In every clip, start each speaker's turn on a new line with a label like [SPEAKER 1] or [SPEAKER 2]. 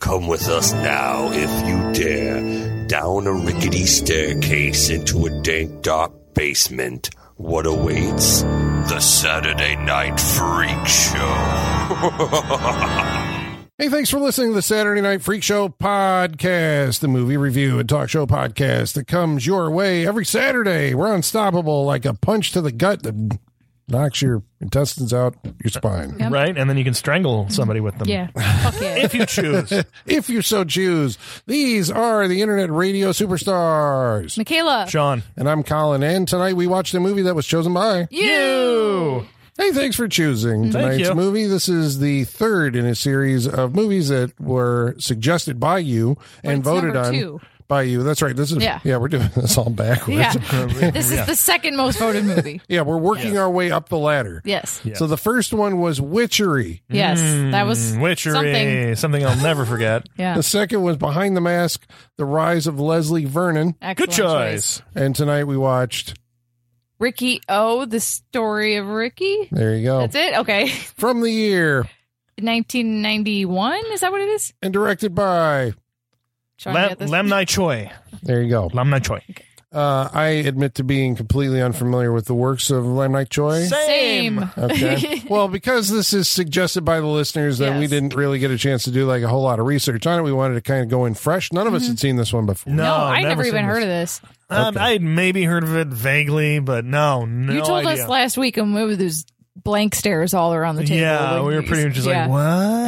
[SPEAKER 1] Come with us now, if you dare, down a rickety staircase into a dank, dark basement. What awaits? The Saturday Night Freak Show.
[SPEAKER 2] Hey, thanks for listening to the Saturday Night Freak Show podcast, the movie review and talk show podcast that comes your way every Saturday. We're unstoppable, like a punch to the gut that knocks your intestines out your spine.
[SPEAKER 3] Yep.
[SPEAKER 4] right? And then you can strangle somebody with them.
[SPEAKER 3] Yeah. Fuck yeah.
[SPEAKER 4] If you choose.
[SPEAKER 2] If you so choose, these are the internet radio superstars.
[SPEAKER 3] Michaela.
[SPEAKER 4] Sean.
[SPEAKER 2] And I'm Colin, and tonight we watched a movie that was chosen by.
[SPEAKER 4] You.
[SPEAKER 2] Hey, thanks for choosing tonight's
[SPEAKER 4] you.
[SPEAKER 2] movie. This is the third in a series of movies that were suggested by you and
[SPEAKER 3] it's
[SPEAKER 2] voted
[SPEAKER 3] number
[SPEAKER 2] on
[SPEAKER 3] two.
[SPEAKER 2] by you. That's right. This is
[SPEAKER 3] Yeah.
[SPEAKER 2] we're doing this all backwards.
[SPEAKER 3] Yeah. this is the second most voted movie.
[SPEAKER 2] Yeah, we're working our way up the ladder.
[SPEAKER 3] Yes.
[SPEAKER 2] So the first one was Witchery.
[SPEAKER 3] Yes. That was
[SPEAKER 4] Mm, Witchery.
[SPEAKER 3] something.
[SPEAKER 4] Something. I'll never forget.
[SPEAKER 3] Yeah.
[SPEAKER 2] The second was Behind the Mask, The Rise of Leslie Vernon.
[SPEAKER 3] Excellent
[SPEAKER 4] Good choice.
[SPEAKER 2] And tonight we watched,
[SPEAKER 3] Ricky O, the story of Ricky.
[SPEAKER 2] there you go,
[SPEAKER 4] Oh.
[SPEAKER 3] That's it. Okay.
[SPEAKER 2] From the Year,
[SPEAKER 3] 1991. Is that what it is?
[SPEAKER 2] and directed by,
[SPEAKER 3] Sean, you
[SPEAKER 4] Lam,
[SPEAKER 3] got this?
[SPEAKER 4] Lam Nai Choi.
[SPEAKER 2] there you go.
[SPEAKER 4] Lam Nai Choi.
[SPEAKER 2] Uh, I admit to being completely unfamiliar with the works of Lam Nai Choi.
[SPEAKER 3] Same.
[SPEAKER 2] Okay. well, because this is suggested by the listeners that we
[SPEAKER 3] Yes.
[SPEAKER 2] didn't really get a chance to do like a whole lot of research on it, we wanted to kind of go in fresh. None of us had seen this one before.
[SPEAKER 4] No,
[SPEAKER 3] No, Oh, I
[SPEAKER 4] Oh, never
[SPEAKER 3] never
[SPEAKER 4] seen
[SPEAKER 3] even
[SPEAKER 4] this.
[SPEAKER 3] heard of this.
[SPEAKER 4] Um, I had maybe heard of it vaguely, but no, no
[SPEAKER 3] you told
[SPEAKER 4] idea.
[SPEAKER 3] us last week, and we were those blank stares all around the table.
[SPEAKER 4] yeah,
[SPEAKER 3] wouldn't
[SPEAKER 4] we were
[SPEAKER 3] you?
[SPEAKER 4] pretty much just
[SPEAKER 3] Yeah.
[SPEAKER 4] like,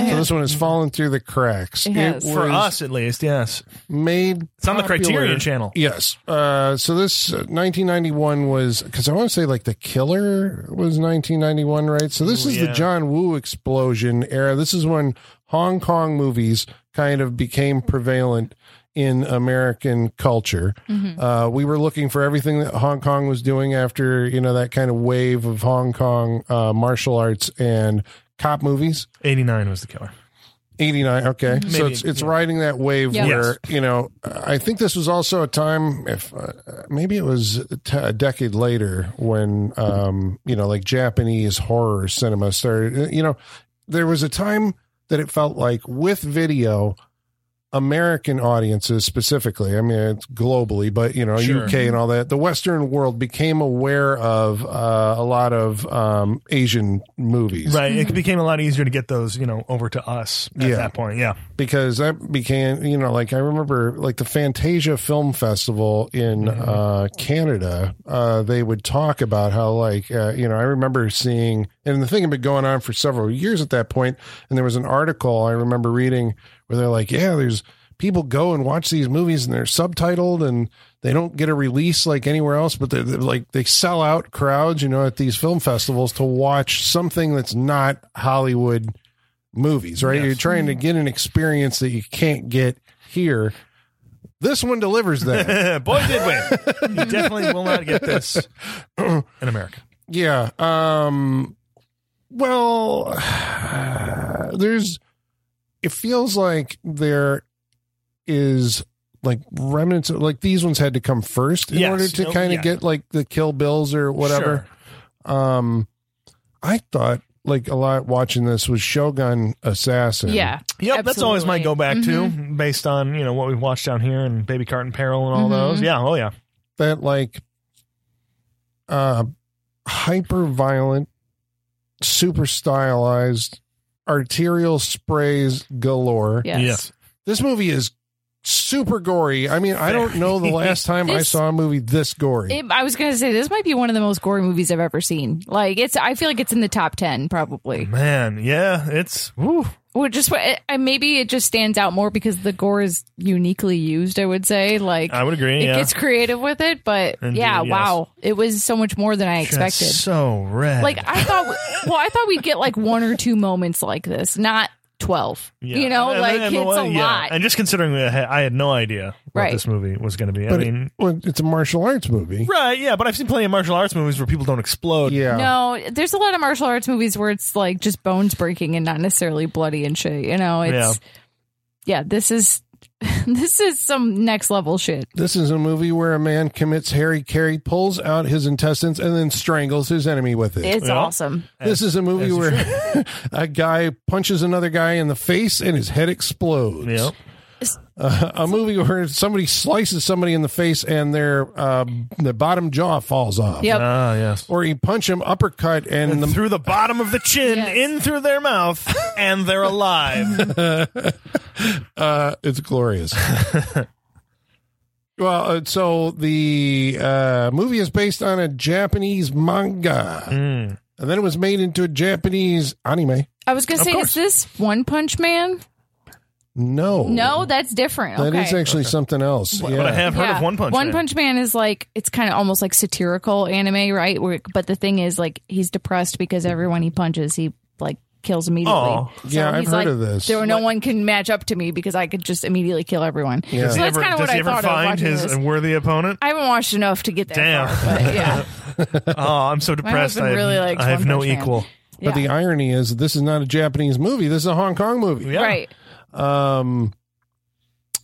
[SPEAKER 4] what?
[SPEAKER 2] So this one has fallen through the cracks.
[SPEAKER 3] It has.
[SPEAKER 2] was
[SPEAKER 4] For us, at least, yes.
[SPEAKER 2] made
[SPEAKER 4] It's on the
[SPEAKER 2] popular-
[SPEAKER 4] Criterion channel.
[SPEAKER 2] Yes. Uh, so this uh, 1991 was because I want to say like the killer was 1991, right? So this
[SPEAKER 4] Ooh,
[SPEAKER 2] is
[SPEAKER 4] yeah.
[SPEAKER 2] the John Woo explosion era. This is when Hong Kong movies kind of became prevalent in American culture. Uh, we were looking for everything that Hong Kong was doing after you know that kind of wave of Hong Kong uh, martial arts and cop movies.
[SPEAKER 4] 89 was the killer.
[SPEAKER 2] 89 okay so
[SPEAKER 4] Mm-hmm. Maybe,
[SPEAKER 2] it's it's
[SPEAKER 4] yeah.
[SPEAKER 2] riding that wave
[SPEAKER 3] Yeah.
[SPEAKER 2] where you know i think this was also a time if uh, maybe it was t- a decade later when um you know like japanese horror cinema started uh, you know there was a time that it felt like with video american audiences specifically i mean it's globally but you know
[SPEAKER 4] Sure.
[SPEAKER 2] uk and all that the western world became aware of uh, a lot of um asian movies
[SPEAKER 4] Right. It became a lot easier to get those, you know, over to us at
[SPEAKER 2] Yeah.
[SPEAKER 4] that point. Yeah.
[SPEAKER 2] because that became you know like i remember like the fantasia film festival in uh canada uh they would talk about how like uh, you know i remember seeing and the thing had been going on for several years at that point and there was an article i remember reading where they're like yeah there's people go and watch these movies and they're subtitled and they don't get a release like anywhere else but they're, they're like they sell out crowds you know at these film festivals to watch something that's not hollywood movies, right?
[SPEAKER 4] Yes.
[SPEAKER 2] You're trying to get an experience that you can't get here. This one delivers that.
[SPEAKER 4] Boy, did we. you definitely will not get this in America.
[SPEAKER 2] yeah. Um well, there's it feels like there is like remnants of, like these ones had to come first in
[SPEAKER 4] Yes.
[SPEAKER 2] order to
[SPEAKER 4] No,
[SPEAKER 2] kind of
[SPEAKER 4] yeah.
[SPEAKER 2] get like the kill bills or whatever.
[SPEAKER 4] Sure.
[SPEAKER 2] Um I thought like a lot watching this was Shogun Assassin.
[SPEAKER 3] Yeah.
[SPEAKER 4] Yep, that's always my
[SPEAKER 3] Absolutely. Mm-hmm.
[SPEAKER 4] go back to, based on you know what we've watched down here and Baby Cart and Peril and all
[SPEAKER 3] Mm-hmm.
[SPEAKER 4] those. Yeah, oh yeah,
[SPEAKER 2] that like uh hyper violent super stylized arterial sprays galore
[SPEAKER 3] Yes.
[SPEAKER 2] this movie is super gory i mean i don't know the last time i
[SPEAKER 3] This-
[SPEAKER 2] saw a movie this gory
[SPEAKER 3] It, I was gonna say this might be one of the most gory movies I've ever seen. Like it's, I feel like it's in the top ten
[SPEAKER 4] Mm-hmm.
[SPEAKER 3] probably.
[SPEAKER 4] man, yeah, it's woo.
[SPEAKER 3] Well, just what- I, maybe it just stands out more because the gore is uniquely used. I would say, like
[SPEAKER 4] I would agree.
[SPEAKER 3] it
[SPEAKER 4] yeah,
[SPEAKER 3] gets creative with it, but
[SPEAKER 4] Indeed,
[SPEAKER 3] yeah,
[SPEAKER 4] yes.
[SPEAKER 3] wow, it was so much more than I
[SPEAKER 4] Just
[SPEAKER 3] expected.
[SPEAKER 4] so red.
[SPEAKER 3] Like I thought, well, I thought we'd get like one or two moments like this, not twelve.
[SPEAKER 4] Yeah.
[SPEAKER 3] You know,
[SPEAKER 4] And-
[SPEAKER 3] like
[SPEAKER 4] and- and-
[SPEAKER 3] it's a
[SPEAKER 4] yeah.
[SPEAKER 3] lot.
[SPEAKER 4] And just considering that I had- I had no idea what
[SPEAKER 3] Right.
[SPEAKER 4] this movie was going to be. I
[SPEAKER 2] but it-
[SPEAKER 4] mean,
[SPEAKER 2] well, it's a martial arts movie
[SPEAKER 4] right? Yeah, but I've seen plenty of martial arts movies where people don't explode.
[SPEAKER 2] yeah
[SPEAKER 3] No, there's a lot of martial arts movies where it's like just bones breaking and not necessarily bloody and shit. You know, it's yeah. this is This is some next level shit.
[SPEAKER 2] This is a movie where a man commits Harry Carey, pulls out his intestines, and then strangles his enemy with it.
[SPEAKER 3] It's
[SPEAKER 4] Yeah.
[SPEAKER 3] awesome.
[SPEAKER 2] this is a movie
[SPEAKER 4] as you
[SPEAKER 2] where a guy punches another guy in the face and his head explodes.
[SPEAKER 4] Yep.
[SPEAKER 2] Uh, a movie where somebody slices somebody in the face and their um, the bottom jaw falls off.
[SPEAKER 3] Yep.
[SPEAKER 4] Ah, yes.
[SPEAKER 2] Or you punch him uppercut and the
[SPEAKER 4] through the bottom of the chin,
[SPEAKER 3] Yes.
[SPEAKER 4] in through their mouth, and they're alive.
[SPEAKER 2] uh, it's glorious. well, uh, so the uh, movie is based on a Japanese manga,
[SPEAKER 4] Mm.
[SPEAKER 2] and then it was made into a Japanese anime.
[SPEAKER 3] I was gonna
[SPEAKER 4] Of
[SPEAKER 3] say,
[SPEAKER 4] course.
[SPEAKER 3] is this One Punch Man?
[SPEAKER 2] No,
[SPEAKER 3] No, that's different.
[SPEAKER 2] that is
[SPEAKER 3] okay.
[SPEAKER 2] actually something else.
[SPEAKER 4] But-
[SPEAKER 2] yeah.
[SPEAKER 4] But I have heard of One Punch Man.
[SPEAKER 3] is like it's kind of almost like satirical anime, right? Where, but the thing is, like, he's depressed because everyone he punches, he like kills immediately.
[SPEAKER 4] Aw.
[SPEAKER 3] So
[SPEAKER 2] Yeah, I've
[SPEAKER 3] he's
[SPEAKER 2] heard
[SPEAKER 3] like,
[SPEAKER 2] of this.
[SPEAKER 3] There, no one can match up to me because I could just immediately kill everyone.
[SPEAKER 2] Yeah.
[SPEAKER 3] So
[SPEAKER 4] Does he
[SPEAKER 3] that's
[SPEAKER 4] ever,
[SPEAKER 3] kind of what
[SPEAKER 4] does he
[SPEAKER 3] I
[SPEAKER 4] ever
[SPEAKER 3] thought of
[SPEAKER 4] find
[SPEAKER 3] watching
[SPEAKER 4] his
[SPEAKER 3] this.
[SPEAKER 4] unworthy opponent?
[SPEAKER 3] I haven't watched enough to get that
[SPEAKER 4] Damn.
[SPEAKER 3] far, but yeah.
[SPEAKER 4] oh, I'm so depressed.
[SPEAKER 3] husband
[SPEAKER 4] I have,
[SPEAKER 3] really likes
[SPEAKER 4] I have
[SPEAKER 3] One
[SPEAKER 4] no
[SPEAKER 3] Punch Man.
[SPEAKER 4] equal.
[SPEAKER 2] But the irony is, this is not a Japanese movie. This is a Hong Kong movie.
[SPEAKER 4] Yeah.
[SPEAKER 3] Right.
[SPEAKER 2] Um,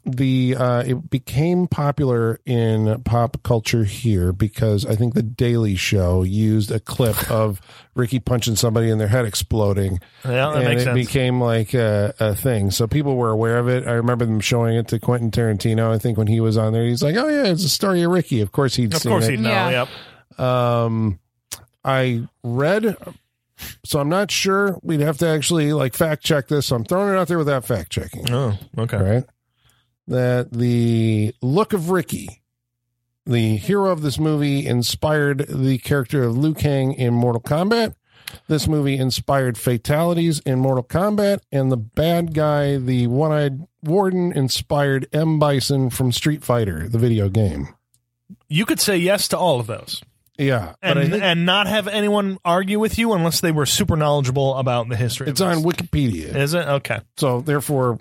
[SPEAKER 2] the uh, it became popular in pop culture here because I think the Daily Show used a clip of Ricky punching somebody and their head exploding,
[SPEAKER 4] Yeah, Oh, that
[SPEAKER 2] and
[SPEAKER 4] makes
[SPEAKER 2] it
[SPEAKER 4] sense.
[SPEAKER 2] became like a, a thing. So people were aware of it. I remember them showing it to Quentin Tarantino. I think when he was on there, he's like, "Oh yeah, it's a story of Ricky." Of course he'd
[SPEAKER 4] of
[SPEAKER 2] seen
[SPEAKER 4] course
[SPEAKER 2] it
[SPEAKER 4] he'd know.
[SPEAKER 3] Yeah.
[SPEAKER 4] Yep.
[SPEAKER 2] um i read so i'm not sure we'd have to actually like fact check this so i'm throwing it out there without fact checking
[SPEAKER 4] Oh, okay.
[SPEAKER 2] all right that the look of ricky the hero of this movie inspired the character of Liu Kang in Mortal Kombat. This movie inspired fatalities in Mortal Kombat, and the bad guy, the one eyed warden, inspired M. Bison from Street Fighter, the video game.
[SPEAKER 4] You could say yes to all of those.
[SPEAKER 2] Yeah. but
[SPEAKER 4] and
[SPEAKER 2] I think
[SPEAKER 4] and not have anyone argue with you unless they were super knowledgeable about the history.
[SPEAKER 2] it's
[SPEAKER 4] of
[SPEAKER 2] on
[SPEAKER 4] this.
[SPEAKER 2] Wikipedia.
[SPEAKER 4] is it okay?
[SPEAKER 2] So therefore,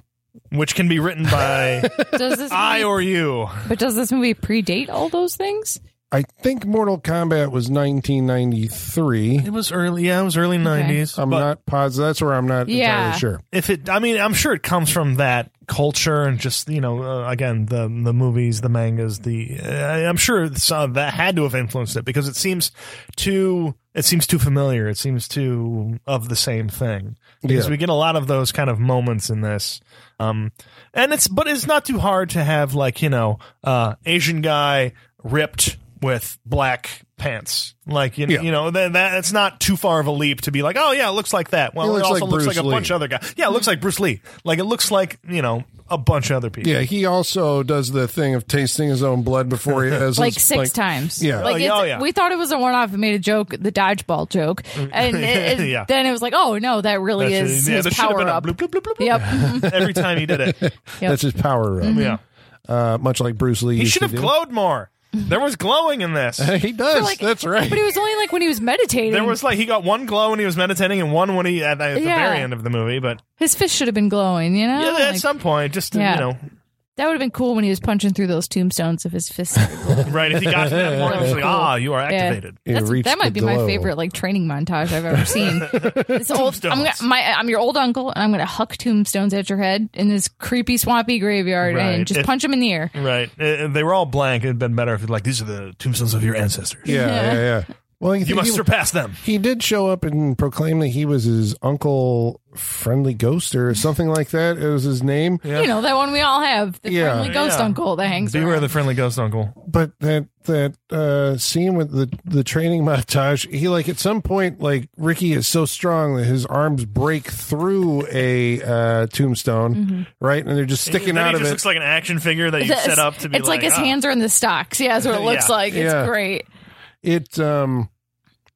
[SPEAKER 4] Which can be written by
[SPEAKER 3] Does this
[SPEAKER 4] I
[SPEAKER 3] movie,
[SPEAKER 4] or you.
[SPEAKER 3] but does this movie predate all those things?
[SPEAKER 2] I think Mortal Kombat was 1993.
[SPEAKER 4] It was early. Yeah, it was early nineties.
[SPEAKER 2] I'm
[SPEAKER 4] but
[SPEAKER 2] not positive. That's where I'm not
[SPEAKER 3] Yeah.
[SPEAKER 2] entirely sure.
[SPEAKER 4] if it, I mean, I'm sure it comes from that culture and just you know, uh, again, the the movies, the mangas, the. Uh, I'm sure it's, uh, that had to have influenced it because it seems too. It seems too familiar. It seems too of the same thing. because
[SPEAKER 2] Yeah.
[SPEAKER 4] we get a lot of those kind of moments in this. Um, and it's but it's not too hard to have like you know uh, Asian guy ripped with black pants, like you,
[SPEAKER 2] Yeah.
[SPEAKER 4] you know that, that it's not too far of a leap to be like oh yeah it looks like that. Well,
[SPEAKER 2] It
[SPEAKER 4] it,
[SPEAKER 2] looks
[SPEAKER 4] also
[SPEAKER 2] like
[SPEAKER 4] looks
[SPEAKER 2] Bruce
[SPEAKER 4] like a
[SPEAKER 2] Lee.
[SPEAKER 4] bunch of other guys. Yeah, it looks like Bruce Lee. Like it looks like you know a bunch of other people.
[SPEAKER 2] Yeah, he also does the thing of tasting his own blood before he has
[SPEAKER 3] Like
[SPEAKER 2] his-
[SPEAKER 3] six times.
[SPEAKER 2] yeah.
[SPEAKER 3] Like
[SPEAKER 4] Oh,
[SPEAKER 3] it's,
[SPEAKER 4] yeah, oh, yeah. Mm.
[SPEAKER 3] we thought it was a one off and made a joke, the dodgeball joke. And it, it-
[SPEAKER 4] Yeah.
[SPEAKER 3] then it was like, oh no, that really
[SPEAKER 4] That's-
[SPEAKER 3] is
[SPEAKER 4] yeah, there
[SPEAKER 3] his
[SPEAKER 4] should have
[SPEAKER 3] power
[SPEAKER 4] been a
[SPEAKER 3] up.
[SPEAKER 4] bloop, bloop, bloop, bloop, bloop
[SPEAKER 3] Yep.
[SPEAKER 4] every time he did it.
[SPEAKER 2] That's his power up.
[SPEAKER 3] Mm-hmm.
[SPEAKER 4] Yeah,
[SPEAKER 2] Uh, much like Bruce Lee.
[SPEAKER 4] he
[SPEAKER 2] used
[SPEAKER 4] should
[SPEAKER 2] to
[SPEAKER 4] have
[SPEAKER 2] do.
[SPEAKER 4] glowed more. There was glowing in this.
[SPEAKER 2] he does.
[SPEAKER 3] like-
[SPEAKER 2] That's right.
[SPEAKER 3] but it was only like when he was meditating.
[SPEAKER 4] There was like he got one glow when he was meditating and one when he at, at the
[SPEAKER 3] Yeah.
[SPEAKER 4] very end of the movie, but
[SPEAKER 3] his fist should have been glowing, you know?
[SPEAKER 4] Yeah, at
[SPEAKER 3] Like,
[SPEAKER 4] some point, just
[SPEAKER 3] Yeah.
[SPEAKER 4] you know,
[SPEAKER 3] that would have been cool when he was punching through those tombstones of his fist.
[SPEAKER 4] right? If you got to that point, it was like, ah, you are activated.
[SPEAKER 2] He
[SPEAKER 3] That's,
[SPEAKER 2] reached
[SPEAKER 3] that might
[SPEAKER 2] the
[SPEAKER 3] be my
[SPEAKER 2] glow.
[SPEAKER 3] favorite like training montage I've ever seen. It's old. I'm, gonna,
[SPEAKER 4] Tombstones.
[SPEAKER 3] my, I'm your old uncle, and I'm going to huck tombstones at your head in this creepy, swampy graveyard,
[SPEAKER 4] Right.
[SPEAKER 3] and just
[SPEAKER 4] If-
[SPEAKER 3] punch them in the air.
[SPEAKER 4] Right? Uh, they were all blank. It'd been better if like these are the tombstones of your ancestors.
[SPEAKER 2] Yeah, yeah, yeah. Well, you
[SPEAKER 4] You
[SPEAKER 2] think
[SPEAKER 4] must
[SPEAKER 2] he,
[SPEAKER 4] surpass them.
[SPEAKER 2] he did show up and proclaim that he was his uncle, friendly ghost, or something like that. It was his name.
[SPEAKER 3] You know that one we all have, the
[SPEAKER 2] Yeah.
[SPEAKER 3] friendly ghost
[SPEAKER 4] Yeah.
[SPEAKER 3] uncle that hangs.
[SPEAKER 4] Beware
[SPEAKER 3] around.
[SPEAKER 4] the friendly ghost uncle.
[SPEAKER 2] but that that uh scene with the the training montage he like at some point like ricky is so strong that his arms break through a uh tombstone
[SPEAKER 3] Mm-hmm.
[SPEAKER 2] right and they're just sticking
[SPEAKER 4] Then he
[SPEAKER 2] out of
[SPEAKER 4] just
[SPEAKER 2] it
[SPEAKER 4] Looks like an action figure that you
[SPEAKER 3] It's-
[SPEAKER 4] set up to be.
[SPEAKER 3] it's like, his
[SPEAKER 4] ah.
[SPEAKER 3] hands are in the stocks. Yeah, that's what it looks
[SPEAKER 4] Yeah.
[SPEAKER 3] like. It's
[SPEAKER 2] Yeah.
[SPEAKER 3] great.
[SPEAKER 2] it um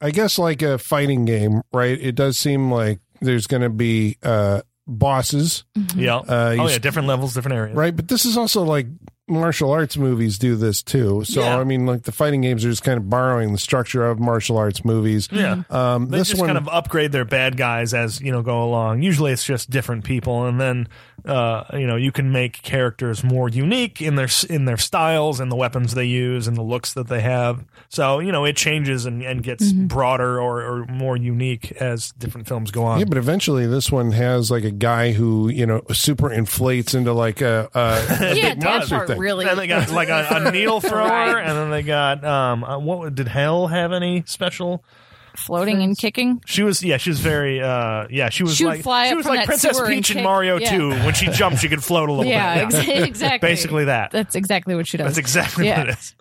[SPEAKER 2] i guess like a fighting game right it does seem like there's gonna be uh bosses
[SPEAKER 4] Yeah.
[SPEAKER 2] Uh, you
[SPEAKER 4] oh yeah.
[SPEAKER 2] s-
[SPEAKER 4] Different levels, different areas.
[SPEAKER 2] right but this is also like martial arts movies do this too so
[SPEAKER 4] Yeah.
[SPEAKER 2] i mean like the fighting games are just kind of borrowing the structure of martial arts movies
[SPEAKER 3] Mm-hmm.
[SPEAKER 4] Yeah.
[SPEAKER 2] um
[SPEAKER 4] They
[SPEAKER 2] this
[SPEAKER 4] just
[SPEAKER 2] one
[SPEAKER 4] kind of upgrade their bad guys as you know go along. Usually, it's just different people, and then uh, you know you can make characters more unique in their in their styles and the weapons they use and the looks that they have. So you know it changes and, and gets
[SPEAKER 3] Mm-hmm.
[SPEAKER 4] broader or, or more unique as different films go on.
[SPEAKER 2] Yeah, but eventually this one has like a guy who you know super inflates into like a, a, a
[SPEAKER 3] yeah,
[SPEAKER 2] big
[SPEAKER 3] that
[SPEAKER 2] monster
[SPEAKER 3] part
[SPEAKER 2] thing.
[SPEAKER 3] really.
[SPEAKER 4] And they got like a, a needle thrower,
[SPEAKER 3] Right.
[SPEAKER 4] and then they got um, uh, what did Hell have any special?
[SPEAKER 3] floating and kicking.
[SPEAKER 4] She was yeah, she was very uh, yeah, she was
[SPEAKER 3] She would
[SPEAKER 4] like
[SPEAKER 3] fly
[SPEAKER 4] she
[SPEAKER 3] up
[SPEAKER 4] was
[SPEAKER 3] from
[SPEAKER 4] like
[SPEAKER 3] that
[SPEAKER 4] Princess
[SPEAKER 3] sewer and
[SPEAKER 4] Peach in
[SPEAKER 3] kick-
[SPEAKER 4] Mario
[SPEAKER 3] yeah.
[SPEAKER 4] Two. When she jumped, she could float a little
[SPEAKER 3] Yeah,
[SPEAKER 4] bit.
[SPEAKER 3] ex- exactly.
[SPEAKER 4] basically that.
[SPEAKER 3] That's exactly what she does.
[SPEAKER 4] That's exactly
[SPEAKER 3] Yeah.
[SPEAKER 4] what it is.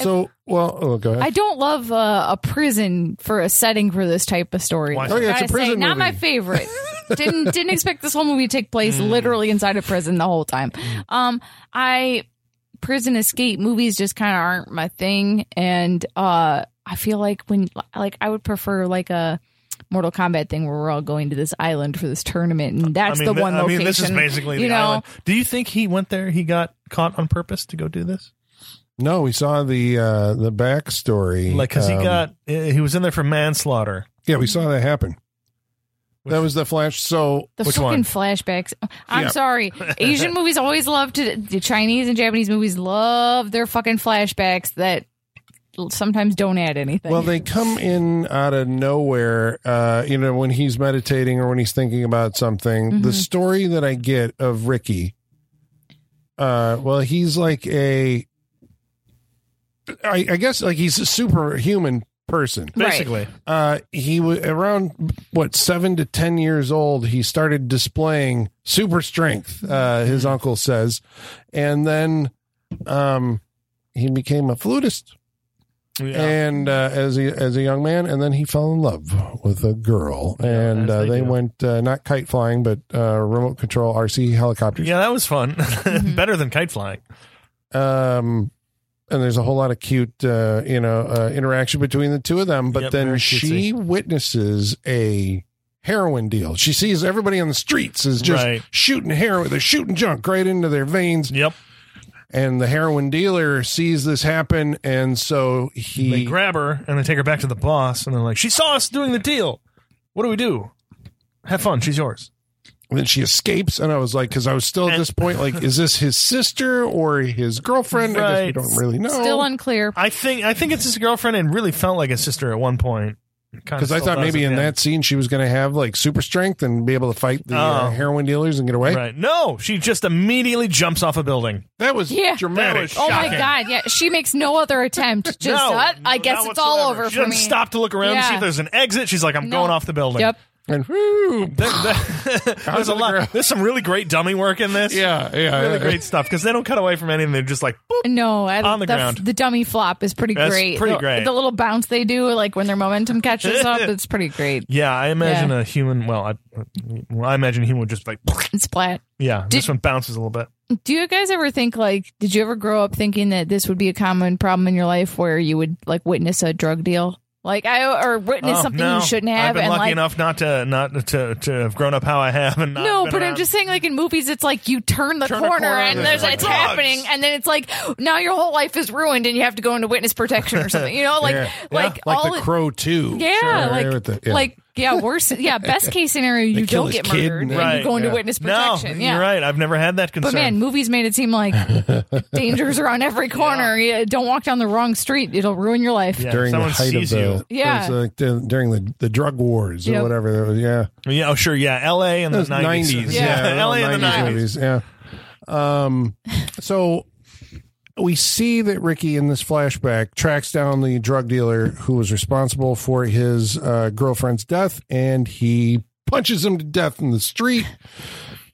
[SPEAKER 2] So well, oh, go ahead.
[SPEAKER 3] I don't love uh, a prison for a setting for this type of story.
[SPEAKER 4] Why?
[SPEAKER 3] though.
[SPEAKER 4] Oh,
[SPEAKER 2] yeah, it's a
[SPEAKER 3] Gotta
[SPEAKER 2] prison
[SPEAKER 3] Not my
[SPEAKER 2] movie.
[SPEAKER 3] favorite. didn't didn't expect this whole movie to take place
[SPEAKER 4] Hmm.
[SPEAKER 3] literally inside a prison the whole time. Um, I prison escape movies just kind of aren't my thing, and uh, I feel like when like I would prefer like a. Mortal Kombat thing where we're all going to this island for this tournament, and that's
[SPEAKER 4] I mean,
[SPEAKER 3] the one
[SPEAKER 4] I
[SPEAKER 3] location.
[SPEAKER 4] mean, this is basically
[SPEAKER 3] you
[SPEAKER 4] the
[SPEAKER 3] know?
[SPEAKER 4] island. Do you think he went there? He got caught on purpose to go do this?
[SPEAKER 2] no, we saw the uh, the backstory.
[SPEAKER 4] Like, because
[SPEAKER 2] Um,
[SPEAKER 4] he got uh, he was in there for manslaughter.
[SPEAKER 2] yeah, we saw that happen.
[SPEAKER 4] Which-
[SPEAKER 2] that was the flash. So
[SPEAKER 3] The
[SPEAKER 4] Which
[SPEAKER 3] fucking
[SPEAKER 4] one?
[SPEAKER 3] flashbacks. Oh, I'm
[SPEAKER 2] Yeah.
[SPEAKER 3] sorry. Asian movies always love to. The Chinese and Japanese movies love their fucking flashbacks that l- sometimes don't add anything.
[SPEAKER 2] Well, they come in out of nowhere. Uh, you know, when he's meditating or when he's thinking about something. The story that I get of Ricky, uh, well, he's like a, I, I guess, like he's a superhuman person.
[SPEAKER 3] Right.
[SPEAKER 4] Basically,
[SPEAKER 2] Uh, he was around what seven to ten years old. He started displaying super strength. Uh, his
[SPEAKER 4] Mm-hmm.
[SPEAKER 2] uncle says, and then, um, he became a flutist
[SPEAKER 4] Yeah.
[SPEAKER 2] and uh, as a as a young man, and then he fell in love with a girl, and
[SPEAKER 4] as
[SPEAKER 2] uh,
[SPEAKER 4] they
[SPEAKER 2] they
[SPEAKER 4] do.
[SPEAKER 2] went uh, not kite flying, but uh, remote control RC helicopters.
[SPEAKER 4] yeah, that was fun.
[SPEAKER 3] Mm-hmm.
[SPEAKER 4] Better than kite flying.
[SPEAKER 2] Um, and there's a whole lot of cute, uh, you know, uh, interaction between the two of them. But
[SPEAKER 4] Yep,
[SPEAKER 2] then
[SPEAKER 4] very
[SPEAKER 2] she witnesses a heroin deal. She sees everybody on the streets is just
[SPEAKER 4] Right.
[SPEAKER 2] shooting heroin. They're shooting junk right into their veins,
[SPEAKER 4] Yep,
[SPEAKER 2] and the heroin dealer sees this happen, and so he
[SPEAKER 4] they grab her and they take her back to the boss, and they're like, "She saw us doing the deal. What do we do? Have fun. She's yours."
[SPEAKER 2] And then she escapes, and I was like, because I was still at this point, like, is this his sister or his girlfriend? I guess we
[SPEAKER 4] Right.
[SPEAKER 2] don't really know.
[SPEAKER 3] still unclear.
[SPEAKER 4] I think I think it's his girlfriend, and really felt like a sister at one point. Kinda
[SPEAKER 2] because I
[SPEAKER 4] still
[SPEAKER 2] thought
[SPEAKER 4] does
[SPEAKER 2] maybe
[SPEAKER 4] at
[SPEAKER 2] in
[SPEAKER 4] the end.
[SPEAKER 2] that scene she was going to have like super strength and be able to fight the uh,
[SPEAKER 4] Oh.
[SPEAKER 2] heroin dealers and get away.
[SPEAKER 4] Right. No, she just immediately jumps off a building.
[SPEAKER 2] That was
[SPEAKER 3] Yeah.
[SPEAKER 4] That
[SPEAKER 2] dramatic.
[SPEAKER 4] was
[SPEAKER 3] oh my
[SPEAKER 4] shocking.
[SPEAKER 3] god! Yeah, she makes no other attempt. Just
[SPEAKER 4] no,
[SPEAKER 3] uh, I
[SPEAKER 4] not
[SPEAKER 3] guess it's all
[SPEAKER 4] whatsoever.
[SPEAKER 3] over
[SPEAKER 4] she
[SPEAKER 3] for
[SPEAKER 4] doesn't
[SPEAKER 3] me.
[SPEAKER 4] stop to look around and see
[SPEAKER 3] Yeah.
[SPEAKER 4] if there's an exit. She's like, I'm
[SPEAKER 3] No.
[SPEAKER 4] going off the building.
[SPEAKER 3] Yep.
[SPEAKER 2] and whew,
[SPEAKER 4] There- there- there's a
[SPEAKER 2] the ground.
[SPEAKER 4] lot. There's some really great dummy work in this.
[SPEAKER 2] yeah, yeah,
[SPEAKER 4] Really
[SPEAKER 2] yeah.
[SPEAKER 4] great stuff because they don't cut away from anything. They're just like, boop.
[SPEAKER 3] No, I,
[SPEAKER 4] On the
[SPEAKER 3] f-
[SPEAKER 4] ground.
[SPEAKER 3] The dummy flop is pretty
[SPEAKER 4] That's
[SPEAKER 3] great.
[SPEAKER 4] pretty
[SPEAKER 3] the,
[SPEAKER 4] great.
[SPEAKER 3] The little bounce they do, like when their momentum catches up, it's pretty great.
[SPEAKER 4] Yeah, I imagine
[SPEAKER 3] Yeah.
[SPEAKER 4] a human. Well, I, well, I imagine a human would just like,
[SPEAKER 3] It's flat.
[SPEAKER 4] yeah. this
[SPEAKER 3] Did-
[SPEAKER 4] one bounces a little bit.
[SPEAKER 3] Do you guys ever think like did you ever grow up thinking that this would be a common problem in your life where you would like witness a drug deal? Like I or witness
[SPEAKER 4] Oh,
[SPEAKER 3] something
[SPEAKER 4] no.
[SPEAKER 3] you shouldn't have
[SPEAKER 4] I've been
[SPEAKER 3] and
[SPEAKER 4] lucky
[SPEAKER 3] like
[SPEAKER 4] enough not to not to to have grown up how I have and not
[SPEAKER 3] no,
[SPEAKER 4] been
[SPEAKER 3] but I'm
[SPEAKER 4] around-
[SPEAKER 3] just saying, like in movies, it's like you turn the
[SPEAKER 4] Turn the
[SPEAKER 3] corner,
[SPEAKER 4] corner
[SPEAKER 3] and
[SPEAKER 4] and
[SPEAKER 3] there's
[SPEAKER 4] it's like
[SPEAKER 3] it's
[SPEAKER 4] drugs.
[SPEAKER 3] happening, and then it's like now your whole life is ruined, and you have to go into witness protection or something. You know, like
[SPEAKER 2] Yeah.
[SPEAKER 3] like
[SPEAKER 2] Like
[SPEAKER 3] all
[SPEAKER 2] the
[SPEAKER 3] it-
[SPEAKER 2] crow too.
[SPEAKER 3] yeah,
[SPEAKER 2] Sure, I agree
[SPEAKER 3] like
[SPEAKER 2] with that. yeah.
[SPEAKER 3] like yeah, worse, yeah, best case scenario,
[SPEAKER 2] They
[SPEAKER 3] you
[SPEAKER 2] kill
[SPEAKER 3] don't
[SPEAKER 2] his
[SPEAKER 3] get
[SPEAKER 2] kid
[SPEAKER 3] murdered,
[SPEAKER 2] and
[SPEAKER 3] and
[SPEAKER 4] then-
[SPEAKER 3] you go into
[SPEAKER 4] Right.
[SPEAKER 3] witness
[SPEAKER 4] No,
[SPEAKER 3] protection. yeah,
[SPEAKER 4] you're right. I've never had that concern.
[SPEAKER 3] But man, movies made it seem like dangers around every corner. Yeah, don't walk down the wrong street; it'll ruin your life.
[SPEAKER 4] Yeah.
[SPEAKER 2] during the
[SPEAKER 4] someone
[SPEAKER 2] height of
[SPEAKER 4] sees you.
[SPEAKER 2] the
[SPEAKER 3] Yeah.
[SPEAKER 2] it was, like, the- during the the drug wars or
[SPEAKER 3] Yep.
[SPEAKER 2] whatever. That was, yeah,
[SPEAKER 4] Yeah, oh sure, yeah. L.A. in the
[SPEAKER 2] Those
[SPEAKER 4] nineties,
[SPEAKER 3] Yeah.
[SPEAKER 4] L.A. in the nineties.
[SPEAKER 2] movies, Yeah. Um, so we see that Ricky in this flashback tracks down the drug dealer who was responsible for his uh, girlfriend's death, and he punches him to death in the street.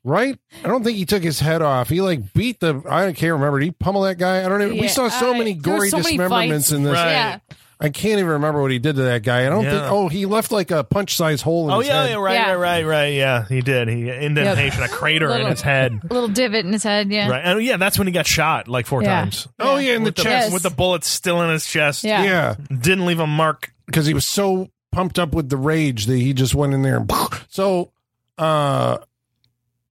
[SPEAKER 2] Right? I don't think he took his head off. He like beat the. I can't remember. Did he pummel that guy? I don't even. we
[SPEAKER 3] Yeah,
[SPEAKER 2] saw so
[SPEAKER 3] I-
[SPEAKER 2] many
[SPEAKER 3] there were
[SPEAKER 2] gory
[SPEAKER 3] so many
[SPEAKER 2] dismemberments
[SPEAKER 3] fights.
[SPEAKER 2] in this.
[SPEAKER 4] Right.
[SPEAKER 3] Yeah.
[SPEAKER 2] I can't even remember what he did to that guy. I don't
[SPEAKER 4] Yeah.
[SPEAKER 2] think. Oh, he left like a punch size hole. In
[SPEAKER 4] Oh
[SPEAKER 2] his
[SPEAKER 4] yeah,
[SPEAKER 2] head.
[SPEAKER 4] yeah, right,
[SPEAKER 3] Yeah.
[SPEAKER 4] right, right, right. Yeah, he did. He indentation, a crater in
[SPEAKER 3] Little-
[SPEAKER 4] his head.
[SPEAKER 3] A little divot in his head. Yeah.
[SPEAKER 4] Right, and yeah, that's when he got shot like four
[SPEAKER 3] Yeah.
[SPEAKER 4] times.
[SPEAKER 2] Oh yeah, in the
[SPEAKER 4] With the,
[SPEAKER 2] chest.
[SPEAKER 3] Yes.
[SPEAKER 4] with the bullets still in his chest.
[SPEAKER 3] Yeah.
[SPEAKER 2] yeah.
[SPEAKER 4] didn't leave a mark.
[SPEAKER 2] because he was so pumped up with the rage that he just went in there and so uh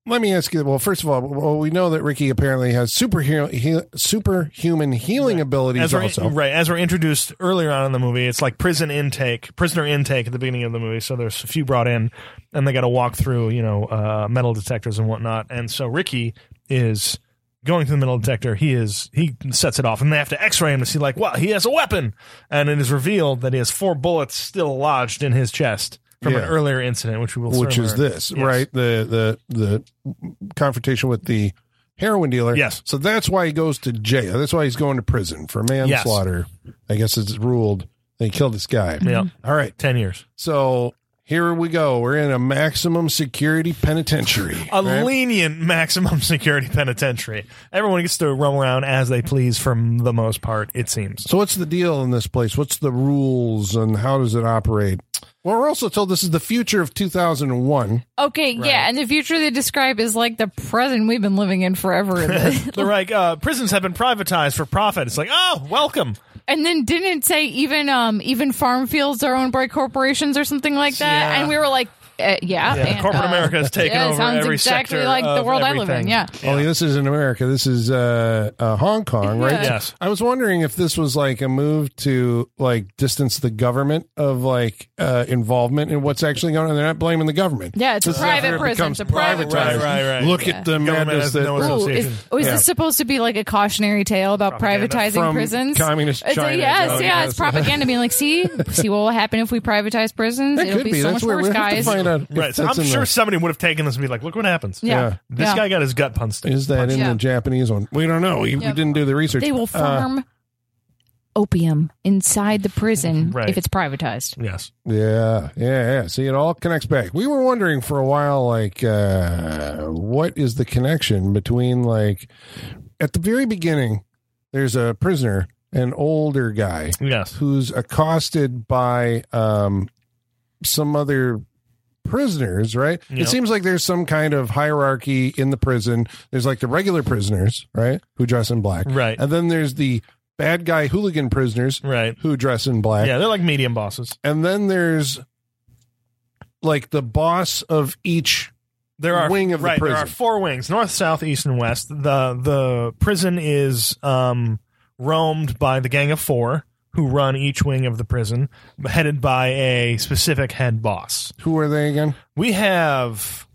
[SPEAKER 2] Let me ask you. Well, first of all, well, we know that Ricky apparently has superhero he, superhuman healing abilities.
[SPEAKER 4] As we're,
[SPEAKER 2] also,
[SPEAKER 4] right as we're introduced earlier on in the movie, it's like prison intake, prisoner intake at the beginning of the movie. So there's a few brought in, and they got to walk through, you know, uh, metal detectors and whatnot. And so Ricky is going through the metal detector. He is he sets it off, and they have to X-ray him to see like, wow, he has a weapon. And it is revealed that he has four bullets still lodged in his chest from
[SPEAKER 2] Yeah.
[SPEAKER 4] an earlier incident, which we will
[SPEAKER 2] which
[SPEAKER 4] soon
[SPEAKER 2] is
[SPEAKER 4] learn.
[SPEAKER 2] this
[SPEAKER 4] Yes.
[SPEAKER 2] right the the the confrontation with the heroin dealer.
[SPEAKER 4] Yes.
[SPEAKER 2] So that's why he goes to jail. That's why he's going to prison for manslaughter. I guess it's ruled they killed this guy.
[SPEAKER 4] Yeah,
[SPEAKER 2] All right.
[SPEAKER 4] ten years.
[SPEAKER 2] So here we go. We're in a maximum security penitentiary.
[SPEAKER 4] a
[SPEAKER 2] right?
[SPEAKER 4] lenient maximum security penitentiary. Everyone gets to roam around as they please, from the most part, it seems.
[SPEAKER 2] So what's the deal in this place? What's the rules and how does it operate? Well, we're also told this is the future of 2001.
[SPEAKER 3] Okay, yeah, and the future they describe is like the present we've been living in forever. in the-
[SPEAKER 4] They're like, uh, prisons have been privatized for profit. It's like, oh, welcome.
[SPEAKER 3] and then didn't it say even um even farm fields are owned by corporations or something like that.
[SPEAKER 4] Yeah.
[SPEAKER 3] And we were like, uh, yeah,
[SPEAKER 4] Yeah,
[SPEAKER 3] and,
[SPEAKER 4] corporate
[SPEAKER 3] uh,
[SPEAKER 4] America has taken
[SPEAKER 3] yeah, it
[SPEAKER 4] over
[SPEAKER 3] sounds
[SPEAKER 4] every
[SPEAKER 3] exactly
[SPEAKER 4] sector
[SPEAKER 3] like the
[SPEAKER 4] of
[SPEAKER 3] world I live
[SPEAKER 4] everything.
[SPEAKER 3] in. Yeah.
[SPEAKER 2] Only Oh, this isn't America. This is uh, uh, Hong Kong, right?
[SPEAKER 3] Yeah.
[SPEAKER 4] Yes.
[SPEAKER 2] I was wondering if this was like a move to like distance the government of like uh, involvement in what's actually going on. They're not blaming the government.
[SPEAKER 3] Yeah, it's a
[SPEAKER 2] This is
[SPEAKER 3] private
[SPEAKER 2] after it
[SPEAKER 3] prison.
[SPEAKER 2] becomes
[SPEAKER 3] It's a private
[SPEAKER 2] privatized.
[SPEAKER 3] prison.
[SPEAKER 4] Right, right, right.
[SPEAKER 2] Look
[SPEAKER 3] Yeah.
[SPEAKER 2] at the
[SPEAKER 4] Government
[SPEAKER 2] madness
[SPEAKER 4] has
[SPEAKER 2] that
[SPEAKER 4] no
[SPEAKER 3] Ooh,
[SPEAKER 4] association.
[SPEAKER 3] is- oh, is
[SPEAKER 2] Yeah.
[SPEAKER 3] this supposed to be like a cautionary tale about
[SPEAKER 4] Propaganda.
[SPEAKER 3] privatizing
[SPEAKER 2] from
[SPEAKER 3] prisons?
[SPEAKER 2] communist
[SPEAKER 3] It's
[SPEAKER 2] China.
[SPEAKER 3] a, yes,
[SPEAKER 2] Oh,
[SPEAKER 3] yeah, it's propaganda being like, see, see what will happen if we privatize prisons?
[SPEAKER 2] That
[SPEAKER 3] It'll
[SPEAKER 2] could
[SPEAKER 3] be,
[SPEAKER 2] be.
[SPEAKER 3] so
[SPEAKER 2] That's
[SPEAKER 3] much
[SPEAKER 2] where
[SPEAKER 3] worse,
[SPEAKER 2] we have to
[SPEAKER 3] guys.
[SPEAKER 2] find out. if
[SPEAKER 4] Right. So
[SPEAKER 2] that's
[SPEAKER 4] I'm
[SPEAKER 2] in
[SPEAKER 4] sure
[SPEAKER 2] the-
[SPEAKER 4] somebody would have taken this and be like, look what happens.
[SPEAKER 3] Yeah.
[SPEAKER 2] Yeah.
[SPEAKER 4] This
[SPEAKER 3] Yeah.
[SPEAKER 4] guy got his gut punched. in.
[SPEAKER 2] Is that in
[SPEAKER 3] Yeah.
[SPEAKER 2] the Japanese one? We don't know. We, we
[SPEAKER 3] Yep.
[SPEAKER 2] didn't do the research. Uh,
[SPEAKER 3] They will farm opium inside the prison
[SPEAKER 4] Right.
[SPEAKER 3] if it's privatized.
[SPEAKER 4] Yes.
[SPEAKER 2] Yeah, yeah, yeah. See, it all connects back. We were wondering for a while, like, uh, what is the connection between, like, at the very beginning, there's a prisoner, an older guy,
[SPEAKER 4] Yes.
[SPEAKER 2] who's accosted by um, some other prisoners, right?
[SPEAKER 4] Yeah.
[SPEAKER 2] It seems like there's some kind of hierarchy in the prison. There's like the regular prisoners, right, who dress in black.
[SPEAKER 4] Right.
[SPEAKER 2] And then there's the bad guy hooligan prisoners
[SPEAKER 4] Right.
[SPEAKER 2] who dress in black
[SPEAKER 4] Yeah. They're like medium bosses.
[SPEAKER 2] and then there's like the boss of each
[SPEAKER 4] there are
[SPEAKER 2] wing of the
[SPEAKER 4] right, There are
[SPEAKER 2] prison.
[SPEAKER 4] four wings: north, south, east, and west. the The prison is um, roamed by the gang of four who run each wing of the prison, headed by a specific head boss.
[SPEAKER 2] who are they again
[SPEAKER 4] We have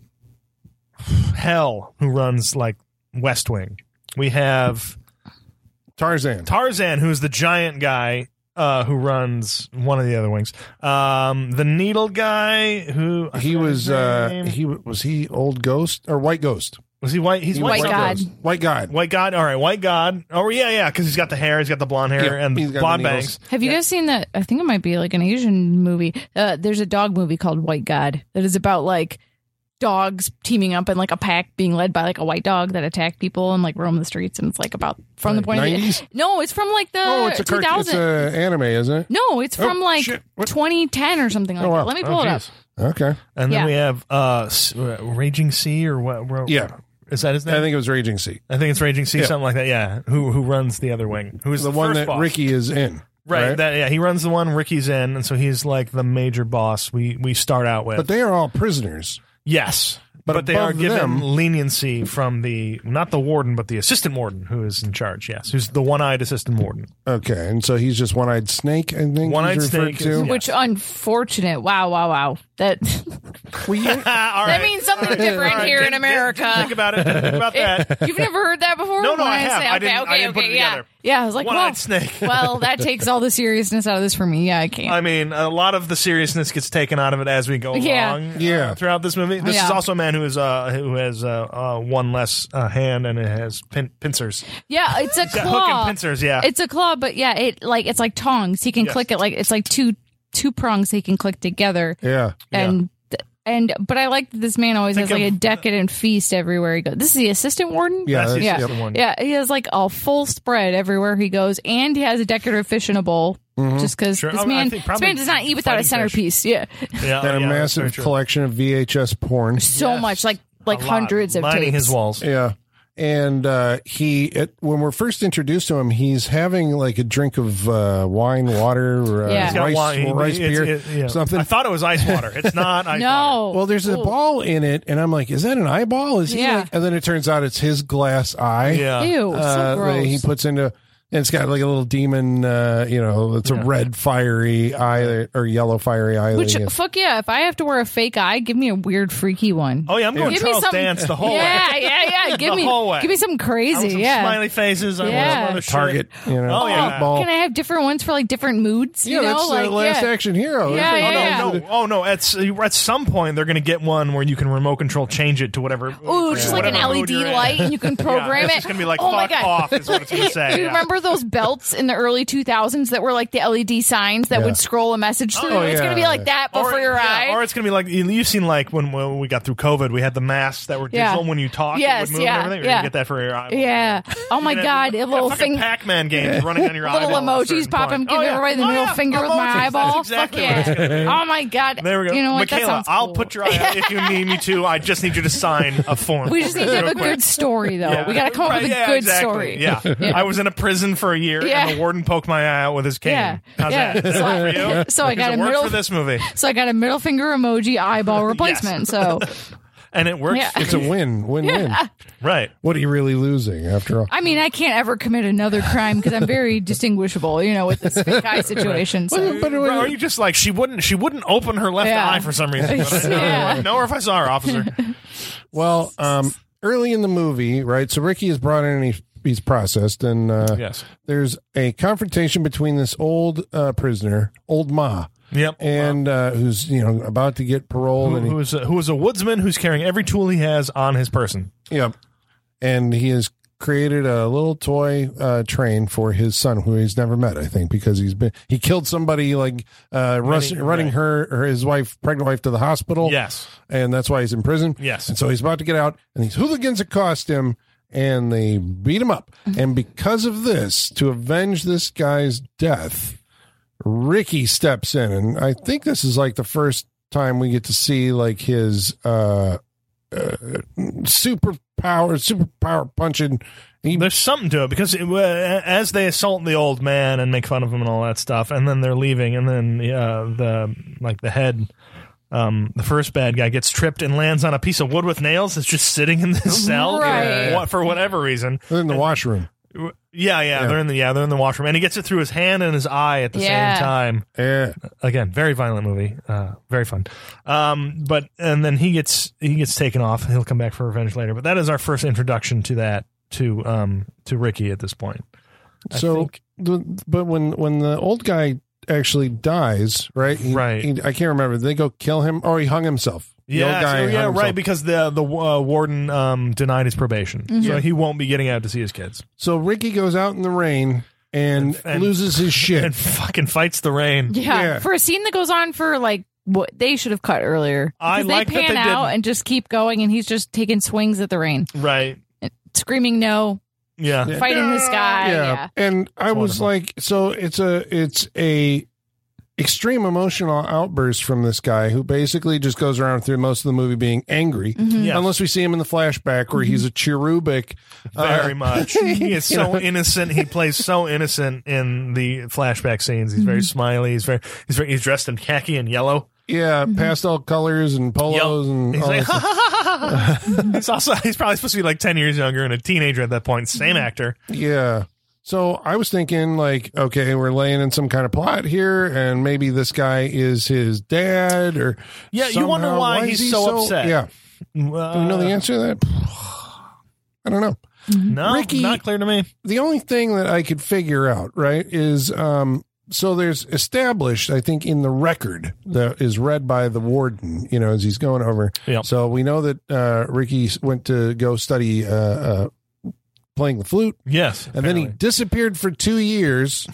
[SPEAKER 4] Hell, who runs like West Wing. We have
[SPEAKER 2] tarzan
[SPEAKER 4] Tarzan, who's the giant guy uh, who runs one of the other wings. Um, the Needle guy, who I
[SPEAKER 2] he
[SPEAKER 4] forgot
[SPEAKER 2] was
[SPEAKER 4] his
[SPEAKER 2] uh
[SPEAKER 4] name.
[SPEAKER 2] he w- was he old ghost or white ghost
[SPEAKER 4] was he white? He's
[SPEAKER 2] He was
[SPEAKER 4] white.
[SPEAKER 3] White
[SPEAKER 4] something.
[SPEAKER 3] God.
[SPEAKER 2] Ghost. white god
[SPEAKER 4] White God. All right, White God. Oh yeah, yeah, because he's got the hair, he's got the blonde hair
[SPEAKER 2] Yeah,
[SPEAKER 4] and
[SPEAKER 2] he's got the
[SPEAKER 4] blonde
[SPEAKER 2] needles.
[SPEAKER 4] bangs.
[SPEAKER 3] Have you guys seen that? I think it might be like an Asian movie. Uh, there's a dog movie called White God that is about like dogs teaming up and like a pack being led by like a white dog that attack people and like roam the streets. And it's like about from the point of view.
[SPEAKER 2] 90s?
[SPEAKER 3] No, it's from like the
[SPEAKER 2] oh it's a
[SPEAKER 3] two
[SPEAKER 2] cartoon it's
[SPEAKER 3] thousand.
[SPEAKER 2] a anime isn't it
[SPEAKER 3] No, it's from like
[SPEAKER 2] shit.
[SPEAKER 3] 2010 or something like
[SPEAKER 2] Oh, wow.
[SPEAKER 3] that. Let me pull it up.
[SPEAKER 2] okay
[SPEAKER 4] And then
[SPEAKER 3] Yeah.
[SPEAKER 4] we have uh, S- uh, Raging Sea or what? what-
[SPEAKER 2] Yeah.
[SPEAKER 4] is that his
[SPEAKER 2] i
[SPEAKER 4] name? I think,
[SPEAKER 2] think it was raging sea
[SPEAKER 4] it's Raging Sea,
[SPEAKER 2] Yeah.
[SPEAKER 4] something like that. Yeah, who who runs the other wing? Who's
[SPEAKER 2] the,
[SPEAKER 4] the,
[SPEAKER 2] one
[SPEAKER 4] first
[SPEAKER 2] that
[SPEAKER 4] boss?
[SPEAKER 2] ricky is in
[SPEAKER 4] Right,
[SPEAKER 2] right,
[SPEAKER 4] That, yeah, he runs the one Ricky's in, and so he's like the major boss. We we start out with
[SPEAKER 2] but they are all prisoners
[SPEAKER 4] yes,
[SPEAKER 2] but
[SPEAKER 4] they are
[SPEAKER 2] above
[SPEAKER 4] given
[SPEAKER 2] them-
[SPEAKER 4] leniency from the not the warden, but the assistant warden who is in charge. Yes, who's the one-eyed assistant warden?
[SPEAKER 2] okay and so he's just one-eyed snake i think he's
[SPEAKER 4] One-eyed
[SPEAKER 2] referred
[SPEAKER 4] snake is-
[SPEAKER 2] to.
[SPEAKER 4] Yeah.
[SPEAKER 3] Which unfortunate. Wow, wow, wow. That
[SPEAKER 2] Well, you-
[SPEAKER 4] All
[SPEAKER 3] that
[SPEAKER 4] right.
[SPEAKER 3] means something different
[SPEAKER 4] All right,
[SPEAKER 3] here in
[SPEAKER 4] didn't- didn't
[SPEAKER 3] America.
[SPEAKER 4] Think about it. Didn't Think about that.
[SPEAKER 3] You've never heard that before?
[SPEAKER 4] No, no,
[SPEAKER 3] When
[SPEAKER 4] I have.
[SPEAKER 3] say-
[SPEAKER 4] I didn't- I didn't put it
[SPEAKER 3] yeah.
[SPEAKER 4] together.
[SPEAKER 3] Yeah, I was like,
[SPEAKER 4] One-eyed
[SPEAKER 3] well,
[SPEAKER 4] snake. Uh,
[SPEAKER 3] well, that takes all the seriousness out of this for me. Yeah, I can't.
[SPEAKER 4] I mean, a lot of the seriousness gets taken out of it as we go
[SPEAKER 3] Yeah.
[SPEAKER 4] along. uh,
[SPEAKER 2] Yeah.
[SPEAKER 4] throughout this movie, this
[SPEAKER 3] Yeah.
[SPEAKER 4] is also a man who is uh, who has uh, uh, one less uh, hand and it has pin- pincers,
[SPEAKER 3] yeah, it's a
[SPEAKER 4] Yeah, hook and
[SPEAKER 3] claw.
[SPEAKER 4] pincers. Yeah,
[SPEAKER 3] It's a claw, but yeah, it like it's like tongs. He can
[SPEAKER 4] Yes.
[SPEAKER 3] click it like it's like two two prongs he can click together
[SPEAKER 2] yeah
[SPEAKER 3] and. And but I like that this man always
[SPEAKER 4] Think
[SPEAKER 3] has like
[SPEAKER 4] of-
[SPEAKER 3] a decadent feast everywhere he goes. This is the assistant warden.
[SPEAKER 2] yeah,
[SPEAKER 4] That's
[SPEAKER 2] that's-
[SPEAKER 4] the
[SPEAKER 3] yeah.
[SPEAKER 4] assistant one.
[SPEAKER 3] Yeah, he has like a full spread everywhere he goes, and he has a decorative fish in a bowl. Just because
[SPEAKER 4] Mm-hmm. Sure. Oh, I
[SPEAKER 3] this
[SPEAKER 4] mean, I
[SPEAKER 3] man,
[SPEAKER 4] think
[SPEAKER 3] this
[SPEAKER 4] probably
[SPEAKER 3] man does not eat without a
[SPEAKER 4] fighting fish.
[SPEAKER 3] centerpiece. Yeah,
[SPEAKER 4] Oh, yeah,
[SPEAKER 2] and a
[SPEAKER 4] yeah, that's very
[SPEAKER 2] massive
[SPEAKER 4] true.
[SPEAKER 2] collection of vhs porn
[SPEAKER 3] so
[SPEAKER 4] Yes.
[SPEAKER 3] much like
[SPEAKER 4] A
[SPEAKER 3] like
[SPEAKER 4] lot.
[SPEAKER 3] hundreds of
[SPEAKER 4] lining
[SPEAKER 3] tapes.
[SPEAKER 4] his walls.
[SPEAKER 2] yeah and uh, he it, when we're first introduced to him, he's having like a drink of uh, wine, water, uh,
[SPEAKER 3] Yeah.
[SPEAKER 4] It's got
[SPEAKER 2] rice,
[SPEAKER 4] wine.
[SPEAKER 2] rice
[SPEAKER 4] It's-
[SPEAKER 2] beer,
[SPEAKER 4] it- yeah.
[SPEAKER 2] something.
[SPEAKER 4] I thought it was ice water. It's not ice
[SPEAKER 3] no.
[SPEAKER 2] well, there's a
[SPEAKER 3] Ooh.
[SPEAKER 2] ball in it, and I'm like, is that an eyeball? Is he?
[SPEAKER 3] Yeah.
[SPEAKER 2] Like, and then it turns out it's his glass eye.
[SPEAKER 4] water. Yeah.
[SPEAKER 3] Ew,
[SPEAKER 2] uh,
[SPEAKER 3] so
[SPEAKER 2] that
[SPEAKER 3] gross.
[SPEAKER 2] he puts into. And it's got like a little demon, uh, you know, it's a red fiery eye that- or yellow fiery eye. that
[SPEAKER 3] Which
[SPEAKER 2] he gets.
[SPEAKER 3] fuck yeah! If I have to wear a fake eye, give me a weird, freaky one.
[SPEAKER 4] Oh yeah, I'm going
[SPEAKER 3] Give me
[SPEAKER 4] Charles
[SPEAKER 3] something-
[SPEAKER 4] Dance the whole way.
[SPEAKER 3] yeah, yeah, yeah. Give
[SPEAKER 4] The
[SPEAKER 3] me,
[SPEAKER 4] whole way.
[SPEAKER 3] give me something
[SPEAKER 4] I want
[SPEAKER 3] crazy.
[SPEAKER 4] some
[SPEAKER 3] Yeah.
[SPEAKER 4] smiley faces. I want
[SPEAKER 3] Yeah.
[SPEAKER 4] some other shit.
[SPEAKER 2] target, you know,
[SPEAKER 4] Oh, yeah.
[SPEAKER 2] ball.
[SPEAKER 3] Can I have different ones for like different moods?
[SPEAKER 2] yeah,
[SPEAKER 3] you know,
[SPEAKER 2] that's
[SPEAKER 3] like
[SPEAKER 2] the last
[SPEAKER 3] yeah.
[SPEAKER 2] action hero.
[SPEAKER 3] Yeah,
[SPEAKER 2] Isn't it?
[SPEAKER 4] Oh no,
[SPEAKER 3] Yeah.
[SPEAKER 4] no! Oh no! At s- at some point, they're going to get one where you can remote control change it to whatever.
[SPEAKER 3] Ooh, just like an
[SPEAKER 4] whatever mood
[SPEAKER 3] LED
[SPEAKER 4] you're in.
[SPEAKER 3] light, and you can program
[SPEAKER 4] it's
[SPEAKER 3] it.
[SPEAKER 4] just gonna be like,
[SPEAKER 3] oh my
[SPEAKER 4] "Fuck
[SPEAKER 3] God.
[SPEAKER 4] off," is what it's gonna say,
[SPEAKER 3] Do you
[SPEAKER 4] yeah.
[SPEAKER 3] remember those belts in the early 2000s that were like the LED signs that
[SPEAKER 2] Yeah.
[SPEAKER 3] would scroll a message through?
[SPEAKER 2] Oh,
[SPEAKER 3] it's going to be
[SPEAKER 2] yeah.
[SPEAKER 3] like that, but for your
[SPEAKER 4] yeah,
[SPEAKER 3] eye.
[SPEAKER 4] Or it's gonna be like you- you've seen like when, when we got through COVID, we had the masks that were
[SPEAKER 3] Yeah.
[SPEAKER 4] digital when you talk. it
[SPEAKER 3] Yes,
[SPEAKER 4] would move
[SPEAKER 3] yeah,
[SPEAKER 4] and everything. You're
[SPEAKER 3] yeah.
[SPEAKER 4] gonna get that for your eye.
[SPEAKER 3] yeah. Oh my
[SPEAKER 4] You're gonna have
[SPEAKER 3] God. A
[SPEAKER 4] little-
[SPEAKER 3] little
[SPEAKER 4] yeah, fucking
[SPEAKER 3] thing.
[SPEAKER 4] Pac-Man games running on your
[SPEAKER 3] Little
[SPEAKER 4] eyeball at a
[SPEAKER 3] emojis
[SPEAKER 4] certain
[SPEAKER 3] pop. I'm
[SPEAKER 4] point.
[SPEAKER 3] giving
[SPEAKER 4] Oh, yeah.
[SPEAKER 3] everybody the
[SPEAKER 4] Oh,
[SPEAKER 3] middle
[SPEAKER 4] yeah.
[SPEAKER 3] finger with
[SPEAKER 4] Emojis.
[SPEAKER 3] my
[SPEAKER 4] That's
[SPEAKER 3] eyeball.
[SPEAKER 4] exactly what it's
[SPEAKER 3] Fuck
[SPEAKER 4] gonna be.
[SPEAKER 3] yeah. oh my God.
[SPEAKER 4] There we go.
[SPEAKER 3] You know what? that
[SPEAKER 4] Michaela,
[SPEAKER 3] sounds
[SPEAKER 4] I'll
[SPEAKER 3] cool.
[SPEAKER 4] put your eye out if you need me to. I just need you to sign a form.
[SPEAKER 3] We just need to
[SPEAKER 4] Real
[SPEAKER 3] have a
[SPEAKER 4] quick.
[SPEAKER 3] good story, though.
[SPEAKER 4] Yeah.
[SPEAKER 3] We got to come up
[SPEAKER 4] Right,
[SPEAKER 3] with a
[SPEAKER 4] yeah,
[SPEAKER 3] good
[SPEAKER 4] exactly.
[SPEAKER 3] story.
[SPEAKER 4] Yeah. I was in a prison for a year,
[SPEAKER 3] Yeah.
[SPEAKER 4] and the warden poked my eye out with his cane.
[SPEAKER 3] Yeah.
[SPEAKER 4] How's
[SPEAKER 3] yeah.
[SPEAKER 4] that? Is
[SPEAKER 3] So,
[SPEAKER 4] that
[SPEAKER 3] I-
[SPEAKER 4] for you?
[SPEAKER 3] so I
[SPEAKER 4] Because
[SPEAKER 3] got a
[SPEAKER 4] it worked
[SPEAKER 3] middle
[SPEAKER 4] for this movie,
[SPEAKER 3] So I got a middle finger emoji eyeball replacement. So
[SPEAKER 4] and it works.
[SPEAKER 3] Yeah.
[SPEAKER 2] It's a win, win, win.
[SPEAKER 4] Right.
[SPEAKER 2] What are you really losing after all?
[SPEAKER 3] I mean, I can't ever commit another crime because I'm very distinguishable, you know, with this fake eye situation. So.
[SPEAKER 2] But
[SPEAKER 4] Bro, are
[SPEAKER 2] when,
[SPEAKER 4] you just like she wouldn't? She wouldn't open her left
[SPEAKER 3] Yeah.
[SPEAKER 4] eye for some reason. But I know,
[SPEAKER 3] Yeah.
[SPEAKER 4] I know her if I saw her, officer.
[SPEAKER 2] well, um, early in the movie, right? So Ricky is brought in and he's, he's processed, and uh,
[SPEAKER 4] Yes.
[SPEAKER 2] there's a confrontation between this old uh, prisoner, old Ma,
[SPEAKER 4] Yep.
[SPEAKER 2] and uh, who's you know about to get parole,
[SPEAKER 4] who,
[SPEAKER 2] and he,
[SPEAKER 4] who is a, who is a woodsman who's carrying every tool he has on his person.
[SPEAKER 2] Yep. And he has created a little toy uh, train for his son, who he's never met, I think, because he's been he killed somebody like uh, rus-
[SPEAKER 4] Running-
[SPEAKER 2] running
[SPEAKER 4] right.
[SPEAKER 2] her or his wife, pregnant wife, to the hospital.
[SPEAKER 4] Yes.
[SPEAKER 2] and that's why he's in prison.
[SPEAKER 4] Yes.
[SPEAKER 2] and so he's about to get out, and these hooligans accost him. And they beat him up. And because of this, to avenge this guy's death, Ricky steps in. And I think this is like the first time we get to see like his uh superpower, superpower punching. He,
[SPEAKER 4] There's something to it because it, uh, as they assault the old man and make fun of him and all that stuff, and then they're leaving, and then uh, the like the head, um, the first bad guy gets tripped and lands on a piece of wood with nails that's just sitting in this cell
[SPEAKER 3] Right.
[SPEAKER 4] for, what, for whatever reason.
[SPEAKER 2] they're in the washroom,
[SPEAKER 4] Yeah, yeah, they're in the yeah they're in the washroom, and he gets it through his hand and his eye at the
[SPEAKER 3] Yeah.
[SPEAKER 4] same time.
[SPEAKER 2] yeah,
[SPEAKER 4] again, very violent movie, uh, very fun. Um, but and then he gets he gets taken off. and He'll come back for revenge later. But that is our first introduction to that to um to Ricky at this point. I
[SPEAKER 2] so
[SPEAKER 4] think-
[SPEAKER 2] the, but when when the old guy actually dies, right? He-
[SPEAKER 4] Right.
[SPEAKER 2] he- I can't remember. Did they go kill him, or he hung himself. The
[SPEAKER 4] yeah,
[SPEAKER 2] old guy
[SPEAKER 4] so-
[SPEAKER 2] hung
[SPEAKER 4] Oh, yeah,
[SPEAKER 2] himself.
[SPEAKER 4] right. Because the the uh, warden um denied his probation, so he won't be getting out to see his kids.
[SPEAKER 2] So Ricky goes out in the rain and,
[SPEAKER 4] and-
[SPEAKER 2] loses his shit.
[SPEAKER 4] And fucking fights the rain.
[SPEAKER 3] Yeah.
[SPEAKER 2] Yeah.
[SPEAKER 3] For a scene that goes on for like what they should have cut earlier.
[SPEAKER 4] I
[SPEAKER 3] 'Cause
[SPEAKER 4] like that
[SPEAKER 3] they pan
[SPEAKER 4] they
[SPEAKER 3] out
[SPEAKER 4] didn't.
[SPEAKER 3] and just keep going, and he's just taking swings at the rain,
[SPEAKER 4] Right.
[SPEAKER 3] screaming no,
[SPEAKER 4] Yeah.
[SPEAKER 2] Yeah.
[SPEAKER 3] fighting the sky. Yeah.
[SPEAKER 2] and I
[SPEAKER 4] It's
[SPEAKER 2] was
[SPEAKER 4] wonderful.
[SPEAKER 2] like, so it's a it's a extreme emotional outburst from this guy who basically just goes around through most of the movie being angry.
[SPEAKER 3] Mhm.
[SPEAKER 4] Yeah.
[SPEAKER 2] Unless we see him in the flashback where
[SPEAKER 3] Mm-hmm.
[SPEAKER 2] he's a cherubic. uh,
[SPEAKER 4] Very much. He is so innocent. He plays so innocent in the flashback scenes. He's very smiley. He's very he's very he's dressed in khaki and yellow.
[SPEAKER 2] yeah, pastel colors and polos
[SPEAKER 4] Yep.
[SPEAKER 2] and
[SPEAKER 4] he's
[SPEAKER 2] all
[SPEAKER 4] like,
[SPEAKER 2] that stuff.
[SPEAKER 4] he's also he's probably supposed to be like ten years younger and a teenager at that point. Same actor.
[SPEAKER 2] Yeah. So I was thinking like, okay, we're laying in some kind of plot here and maybe this guy is his dad or
[SPEAKER 4] Yeah, you wonder
[SPEAKER 2] somehow-
[SPEAKER 4] why
[SPEAKER 2] is
[SPEAKER 4] he's
[SPEAKER 2] he
[SPEAKER 4] so upset.
[SPEAKER 2] Yeah. Do we know the
[SPEAKER 4] Uh,
[SPEAKER 2] answer to that? I don't know.
[SPEAKER 4] No,
[SPEAKER 2] Ricky-
[SPEAKER 4] not clear to me.
[SPEAKER 2] the only thing that I could figure out, right, is um so there's established, I think, in the record that is read by the warden, you know, as he's going over.
[SPEAKER 4] Yeah.
[SPEAKER 2] So we know that uh, Ricky went to go study uh, uh, playing the flute,
[SPEAKER 4] Yes,
[SPEAKER 2] and then he
[SPEAKER 4] apparently.
[SPEAKER 2] disappeared for two years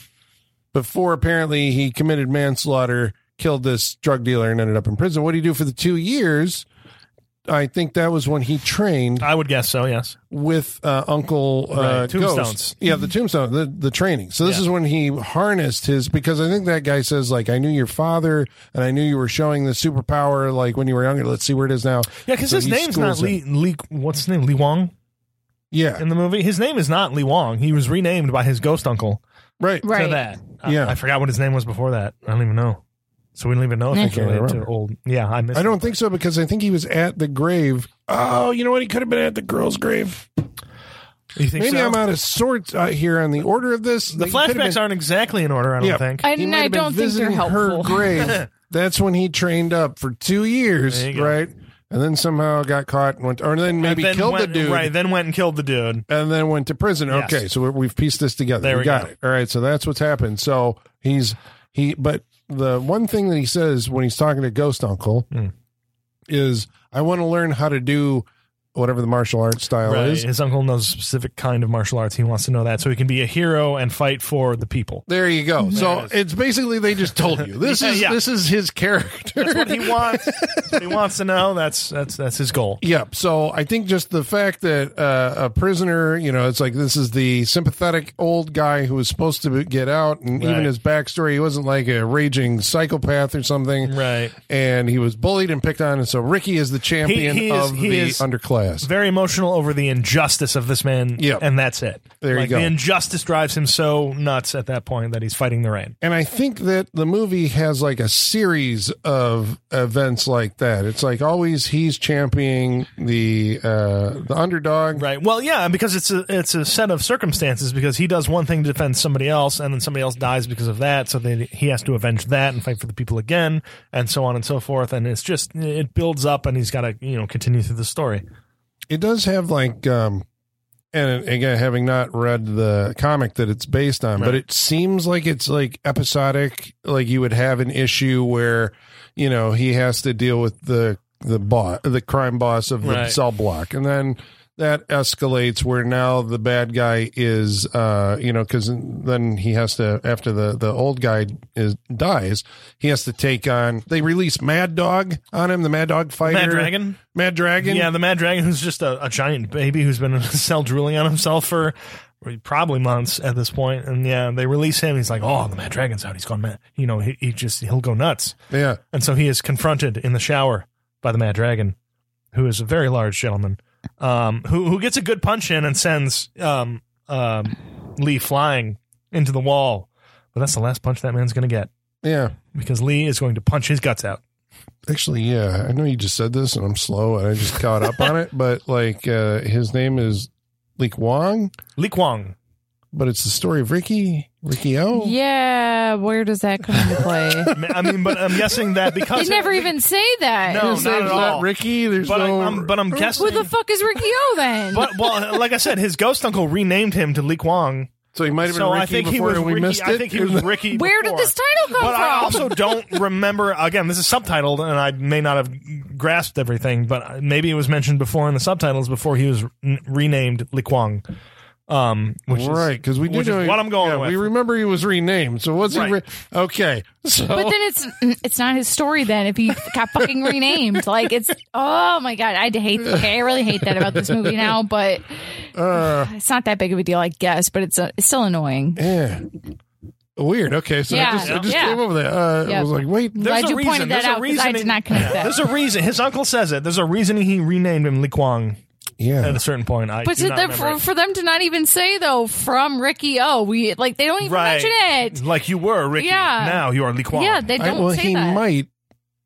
[SPEAKER 2] before apparently he committed manslaughter, killed this drug dealer, and ended up in prison. What did he do for the two years? I think that was when he trained
[SPEAKER 4] I would guess so. Yes,
[SPEAKER 2] with uh, Uncle uh,
[SPEAKER 4] Right,
[SPEAKER 2] Ghost.
[SPEAKER 4] tombstones.
[SPEAKER 2] Yeah, the tombstone, the, the training. So this
[SPEAKER 4] Yeah.
[SPEAKER 2] is when he harnessed his because I think that guy says like I knew your father and I knew you were showing the superpower like when you were younger. Let's see where it is now.
[SPEAKER 4] yeah, because
[SPEAKER 2] So
[SPEAKER 4] his
[SPEAKER 2] he
[SPEAKER 4] name's not
[SPEAKER 2] schools him.
[SPEAKER 4] Lee, Lee. What's his name? Lee Wong.
[SPEAKER 2] Yeah.
[SPEAKER 4] in the movie. His name is not Li Wong. He was renamed by his ghost uncle
[SPEAKER 2] Right.
[SPEAKER 3] Right.
[SPEAKER 4] to that. I-
[SPEAKER 2] Yeah.
[SPEAKER 4] I forgot what his name was before that. I don't even know. So we don't even know if
[SPEAKER 3] Yeah.
[SPEAKER 4] he came
[SPEAKER 2] Can't
[SPEAKER 4] to
[SPEAKER 2] remember.
[SPEAKER 4] old. Yeah, I missed.
[SPEAKER 2] I
[SPEAKER 4] it.
[SPEAKER 2] don't think so because I think he was at the grave. Oh, you know what? He could have been at the girl's grave.
[SPEAKER 4] You think
[SPEAKER 2] Maybe
[SPEAKER 4] so?
[SPEAKER 2] I'm out of sorts uh, here on the order of this.
[SPEAKER 4] the
[SPEAKER 2] He could have
[SPEAKER 4] flashbacks
[SPEAKER 2] been-
[SPEAKER 4] aren't exactly in order. I don't
[SPEAKER 2] Yeah.
[SPEAKER 4] think.
[SPEAKER 2] he
[SPEAKER 3] And
[SPEAKER 2] might
[SPEAKER 3] I
[SPEAKER 2] have been
[SPEAKER 3] don't think they're
[SPEAKER 2] visiting
[SPEAKER 3] helpful.
[SPEAKER 2] Her grave. That's when he trained up for two years,
[SPEAKER 4] There you go.
[SPEAKER 2] right? And then somehow got caught and went, or then maybe
[SPEAKER 4] And then
[SPEAKER 2] killed the
[SPEAKER 4] went,
[SPEAKER 2] dude,
[SPEAKER 4] Right. Then went and killed the dude.
[SPEAKER 2] and then went to prison.
[SPEAKER 4] Yes.
[SPEAKER 2] Okay, so we- we've pieced this together.
[SPEAKER 4] There
[SPEAKER 2] we
[SPEAKER 4] we
[SPEAKER 2] got
[SPEAKER 4] go.
[SPEAKER 2] it. All right, so that's what's happened. So he's he, but the one thing that he says when he's talking to Ghost Uncle
[SPEAKER 4] Hmm.
[SPEAKER 2] is, "I want to learn how to do whatever the martial arts style
[SPEAKER 4] Right.
[SPEAKER 2] Oh, is."
[SPEAKER 4] His uncle knows a specific kind of martial arts. He wants to know that so he can be a hero and fight for the people.
[SPEAKER 2] There you go. So
[SPEAKER 4] it is.
[SPEAKER 2] it's basically they just told you this
[SPEAKER 4] Yeah,
[SPEAKER 2] is
[SPEAKER 4] yeah.
[SPEAKER 2] this is his character.
[SPEAKER 4] That's what he wants. That's what he wants to know. That's that's that's his goal.
[SPEAKER 2] Yep. So I think just the fact that uh, a prisoner, you know, it's like this is the sympathetic old guy who was supposed to get out, and even
[SPEAKER 4] Right.
[SPEAKER 2] his backstory, he wasn't like a raging psychopath or something,
[SPEAKER 4] Right.
[SPEAKER 2] and he was bullied and picked on, and so Ricky is the champion
[SPEAKER 4] he is-
[SPEAKER 2] of
[SPEAKER 4] he
[SPEAKER 2] the
[SPEAKER 4] is-
[SPEAKER 2] underclass.
[SPEAKER 4] very emotional over the injustice of this man.
[SPEAKER 2] Yep.
[SPEAKER 4] And that's it.
[SPEAKER 2] There you
[SPEAKER 4] like,
[SPEAKER 2] go.
[SPEAKER 4] The injustice drives him so nuts at that point that he's fighting the rain.
[SPEAKER 2] and I think that the movie has like a series of events like that. It's like always he's championing the uh, the underdog.
[SPEAKER 4] Right. Well, yeah, because it's a it's a set of circumstances because he does one thing to defend somebody else and then somebody else dies because of that, so then he has to avenge that and fight for the people again and so on and so forth and it's just it builds up and he's got to, you know, continue through the story.
[SPEAKER 2] it does have like um and again having not read the comic that it's based on but
[SPEAKER 4] Right.
[SPEAKER 2] it seems like it's like episodic like you would have an issue where you know he has to deal with the the boss the crime boss of the
[SPEAKER 4] Right.
[SPEAKER 2] cell block and then that escalates where now the bad guy is uh you know because then he has to after the the old guy is dies he has to take on they release mad dog on him the mad dog fighter
[SPEAKER 4] Mad Dragon?
[SPEAKER 2] mad dragon
[SPEAKER 4] Yeah, the Mad Dragon who's just a, a giant baby who's been in a cell drooling on himself for probably months at this point and yeah, they release him. He's like, "Oh, the Mad Dragon's out. He's gone mad." You know, he, he just he'll go nuts.
[SPEAKER 2] yeah
[SPEAKER 4] And so he is confronted in the shower by the Mad Dragon, who is a very large gentleman, um, who who gets a good punch in and sends um, um, Lee flying into the wall. But that's the last punch that man's going to get
[SPEAKER 2] yeah
[SPEAKER 4] because Lee is going to punch his guts out.
[SPEAKER 2] Actually, yeah, I know you just said this, and I'm slow, and I just caught up on it. But like, uh, his name is Leek Wong,
[SPEAKER 4] Lee Kwong.
[SPEAKER 2] but it's the story of Ricky, Ricky O.
[SPEAKER 3] Yeah, where does that come into play?
[SPEAKER 4] I mean- I mean, but I'm guessing that
[SPEAKER 3] they
[SPEAKER 4] because
[SPEAKER 3] never even say that.
[SPEAKER 4] No,
[SPEAKER 2] His
[SPEAKER 4] not
[SPEAKER 2] name's
[SPEAKER 4] at all.
[SPEAKER 2] Ricky. There's
[SPEAKER 4] But
[SPEAKER 2] no.
[SPEAKER 4] I, am but I'm guessing.
[SPEAKER 3] Who the fuck is Ricky O then?
[SPEAKER 4] but well, like I said, his ghost uncle renamed him to Lee Kwong.
[SPEAKER 2] so he might have been
[SPEAKER 4] So
[SPEAKER 2] Ricky
[SPEAKER 4] I think he
[SPEAKER 2] before
[SPEAKER 4] was
[SPEAKER 2] and we
[SPEAKER 4] Ricky.
[SPEAKER 2] missed it.
[SPEAKER 4] I think he was Ricky.
[SPEAKER 3] where did
[SPEAKER 4] before.
[SPEAKER 3] this title come
[SPEAKER 4] but
[SPEAKER 3] from?
[SPEAKER 4] I also don't remember. Again, this is subtitled, and I may not have grasped everything. But maybe it was mentioned before in the subtitles before he was n- renamed Li Kuang. Um, which
[SPEAKER 2] right
[SPEAKER 4] Is,
[SPEAKER 2] because we do
[SPEAKER 4] which is
[SPEAKER 2] know
[SPEAKER 4] what I'm going
[SPEAKER 2] yeah,
[SPEAKER 4] with.
[SPEAKER 2] We remember he was renamed. So was
[SPEAKER 4] Right.
[SPEAKER 2] he? Ri- okay, so
[SPEAKER 3] but then it's it's not his story then if he got fucking renamed. Like it's oh my god, I hate okay, I really hate that about this movie now, but it's not that big of a deal, I guess, but it's, uh it's still annoying.
[SPEAKER 2] yeah. Weird. Okay, so
[SPEAKER 3] Yeah,
[SPEAKER 2] I just, I just
[SPEAKER 3] yeah.
[SPEAKER 2] came over there. Uh,
[SPEAKER 3] Yeah.
[SPEAKER 2] I was like, wait,
[SPEAKER 3] I'm glad
[SPEAKER 4] a
[SPEAKER 3] you
[SPEAKER 4] reason.
[SPEAKER 3] pointed that
[SPEAKER 4] There's a
[SPEAKER 3] out because I
[SPEAKER 4] reasoning-
[SPEAKER 3] did not connect that.
[SPEAKER 4] there's a reason. His uncle says it. There's a reason he renamed him Li Kuang at
[SPEAKER 2] yeah,
[SPEAKER 4] a certain point. I
[SPEAKER 3] But
[SPEAKER 4] do
[SPEAKER 3] to
[SPEAKER 4] not
[SPEAKER 3] them,
[SPEAKER 4] remember
[SPEAKER 3] for,
[SPEAKER 4] it.
[SPEAKER 3] for them to not even say though from Ricky O, we like they don't even
[SPEAKER 4] right,
[SPEAKER 3] mention it.
[SPEAKER 4] like you were Ricky.
[SPEAKER 3] Yeah.
[SPEAKER 4] Now you are Li Kuang.
[SPEAKER 3] Yeah, they
[SPEAKER 2] I,
[SPEAKER 3] don't
[SPEAKER 2] well,
[SPEAKER 3] say
[SPEAKER 2] he
[SPEAKER 3] that.
[SPEAKER 2] might.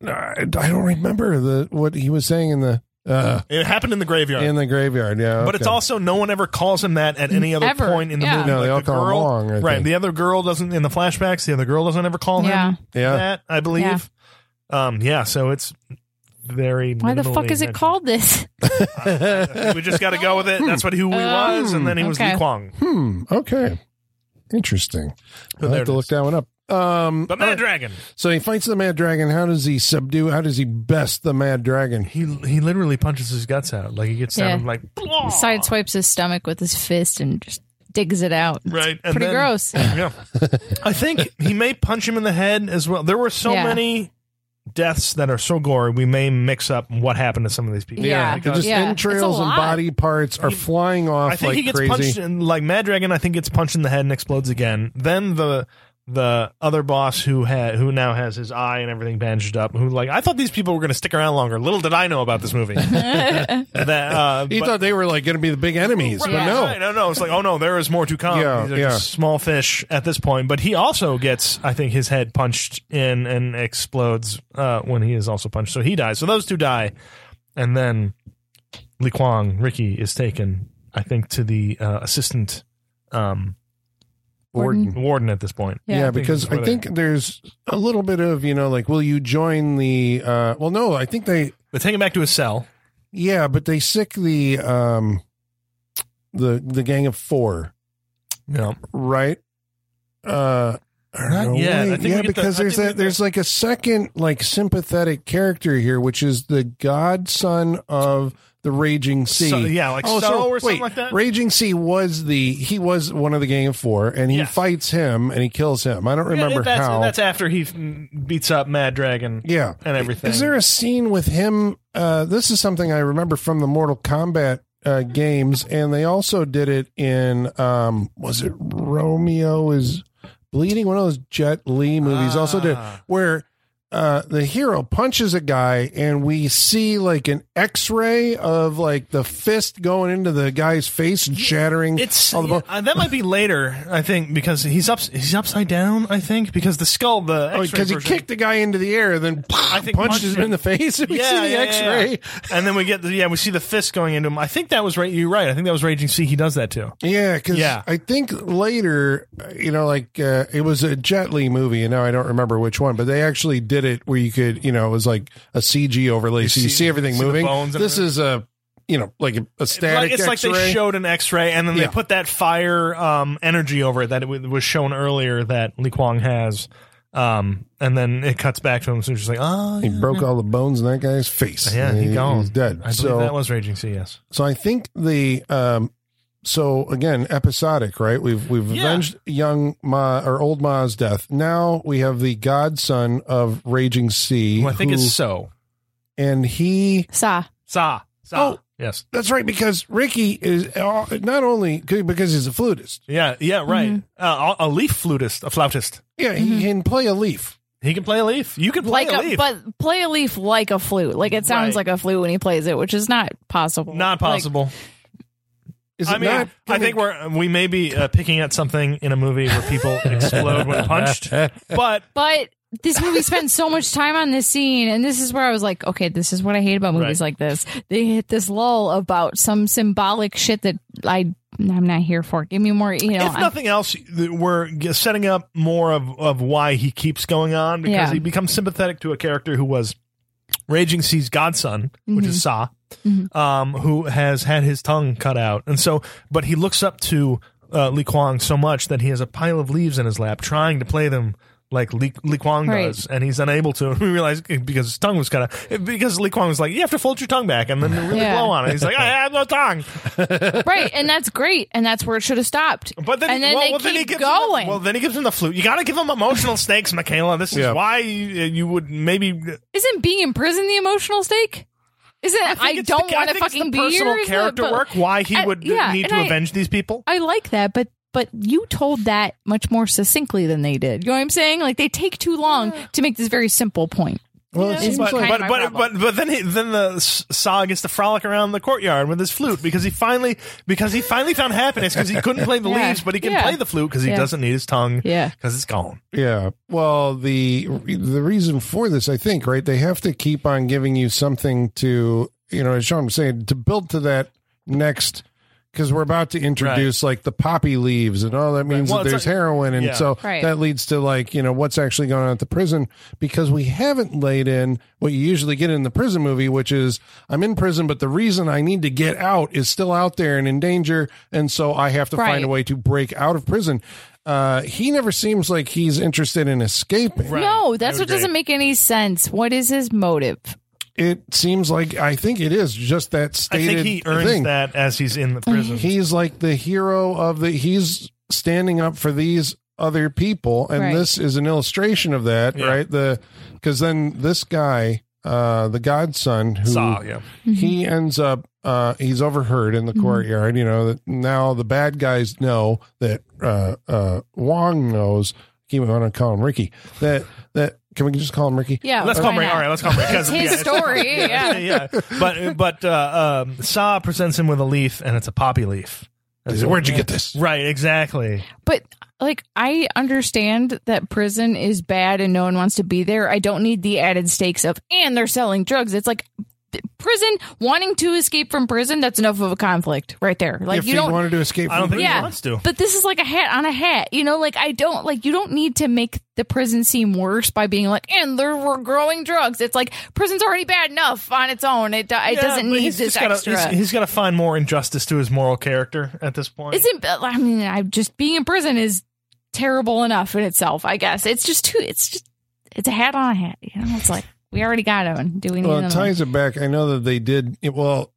[SPEAKER 2] I I don't remember the what he was saying in the. Uh,
[SPEAKER 4] it happened in the graveyard.
[SPEAKER 2] In the graveyard, yeah.
[SPEAKER 4] But it's
[SPEAKER 2] okay.
[SPEAKER 4] also no one ever calls him that at any other
[SPEAKER 3] Ever.
[SPEAKER 4] point in the
[SPEAKER 3] Yeah.
[SPEAKER 4] movie.
[SPEAKER 2] No, they all
[SPEAKER 4] the
[SPEAKER 2] call him
[SPEAKER 4] girl-
[SPEAKER 2] Wong, I
[SPEAKER 4] right?
[SPEAKER 2] think.
[SPEAKER 4] The other girl doesn't in the flashbacks. The other girl doesn't ever call
[SPEAKER 3] Yeah.
[SPEAKER 4] him
[SPEAKER 2] yeah.
[SPEAKER 4] that. I believe. Yeah. Um, yeah. So it's very.
[SPEAKER 3] Why the fuck
[SPEAKER 4] minimally
[SPEAKER 3] is it
[SPEAKER 4] mentioned.
[SPEAKER 3] called this?
[SPEAKER 4] we just got to go with it. That's what who he
[SPEAKER 3] Uh,
[SPEAKER 4] was, and then he was
[SPEAKER 3] okay.
[SPEAKER 4] Lee Kwang.
[SPEAKER 2] Hmm. Okay. Interesting. I'll
[SPEAKER 4] there
[SPEAKER 2] have
[SPEAKER 4] it
[SPEAKER 2] to look
[SPEAKER 4] is.
[SPEAKER 2] that one up. Um,
[SPEAKER 4] The Mad Dragon.
[SPEAKER 2] so he fights the Mad Dragon. How does he subdue? How does he best the Mad Dragon?
[SPEAKER 4] He he literally punches his guts out. Like he gets
[SPEAKER 3] Yeah.
[SPEAKER 4] down and like blah.
[SPEAKER 3] Sideswipes his stomach with his fist and just digs it out. It's
[SPEAKER 4] Right, and
[SPEAKER 3] pretty
[SPEAKER 4] then-
[SPEAKER 3] gross.
[SPEAKER 4] Yeah, I think he may punch him in the head as well. There were so
[SPEAKER 3] Yeah.
[SPEAKER 4] many deaths that are so gory. We may mix up what happened to some of these people.
[SPEAKER 3] Yeah.
[SPEAKER 2] Because just
[SPEAKER 3] Yeah.
[SPEAKER 2] entrails
[SPEAKER 3] It's a
[SPEAKER 2] and
[SPEAKER 3] lot.
[SPEAKER 2] body parts are flying off
[SPEAKER 4] I think
[SPEAKER 2] like
[SPEAKER 4] he gets
[SPEAKER 2] crazy.
[SPEAKER 4] punched in like Mad Dragon. I think gets punched in the head and explodes again. Then the the other boss who had who now has his eye and everything bandaged up. Who like I thought these people were going to stick around longer. Little did I know about this movie. that uh,
[SPEAKER 2] He
[SPEAKER 4] but-
[SPEAKER 2] thought they were like going to be the big enemies,
[SPEAKER 4] Right,
[SPEAKER 2] but no.
[SPEAKER 4] right, no, no. It's like, oh no, there is more to come.
[SPEAKER 2] Yeah,
[SPEAKER 4] These are
[SPEAKER 2] yeah.
[SPEAKER 4] just small fish at this point. But he also gets, I think, his head punched in and explodes uh, when he is also punched. So he dies. So those two die, and then Li Kuang, Ricky, is taken. I think to the uh, assistant um,
[SPEAKER 3] Warden.
[SPEAKER 4] warden at this point.
[SPEAKER 2] Yeah,
[SPEAKER 3] Yeah, I
[SPEAKER 4] think
[SPEAKER 2] because
[SPEAKER 4] that's where
[SPEAKER 2] I
[SPEAKER 4] they-
[SPEAKER 2] think there's a little bit of, you know, like, will you join the, uh, well, no, I think they,
[SPEAKER 4] They take him back to his cell.
[SPEAKER 2] yeah, but they sick the, um, the, the gang of four,
[SPEAKER 4] No,
[SPEAKER 2] right? Uh, or
[SPEAKER 4] Not
[SPEAKER 2] no,
[SPEAKER 4] yet. I think we
[SPEAKER 2] yeah,
[SPEAKER 4] get the-
[SPEAKER 2] because
[SPEAKER 4] I
[SPEAKER 2] there's
[SPEAKER 4] think we
[SPEAKER 2] that,
[SPEAKER 4] get the-
[SPEAKER 2] there's like a second, like, sympathetic character here, which is the godson of the Raging Sea.
[SPEAKER 4] So, yeah, like so, or something
[SPEAKER 2] Oh, wait,
[SPEAKER 4] like that.
[SPEAKER 2] Raging Sea was the he was one of the gang of four, and he
[SPEAKER 4] Yeah.
[SPEAKER 2] fights him and he kills him. I don't remember
[SPEAKER 4] yeah, that's,
[SPEAKER 2] how.
[SPEAKER 4] That's after he mm, beats up Mad Dragon
[SPEAKER 2] yeah,
[SPEAKER 4] and everything.
[SPEAKER 2] Is there a scene with him? Uh, this is something I remember from the Mortal Kombat uh, games, and they also did it in um, was it Romeo is bleeding? One of those Jet Li movies also did
[SPEAKER 4] Ah.
[SPEAKER 2] where uh, the hero punches a guy, and we see like an X-ray of like the fist going into the guy's face and shattering.
[SPEAKER 4] It's
[SPEAKER 2] all the bone.
[SPEAKER 4] yeah, uh, that might be later, I think, because he's up he's upside down. I think because the skull, the X-ray
[SPEAKER 2] because Oh, he
[SPEAKER 4] version-
[SPEAKER 2] kicked the guy into the air, and then
[SPEAKER 4] I
[SPEAKER 2] punches
[SPEAKER 4] think punched
[SPEAKER 2] him in
[SPEAKER 4] him.
[SPEAKER 2] the face. And we
[SPEAKER 4] Yeah,
[SPEAKER 2] see the
[SPEAKER 4] yeah, yeah,
[SPEAKER 2] X-ray.
[SPEAKER 4] yeah. and then we get the yeah we see the fist going into him. I think that was right. You're right. I think that was Raging Sea. He does that too.
[SPEAKER 2] Yeah, because
[SPEAKER 4] Yeah.
[SPEAKER 2] I think later, you know, like uh, it was a Jet Li movie, and now I don't remember which one, but they actually did it where you could, you know, it was like a CG overlay, so you
[SPEAKER 4] see-
[SPEAKER 2] see everything
[SPEAKER 4] see the
[SPEAKER 2] moving.
[SPEAKER 4] bones and
[SPEAKER 2] This
[SPEAKER 4] everything.
[SPEAKER 2] is a, you know, like a, a
[SPEAKER 4] Like,
[SPEAKER 2] static
[SPEAKER 4] it's like they
[SPEAKER 2] X-ray.
[SPEAKER 4] showed an X-ray, and then they
[SPEAKER 2] Yeah.
[SPEAKER 4] put that fire um, energy over it that it w- was shown earlier that Li Kuang has, um, and then it cuts back to him. So it's just like, oh,
[SPEAKER 2] he
[SPEAKER 4] yeah,
[SPEAKER 2] broke all the bones in that guy's face.
[SPEAKER 4] yeah, he, gone.
[SPEAKER 2] He's dead.
[SPEAKER 4] I believe
[SPEAKER 2] so
[SPEAKER 4] that was Raging Sea. Yes.
[SPEAKER 2] So I think the um so again episodic, right? We've we've
[SPEAKER 4] Yeah.
[SPEAKER 2] avenged young Ma or old Ma's death. Now we have the godson of Raging Sea.
[SPEAKER 4] Who I think
[SPEAKER 2] who-
[SPEAKER 4] is So.
[SPEAKER 2] and he
[SPEAKER 3] Sa.
[SPEAKER 4] Sa. Sa.
[SPEAKER 2] Oh.
[SPEAKER 4] Yes.
[SPEAKER 2] that's right because Ricky is uh, not only because he's a flutist.
[SPEAKER 4] Yeah, yeah, right. Uh, a a leaf flutist, a flautist.
[SPEAKER 2] Yeah,
[SPEAKER 4] Mm-hmm.
[SPEAKER 2] he can play a leaf.
[SPEAKER 4] He can play a leaf. You can play
[SPEAKER 3] Like
[SPEAKER 4] a
[SPEAKER 3] a,
[SPEAKER 4] leaf.
[SPEAKER 3] but play a leaf like a flute. Like it sounds
[SPEAKER 4] Right.
[SPEAKER 3] like a flute when he plays it, which is not possible.
[SPEAKER 4] not
[SPEAKER 3] Like,
[SPEAKER 4] possible.
[SPEAKER 2] Is
[SPEAKER 4] I mean,
[SPEAKER 2] not-
[SPEAKER 4] I think we're we may be uh, picking at something in a movie where people explode when punched. But
[SPEAKER 3] but this movie spent so much time on this scene, and this is where I was like, okay, this is what I hate about movies
[SPEAKER 4] Right.
[SPEAKER 3] like this. They hit this lull about some symbolic shit that I I'm not here for. Give me more, you know.
[SPEAKER 4] if
[SPEAKER 3] I'm-
[SPEAKER 4] nothing else, th- we're g- setting up more of, of why he keeps going on because
[SPEAKER 3] Yeah.
[SPEAKER 4] he becomes sympathetic to a character who was Raging Sea's godson, which is
[SPEAKER 3] Mm-hmm.
[SPEAKER 4] Sa, um, who has had his tongue cut out. And so, but he looks up to uh, Li Kuang so much that he has a pile of leaves in his lap trying to play them. Like Li, Li Kuang
[SPEAKER 3] Right.
[SPEAKER 4] does, and he's unable to. We realize eh, because his tongue was cut out. Because Li Kuang was like, "You have to fold your tongue back and then really
[SPEAKER 3] Yeah.
[SPEAKER 4] blow on it." He's like, "I have no tongue."
[SPEAKER 3] right, and that's great, and that's where it should have stopped.
[SPEAKER 4] But then,
[SPEAKER 3] and then
[SPEAKER 4] well,
[SPEAKER 3] they
[SPEAKER 4] well,
[SPEAKER 3] keep
[SPEAKER 4] then he gives
[SPEAKER 3] going.
[SPEAKER 4] Him the, well, then he gives him the flute. You got to give him emotional stakes, Michaela. This is
[SPEAKER 2] Yeah.
[SPEAKER 4] why you, you would maybe.
[SPEAKER 3] Isn't being in prison the emotional stake? Isn't I,
[SPEAKER 4] think it's
[SPEAKER 3] don't
[SPEAKER 4] the-
[SPEAKER 3] want
[SPEAKER 4] I
[SPEAKER 3] to
[SPEAKER 4] think it's
[SPEAKER 3] fucking
[SPEAKER 4] the
[SPEAKER 3] be
[SPEAKER 4] personal
[SPEAKER 3] here,
[SPEAKER 4] character
[SPEAKER 3] but-
[SPEAKER 4] work. Why he
[SPEAKER 3] Uh,
[SPEAKER 4] would
[SPEAKER 3] yeah,
[SPEAKER 4] need
[SPEAKER 3] and
[SPEAKER 4] to
[SPEAKER 3] I-
[SPEAKER 4] avenge these people?
[SPEAKER 3] I like that, but but you told that much more succinctly than they did. You know what I'm saying? Like they take too long to make this very simple point.
[SPEAKER 2] Well,
[SPEAKER 3] Yeah.
[SPEAKER 2] it seems
[SPEAKER 3] But-
[SPEAKER 2] like
[SPEAKER 3] kind
[SPEAKER 4] but
[SPEAKER 3] of my
[SPEAKER 4] but,
[SPEAKER 3] problem.
[SPEAKER 4] but but then he, then the s- Saw gets to frolic around the courtyard with his flute because he finally because he finally found happiness because he couldn't play the
[SPEAKER 3] Yeah.
[SPEAKER 4] leaves but he can
[SPEAKER 3] Yeah.
[SPEAKER 4] play the flute because he
[SPEAKER 3] Yeah.
[SPEAKER 4] doesn't need his tongue
[SPEAKER 3] Yeah.
[SPEAKER 4] because it's gone.
[SPEAKER 2] Yeah. Well, the the reason for this, I think, right? They have to keep on giving you something to, you know, as Sean was saying, to build to that next because we're about to introduce like the poppy leaves and all that means
[SPEAKER 4] Well,
[SPEAKER 2] that
[SPEAKER 4] it's
[SPEAKER 2] there's
[SPEAKER 4] like-
[SPEAKER 2] heroin and
[SPEAKER 4] Yeah.
[SPEAKER 2] so
[SPEAKER 3] Right.
[SPEAKER 2] that leads to like you know what's actually going on at the prison because we haven't laid in what you usually get in the prison movie which is i'm in prison but the reason i need to get out is still out there and in danger and so i have to find
[SPEAKER 3] Right.
[SPEAKER 2] a way to break out of prison uh, he never seems like he's interested in escaping.
[SPEAKER 4] Right.
[SPEAKER 3] No, that's
[SPEAKER 4] I
[SPEAKER 3] what
[SPEAKER 4] agree.
[SPEAKER 3] doesn't make any sense. What is his motive?
[SPEAKER 2] It seems like I think it is just that
[SPEAKER 4] I
[SPEAKER 2] stated
[SPEAKER 4] think he earns
[SPEAKER 2] thing.
[SPEAKER 4] that as he's in the prison.
[SPEAKER 2] He's like the hero of the. He's standing up for these other people, and
[SPEAKER 3] Right.
[SPEAKER 2] this is an illustration of that,
[SPEAKER 4] Yeah.
[SPEAKER 2] right? The because then this guy, uh, the godson, who
[SPEAKER 4] Saw, yeah.
[SPEAKER 3] Mm-hmm.
[SPEAKER 2] he ends up uh he's overheard in the courtyard you know that now the bad guys know that uh uh wong knows keep on and call him Ricky. That that can we just call him Ricky?
[SPEAKER 3] Yeah,
[SPEAKER 4] let's call
[SPEAKER 3] Oh, why
[SPEAKER 4] Rick.
[SPEAKER 3] not?
[SPEAKER 4] All right, let's call Rick. 'cause-
[SPEAKER 3] It's his story, yeah.
[SPEAKER 4] yeah. But but uh, um, Saw presents him with a leaf, and it's a poppy leaf.
[SPEAKER 2] Is it- Where'd you get this?
[SPEAKER 4] Right, exactly.
[SPEAKER 3] But like, I understand that prison is bad and no one wants to be there. I don't need the added stakes of and they're selling drugs. It's like th- prison wanting to escape from prison. That's enough of a conflict right there. Like
[SPEAKER 2] if
[SPEAKER 3] you don't.
[SPEAKER 2] wanted to escape,
[SPEAKER 4] I don't
[SPEAKER 2] from
[SPEAKER 4] think
[SPEAKER 3] Yeah.
[SPEAKER 4] he wants to.
[SPEAKER 3] but this is like a hat on a hat, you know. Like I don't like you don't need to make the prison seem worse by being like, and there were growing drugs. It's like prison's already bad enough on its own. It, do- it
[SPEAKER 4] Yeah,
[SPEAKER 3] doesn't
[SPEAKER 4] but
[SPEAKER 3] need
[SPEAKER 4] he's
[SPEAKER 3] this
[SPEAKER 4] just gotta,
[SPEAKER 3] extra.
[SPEAKER 4] He's, he's got to find more injustice to his moral character at this point.
[SPEAKER 3] isn't I mean I just being in prison is terrible enough in itself. I guess it's just too. It's just it's a hat on a hat. You know, it's like we already got one. Do we need
[SPEAKER 2] Well, it
[SPEAKER 3] another? one?
[SPEAKER 2] ties it back. I know that they did. It, well,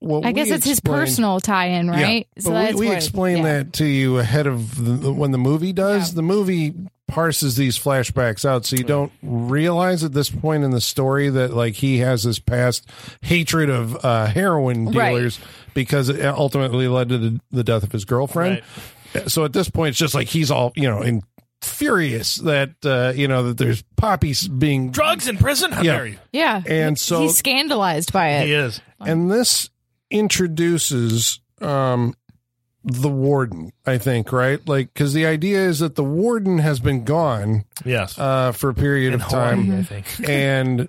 [SPEAKER 2] what
[SPEAKER 3] I guess
[SPEAKER 2] we
[SPEAKER 3] it's his
[SPEAKER 2] explained-
[SPEAKER 3] personal tie-in,
[SPEAKER 2] Yeah,
[SPEAKER 3] right?
[SPEAKER 2] but we- we,
[SPEAKER 3] what-
[SPEAKER 2] explain
[SPEAKER 3] yeah.
[SPEAKER 2] that to you ahead of the, the- when the movie does.
[SPEAKER 3] Yeah.
[SPEAKER 2] The movie parses these flashbacks out, so you don't realize at this point in the story that like he has this past hatred of uh, heroin
[SPEAKER 3] Right.
[SPEAKER 2] dealers because it ultimately led to the, the death of his girlfriend. So at this point, it's just like he's all you know in furious that uh, you know that there's poppies being
[SPEAKER 4] drugs in prison? How
[SPEAKER 2] Yeah.
[SPEAKER 4] dare you?
[SPEAKER 3] Yeah,
[SPEAKER 2] and so
[SPEAKER 3] he's scandalized by it.
[SPEAKER 4] He is.
[SPEAKER 2] and this introduces um the warden i think right like because the idea is that the warden has been gone
[SPEAKER 4] Yes.
[SPEAKER 2] uh for a period
[SPEAKER 4] And
[SPEAKER 2] of
[SPEAKER 4] horny,
[SPEAKER 2] time
[SPEAKER 4] I think.
[SPEAKER 2] and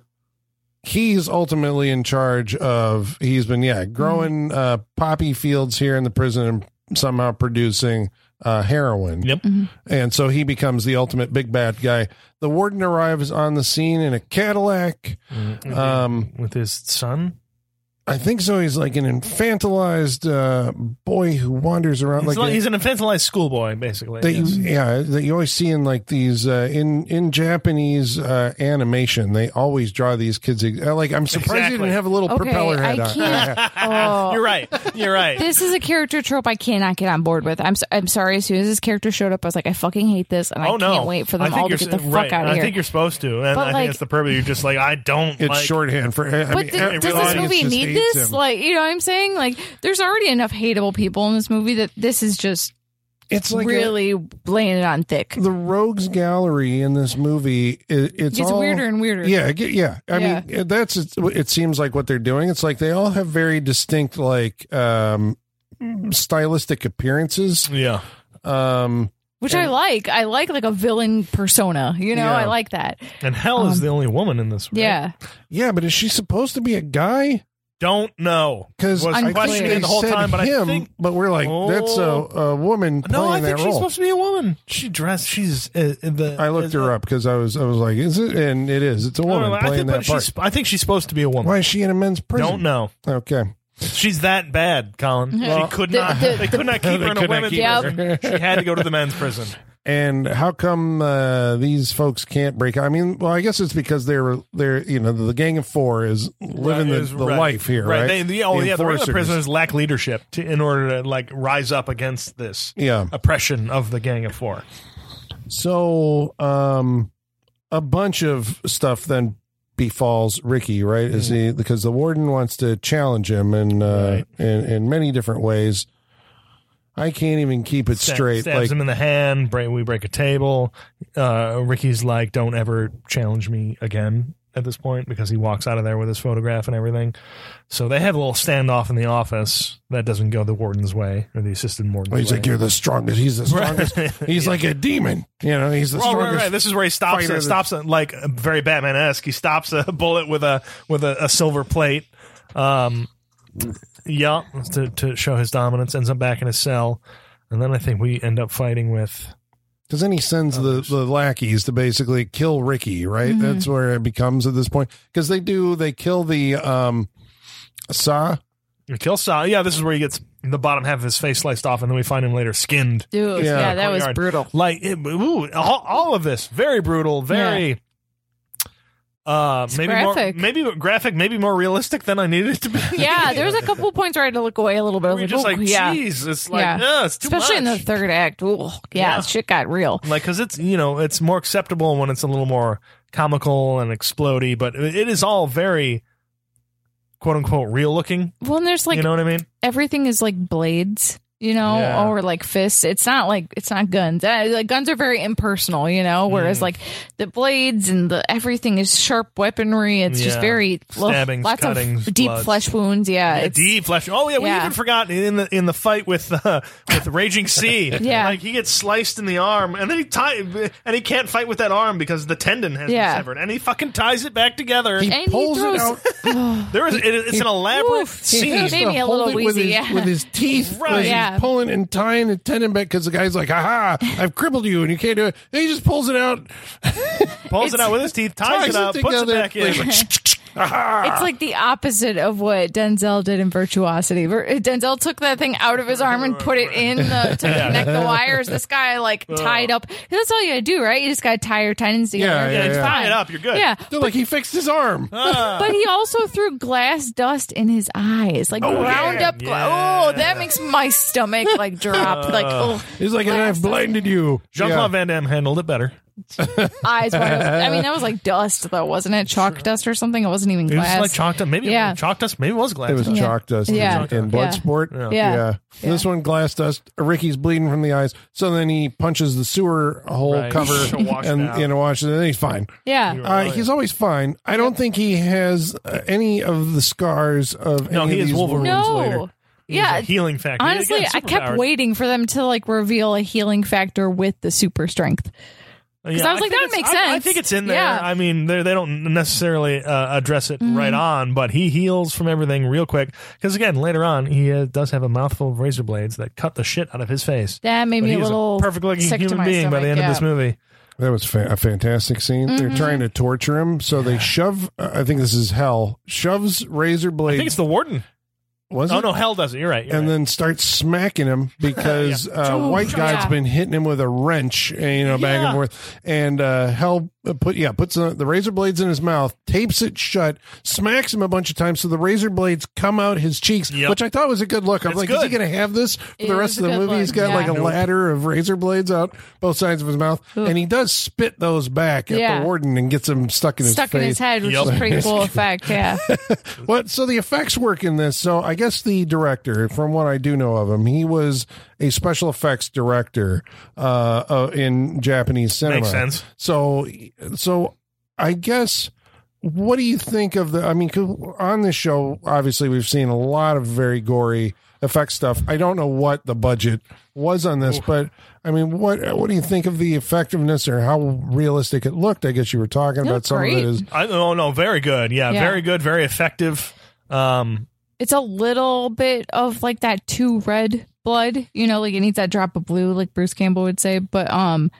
[SPEAKER 2] he's ultimately in charge of he's been yeah growing uh poppy fields here in the prison and somehow producing uh heroin
[SPEAKER 4] Yep.
[SPEAKER 2] and so he becomes the ultimate big bad guy the warden arrives on the scene in a cadillac um
[SPEAKER 4] Mm-hmm. With his son.
[SPEAKER 2] I think so. He's like an infantilized uh, boy who wanders around
[SPEAKER 4] He's,
[SPEAKER 2] like,
[SPEAKER 4] like,
[SPEAKER 2] a-
[SPEAKER 4] he's an infantilized schoolboy, basically.
[SPEAKER 2] that you,
[SPEAKER 4] yes.
[SPEAKER 2] yeah that you always see in like these uh, in in Japanese uh, animation. They always draw these kids ex- uh, like I'm surprised
[SPEAKER 4] Exactly.
[SPEAKER 2] you didn't have a little
[SPEAKER 3] Okay,
[SPEAKER 2] propeller
[SPEAKER 3] I
[SPEAKER 2] head on.
[SPEAKER 3] can't- Oh.
[SPEAKER 4] You're right. You're right.
[SPEAKER 3] This is a character trope I cannot get on board with. I'm so, I'm sorry. As soon as this character showed up, I was like, I fucking hate this, and I
[SPEAKER 4] oh no!
[SPEAKER 3] can't wait for
[SPEAKER 4] I
[SPEAKER 3] them
[SPEAKER 4] think
[SPEAKER 3] all to
[SPEAKER 4] you're
[SPEAKER 3] get the
[SPEAKER 4] s-
[SPEAKER 3] fuck
[SPEAKER 4] right.
[SPEAKER 3] out of
[SPEAKER 4] I
[SPEAKER 3] here.
[SPEAKER 4] think you're supposed to, and
[SPEAKER 3] But,
[SPEAKER 4] I
[SPEAKER 3] like-
[SPEAKER 4] think it's the purpose. You're just like I don't.
[SPEAKER 2] It's
[SPEAKER 4] like,
[SPEAKER 2] shorthand for. I
[SPEAKER 3] But
[SPEAKER 2] mean,
[SPEAKER 3] th-
[SPEAKER 2] every
[SPEAKER 3] does this
[SPEAKER 2] audience
[SPEAKER 3] movie
[SPEAKER 2] just
[SPEAKER 3] need
[SPEAKER 2] hates
[SPEAKER 3] this?
[SPEAKER 2] him.
[SPEAKER 3] Like, you know what I'm saying? Like, there's already enough hateable people in this movie that this is just
[SPEAKER 2] it's like a-
[SPEAKER 3] really laying it on thick.
[SPEAKER 2] the rogues gallery in this movie. It, it's
[SPEAKER 3] It's
[SPEAKER 2] all,
[SPEAKER 3] weirder and weirder.
[SPEAKER 2] Yeah, I get- yeah. I
[SPEAKER 3] Yeah.
[SPEAKER 2] mean, that's it. Seems like what they're doing. It's like they all have very distinct, like, um, stylistic appearances.
[SPEAKER 4] Yeah.
[SPEAKER 2] Um,
[SPEAKER 3] Which I like. I like like a villain persona. You know,
[SPEAKER 2] Yeah.
[SPEAKER 3] I like that.
[SPEAKER 4] And Hell is
[SPEAKER 3] Um,
[SPEAKER 4] the only woman in this. Right?
[SPEAKER 3] Yeah.
[SPEAKER 2] yeah, but is she supposed to be a guy?
[SPEAKER 4] Don't know.
[SPEAKER 2] 'Cause
[SPEAKER 4] was
[SPEAKER 3] Unclear.
[SPEAKER 2] They
[SPEAKER 4] questioning the whole
[SPEAKER 2] said
[SPEAKER 4] time, but I
[SPEAKER 2] him,
[SPEAKER 4] think Oh.
[SPEAKER 2] but we're like, that's a, a woman playing
[SPEAKER 4] no, I
[SPEAKER 2] that
[SPEAKER 4] think she's
[SPEAKER 2] role.
[SPEAKER 4] supposed to be a woman. She dressed. She's uh, in the.
[SPEAKER 2] I looked her up because I was, I was like, is it? And it is. It's a
[SPEAKER 4] No, no,
[SPEAKER 2] woman
[SPEAKER 4] no, I
[SPEAKER 2] playing
[SPEAKER 4] think, but
[SPEAKER 2] that part.
[SPEAKER 4] she's- I think she's supposed to be a woman.
[SPEAKER 2] Why is she in a men's prison?
[SPEAKER 4] Don't know.
[SPEAKER 2] Okay.
[SPEAKER 4] She's that bad, Colin.
[SPEAKER 3] Well,
[SPEAKER 4] she could
[SPEAKER 3] the-
[SPEAKER 4] not.
[SPEAKER 3] the-
[SPEAKER 4] they could not
[SPEAKER 2] They
[SPEAKER 4] keep her in a
[SPEAKER 2] could not
[SPEAKER 4] women's
[SPEAKER 2] keep
[SPEAKER 3] her.
[SPEAKER 4] prison. She had to go to the men's prison.
[SPEAKER 2] And how come uh, these folks can't break? I mean, well, I guess it's because they're they're you know the gang of four is living
[SPEAKER 4] Right,
[SPEAKER 2] the,
[SPEAKER 4] is
[SPEAKER 2] the
[SPEAKER 4] right.
[SPEAKER 2] life here, right?
[SPEAKER 4] They, the, oh, yeah, the regular
[SPEAKER 2] enforcers.
[SPEAKER 4] prisoners lack leadership to, in order to like rise up against this
[SPEAKER 2] Yeah.
[SPEAKER 4] oppression of the Gang of Four.
[SPEAKER 2] So, um, a bunch of stuff then befalls Ricky, right?
[SPEAKER 4] Hmm.
[SPEAKER 2] Is he because the warden wants to challenge him in uh, in, in many different ways. I can't even keep it
[SPEAKER 4] Stab-
[SPEAKER 2] straight.
[SPEAKER 4] stabs
[SPEAKER 2] like
[SPEAKER 4] him in the hand. Break, we break a table. Uh, Ricky's like, "Don't ever challenge me again." At this point, because he walks out of there with his photograph and everything, so they have a little standoff in the office that doesn't go the warden's way or the assistant warden's
[SPEAKER 2] he's
[SPEAKER 4] way.
[SPEAKER 2] like, you're the strongest. He's the strongest. He's like a demon. You know, he's the
[SPEAKER 4] Oh, right,
[SPEAKER 2] strongest.
[SPEAKER 4] right. This is where he stops.
[SPEAKER 2] fighter
[SPEAKER 4] It
[SPEAKER 2] that-
[SPEAKER 4] stops it, like very Batman esque. He stops a bullet with a with a, a silver plate. Um, yeah, to to show his dominance. Ends up back in his cell, and then I think we end up fighting with.
[SPEAKER 2] Because then he sends the, the lackeys to basically kill Ricky, right?
[SPEAKER 3] Mm-hmm.
[SPEAKER 2] That's where it becomes at this point. Because they do, they kill the um, Saw.
[SPEAKER 4] We kill Saw. Yeah, this is where he gets the bottom half of his face sliced off, and then we find him later skinned.
[SPEAKER 3] Dude,
[SPEAKER 2] Yeah.
[SPEAKER 3] yeah, that was
[SPEAKER 4] Courtyard.
[SPEAKER 3] brutal.
[SPEAKER 4] Like it, ooh, all, all of this very brutal, very. Uh,
[SPEAKER 3] It's
[SPEAKER 4] maybe
[SPEAKER 3] graphic.
[SPEAKER 4] more, maybe graphic, maybe more realistic than I needed it to be.
[SPEAKER 3] Yeah, there's a couple points where I had to look away a little bit. I was
[SPEAKER 4] We're just
[SPEAKER 3] "Oh,
[SPEAKER 4] like,
[SPEAKER 3] yeah.
[SPEAKER 4] geez, it's like,
[SPEAKER 3] Yeah.
[SPEAKER 4] yeah, it's too
[SPEAKER 3] Especially in
[SPEAKER 4] much.
[SPEAKER 3] the third act. Ooh, yeah,
[SPEAKER 4] Yeah.
[SPEAKER 3] shit got real.
[SPEAKER 4] like because it's you know it's more acceptable when it's a little more comical and explodey but it it is all very quote unquote real looking
[SPEAKER 3] Well, and there's like uh,
[SPEAKER 4] you know what i mean
[SPEAKER 3] everything is like blades. you know,
[SPEAKER 4] Yeah.
[SPEAKER 3] or like fists. It's not like it's not guns. Uh, like guns are very impersonal, you know. Whereas
[SPEAKER 4] Mm.
[SPEAKER 3] like the blades and the everything is sharp weaponry. It's just
[SPEAKER 4] Yeah.
[SPEAKER 3] very lo-
[SPEAKER 4] Stabbings,
[SPEAKER 3] lots
[SPEAKER 4] cuttings,
[SPEAKER 3] of deep
[SPEAKER 4] bloods.
[SPEAKER 3] flesh wounds. Yeah,
[SPEAKER 4] Yeah,
[SPEAKER 3] it's,
[SPEAKER 4] deep flesh. Oh yeah, we
[SPEAKER 3] Yeah.
[SPEAKER 4] even forgot in the in the fight with uh, with Raging Sea.
[SPEAKER 3] Yeah.
[SPEAKER 4] like he gets sliced in the arm, and then he tie and he can't fight with that arm because the tendon has
[SPEAKER 3] Yeah.
[SPEAKER 4] been severed, and he fucking ties it back together.
[SPEAKER 2] He
[SPEAKER 3] And he
[SPEAKER 2] pulls
[SPEAKER 3] throws-
[SPEAKER 2] it out.
[SPEAKER 4] there is it, it's an elaborate
[SPEAKER 3] Oof.
[SPEAKER 2] He
[SPEAKER 4] scene.
[SPEAKER 2] has
[SPEAKER 3] Made me
[SPEAKER 2] to
[SPEAKER 3] a
[SPEAKER 2] hold
[SPEAKER 3] little
[SPEAKER 2] it with,
[SPEAKER 3] wheezy,
[SPEAKER 2] his,
[SPEAKER 3] yeah.
[SPEAKER 2] with his teeth.
[SPEAKER 4] Right.
[SPEAKER 2] as he's
[SPEAKER 3] Yeah.
[SPEAKER 2] pulling and tying and tendon back because the guy's like, "Aha! I've crippled you, and you can't do it." And he just pulls it out,
[SPEAKER 4] Pulls it
[SPEAKER 3] It's-
[SPEAKER 4] out with his teeth, ties,
[SPEAKER 2] ties
[SPEAKER 4] it up, puts it
[SPEAKER 2] together,
[SPEAKER 4] back in.
[SPEAKER 2] and he's like, "Aha!"
[SPEAKER 3] It's like the opposite of what Denzel did in Virtuosity. Vir- uh, Denzel took that thing out of his arm and put it in the to connect the wires. This guy like
[SPEAKER 4] Oh.
[SPEAKER 3] tied up. That's all you gotta do, right? You just gotta tie your tendons together.
[SPEAKER 2] Yeah,
[SPEAKER 3] and
[SPEAKER 2] yeah,
[SPEAKER 3] it's
[SPEAKER 2] yeah.
[SPEAKER 4] Tie
[SPEAKER 3] fine.
[SPEAKER 4] it up, you're good.
[SPEAKER 3] Yeah,
[SPEAKER 2] They're like he fixed his arm.
[SPEAKER 3] but he also threw glass dust in his eyes, like round
[SPEAKER 4] Oh, yeah.
[SPEAKER 3] up. Gla-
[SPEAKER 4] Yeah.
[SPEAKER 3] Oh, that makes my stomach like drop. Like oh,
[SPEAKER 2] He's like, and I've blinded you.
[SPEAKER 4] Jean
[SPEAKER 2] Yeah.
[SPEAKER 4] Claude Van Damme handled it better.
[SPEAKER 3] eyes wide open. I mean, that was like dust though, wasn't it? Chalk dust or something. It wasn't even
[SPEAKER 4] It was
[SPEAKER 3] glass.
[SPEAKER 4] like chalk dust. Maybe
[SPEAKER 3] Yeah.
[SPEAKER 4] yeah. chalk dust. Maybe it was glass.
[SPEAKER 2] It was
[SPEAKER 4] dust.
[SPEAKER 2] chalk dust
[SPEAKER 3] Yeah.
[SPEAKER 2] in, in Bloodsport.
[SPEAKER 4] Yeah.
[SPEAKER 3] Yeah.
[SPEAKER 2] This one, glass dust. Ricky's bleeding from the eyes. So then he punches the sewer hole
[SPEAKER 4] Right.
[SPEAKER 2] cover
[SPEAKER 4] To wash it
[SPEAKER 2] and,
[SPEAKER 4] out.
[SPEAKER 2] you know, washes it, and he's fine.
[SPEAKER 3] yeah.
[SPEAKER 2] Uh, he's always fine. I don't think he has uh, any of the scars of
[SPEAKER 4] No,
[SPEAKER 2] any
[SPEAKER 4] he
[SPEAKER 2] of
[SPEAKER 4] is
[SPEAKER 2] these
[SPEAKER 4] Wolverine.
[SPEAKER 2] wounds
[SPEAKER 3] No.
[SPEAKER 2] later.
[SPEAKER 4] He was
[SPEAKER 3] yeah.
[SPEAKER 4] a healing factor.
[SPEAKER 3] Honestly,
[SPEAKER 4] Again,
[SPEAKER 3] I kept
[SPEAKER 4] superpowered.
[SPEAKER 3] waiting for them to like reveal a healing factor with the super strength.
[SPEAKER 4] Because
[SPEAKER 3] I was like, that would make
[SPEAKER 4] I,
[SPEAKER 3] sense.
[SPEAKER 4] think it's in there.
[SPEAKER 3] Yeah. Mm-hmm.
[SPEAKER 4] I mean, they they don't necessarily uh, address it right on, but he heals from everything real quick. Because again, later on, he uh, does have a mouthful of razor blades that cut the shit out of his face.
[SPEAKER 3] That made
[SPEAKER 4] But
[SPEAKER 3] me
[SPEAKER 4] he
[SPEAKER 3] a
[SPEAKER 4] is
[SPEAKER 3] little
[SPEAKER 4] perfect looking
[SPEAKER 3] sick to
[SPEAKER 4] human
[SPEAKER 3] my
[SPEAKER 4] being by
[SPEAKER 3] stomach,
[SPEAKER 4] the end
[SPEAKER 3] yeah.
[SPEAKER 4] of this movie.
[SPEAKER 2] That was fa- a fantastic scene.
[SPEAKER 3] Mm-hmm.
[SPEAKER 2] They're trying to torture him, so they shove. Uh, I think this is hell. Shoves razor
[SPEAKER 4] I think
[SPEAKER 2] blade.
[SPEAKER 4] it's the warden.
[SPEAKER 2] Was
[SPEAKER 4] Oh
[SPEAKER 2] it?
[SPEAKER 4] no, hell does it. You're right. You're
[SPEAKER 2] and
[SPEAKER 4] right.
[SPEAKER 2] then starts smacking him because uh,
[SPEAKER 3] Ooh,
[SPEAKER 2] White God's
[SPEAKER 3] yeah.
[SPEAKER 2] been hitting him with a wrench, and, you know, back and
[SPEAKER 4] Yeah.
[SPEAKER 2] forth. And uh, Hell uh, put yeah puts uh, the razor blades in his mouth, tapes it shut, smacks him a bunch of times, so the razor blades come out his cheeks,
[SPEAKER 4] Yep.
[SPEAKER 2] which I thought was a good look. I'm
[SPEAKER 4] It's
[SPEAKER 2] like, is
[SPEAKER 4] good.
[SPEAKER 2] he going to have this for
[SPEAKER 3] It
[SPEAKER 2] the rest
[SPEAKER 3] is
[SPEAKER 2] of
[SPEAKER 3] a
[SPEAKER 2] the
[SPEAKER 3] good
[SPEAKER 2] movie?
[SPEAKER 3] look,
[SPEAKER 2] He's got
[SPEAKER 3] yeah.
[SPEAKER 2] like a
[SPEAKER 3] Nope.
[SPEAKER 2] ladder of razor blades out both sides of his mouth, and he does spit those back at
[SPEAKER 3] Yeah.
[SPEAKER 2] the warden and gets him stuck in his
[SPEAKER 3] stuck
[SPEAKER 2] face.
[SPEAKER 3] in his head, which
[SPEAKER 4] Yup.
[SPEAKER 3] is pretty cool effect. Yeah,
[SPEAKER 2] What? So the effects work in this. So I guess the director, from what I do know of him, he was a special effects director uh, uh, in Japanese cinema.
[SPEAKER 4] makes sense.
[SPEAKER 2] So, so I guess. What do you think of the? I mean, 'cause on this show, obviously, we've seen a lot of very gory effect stuff. I don't know what the budget was on this, but I mean, what what do you think of the effectiveness or how realistic it looked? I guess you were talking about
[SPEAKER 3] looked
[SPEAKER 2] some of
[SPEAKER 3] great.
[SPEAKER 2] it is
[SPEAKER 4] I, oh no, very good. Yeah,
[SPEAKER 3] Yeah.
[SPEAKER 4] very good. Very effective. Um,
[SPEAKER 3] it's a little bit of like that two red blood. You know, like it needs that drop of blue, like Bruce Campbell would say. But um,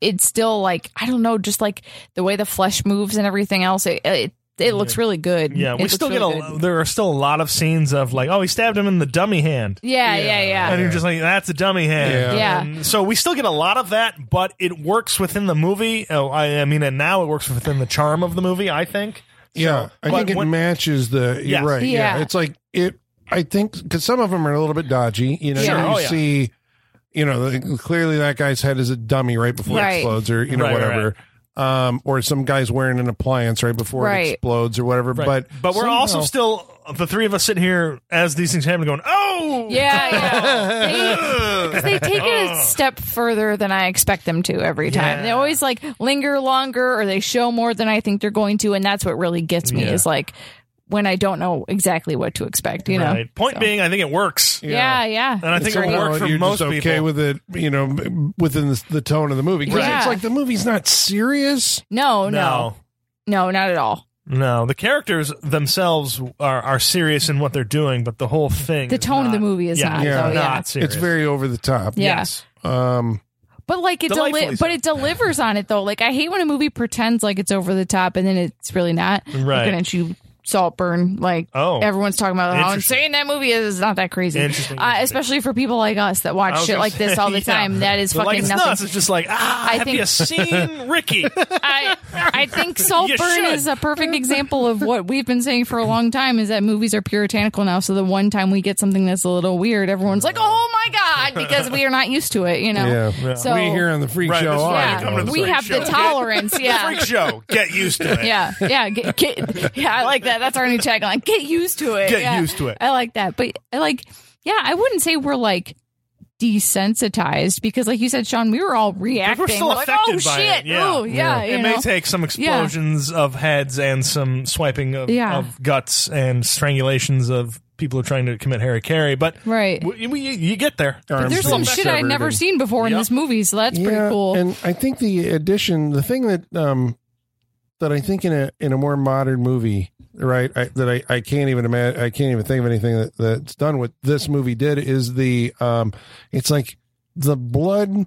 [SPEAKER 3] it's still like I don't know, just like the way the flesh moves and everything else. It it, it looks really good.
[SPEAKER 4] yeah,
[SPEAKER 3] It
[SPEAKER 4] we
[SPEAKER 3] looks
[SPEAKER 4] still
[SPEAKER 3] really
[SPEAKER 4] get a.
[SPEAKER 3] good.
[SPEAKER 4] There are still a lot of scenes of like, oh, he stabbed him in the dummy hand.
[SPEAKER 3] Yeah, yeah, yeah.
[SPEAKER 4] and you're just like, that's a dummy hand.
[SPEAKER 2] Yeah.
[SPEAKER 3] Yeah.
[SPEAKER 4] And so we still get a lot of that, but it works within the movie. Oh, I, I mean, and now it works within the charm of the movie. I think.
[SPEAKER 2] Yeah, I
[SPEAKER 4] But
[SPEAKER 2] think it
[SPEAKER 4] when-
[SPEAKER 2] matches the.
[SPEAKER 4] Yes.
[SPEAKER 2] You're right. Yeah.
[SPEAKER 3] Yeah.
[SPEAKER 2] it's like it. I think because some of them are a little bit dodgy. You know,
[SPEAKER 4] Sure.
[SPEAKER 2] you
[SPEAKER 4] Oh, yeah.
[SPEAKER 2] see, you know, the, clearly that guy's head is a dummy right before
[SPEAKER 3] Right.
[SPEAKER 2] it explodes, or you know,
[SPEAKER 4] Right, right,
[SPEAKER 2] whatever. Um, or some guy's wearing an appliance right before
[SPEAKER 3] Right.
[SPEAKER 2] it explodes, or whatever. But
[SPEAKER 4] but we're also
[SPEAKER 2] somehow-
[SPEAKER 4] still the three of us sitting here as these things happen, going, oh,
[SPEAKER 3] Yeah, yeah. They-
[SPEAKER 4] Ugh.
[SPEAKER 3] 'cause they take it a step further than I expect them to every time.
[SPEAKER 4] Yeah.
[SPEAKER 3] They always like linger longer or they show more than I think they're going to. And that's what really gets me
[SPEAKER 4] Yeah.
[SPEAKER 3] is like when I don't know exactly what to expect, you know?
[SPEAKER 4] Right. Point
[SPEAKER 3] So-
[SPEAKER 4] being, I think it works,
[SPEAKER 3] yeah, yeah.
[SPEAKER 4] and I think it
[SPEAKER 2] somehow
[SPEAKER 4] worked for
[SPEAKER 2] you're
[SPEAKER 4] most
[SPEAKER 2] just okay
[SPEAKER 4] people.
[SPEAKER 2] with it, you know, m- within the, the tone of the movie. 'Cause
[SPEAKER 4] Right.
[SPEAKER 2] It's
[SPEAKER 3] Yeah.
[SPEAKER 2] like the movie's not serious.
[SPEAKER 3] no, Oh, no,
[SPEAKER 4] no.
[SPEAKER 3] no, not at all.
[SPEAKER 4] No, the characters themselves are, are serious in what they're doing, but the whole thing.
[SPEAKER 3] The
[SPEAKER 4] is
[SPEAKER 3] tone of the
[SPEAKER 4] not-
[SPEAKER 3] movie is
[SPEAKER 4] yeah,
[SPEAKER 3] not,
[SPEAKER 2] Yeah.
[SPEAKER 3] though, yeah.
[SPEAKER 4] not serious.
[SPEAKER 2] It's very over the top.
[SPEAKER 3] Yeah.
[SPEAKER 4] Yes.
[SPEAKER 2] Um,
[SPEAKER 3] But like it, deli-
[SPEAKER 4] Delightfully so.
[SPEAKER 3] but it delivers on it though. Like I hate when a movie pretends like it's over the top and then it's really not.
[SPEAKER 4] Right.
[SPEAKER 3] Looking at you, Saltburn. Like
[SPEAKER 4] Oh.
[SPEAKER 3] everyone's talking about how
[SPEAKER 4] Interesting.
[SPEAKER 3] insane that movie is. It's not that crazy.
[SPEAKER 4] Interesting,
[SPEAKER 3] Uh,
[SPEAKER 4] interesting.
[SPEAKER 3] especially for people like us that watch
[SPEAKER 4] I was
[SPEAKER 3] shit
[SPEAKER 4] gonna
[SPEAKER 3] like this
[SPEAKER 4] say,
[SPEAKER 3] all the
[SPEAKER 4] yeah.
[SPEAKER 3] time. That is
[SPEAKER 4] They're
[SPEAKER 3] fucking
[SPEAKER 4] like, it's
[SPEAKER 3] nothing.
[SPEAKER 4] nuts. It's just like ah,
[SPEAKER 3] I
[SPEAKER 4] have
[SPEAKER 3] think-
[SPEAKER 4] you seen Ricky?
[SPEAKER 3] I I think Saltburn
[SPEAKER 4] should.
[SPEAKER 3] is a perfect example of what we've been saying for a long time is that movies are puritanical now. So the one time we get something that's a little weird, everyone's like, "Oh my god," because we are not used to it, you know.
[SPEAKER 2] Yeah. Yeah.
[SPEAKER 3] So
[SPEAKER 2] we here on the freak
[SPEAKER 4] Right,
[SPEAKER 2] show.
[SPEAKER 4] this is
[SPEAKER 2] are.
[SPEAKER 4] why
[SPEAKER 3] yeah,
[SPEAKER 4] you come to the
[SPEAKER 3] we
[SPEAKER 4] freak
[SPEAKER 3] have the
[SPEAKER 4] show.
[SPEAKER 3] tolerance. Yeah.
[SPEAKER 4] Freak show. Get used to it.
[SPEAKER 3] Yeah, yeah, get, get, yeah. I like that. That's our new tagline. Get used to it.
[SPEAKER 4] Get
[SPEAKER 3] Yeah.
[SPEAKER 4] used to it.
[SPEAKER 3] I like that. But I like, yeah, I wouldn't say we're like desensitized because, like you said, Sean, we were all reacting.
[SPEAKER 4] still
[SPEAKER 3] We're like,
[SPEAKER 4] affected
[SPEAKER 3] oh
[SPEAKER 4] by
[SPEAKER 3] shit,
[SPEAKER 4] it, yeah.
[SPEAKER 3] Ooh, yeah,
[SPEAKER 4] it
[SPEAKER 3] you
[SPEAKER 4] may
[SPEAKER 3] know?
[SPEAKER 4] take some explosions of heads and some swiping of,
[SPEAKER 3] Yeah.
[SPEAKER 4] of guts and strangulations of people who are trying to commit Harry Carey, but
[SPEAKER 3] Right.
[SPEAKER 4] we, we, you get there.
[SPEAKER 2] Arms
[SPEAKER 3] There's
[SPEAKER 2] being
[SPEAKER 3] some shit I'd
[SPEAKER 2] severed
[SPEAKER 3] never
[SPEAKER 2] and-
[SPEAKER 3] seen before in
[SPEAKER 4] Yeah.
[SPEAKER 3] this movie, so that's pretty cool.
[SPEAKER 2] And I think the addition, the thing that um that I think in a in a more modern movie, right? I, that I, I can't even imagine. I can't even think of anything that, that's done. What this movie did is the um, it's like the blood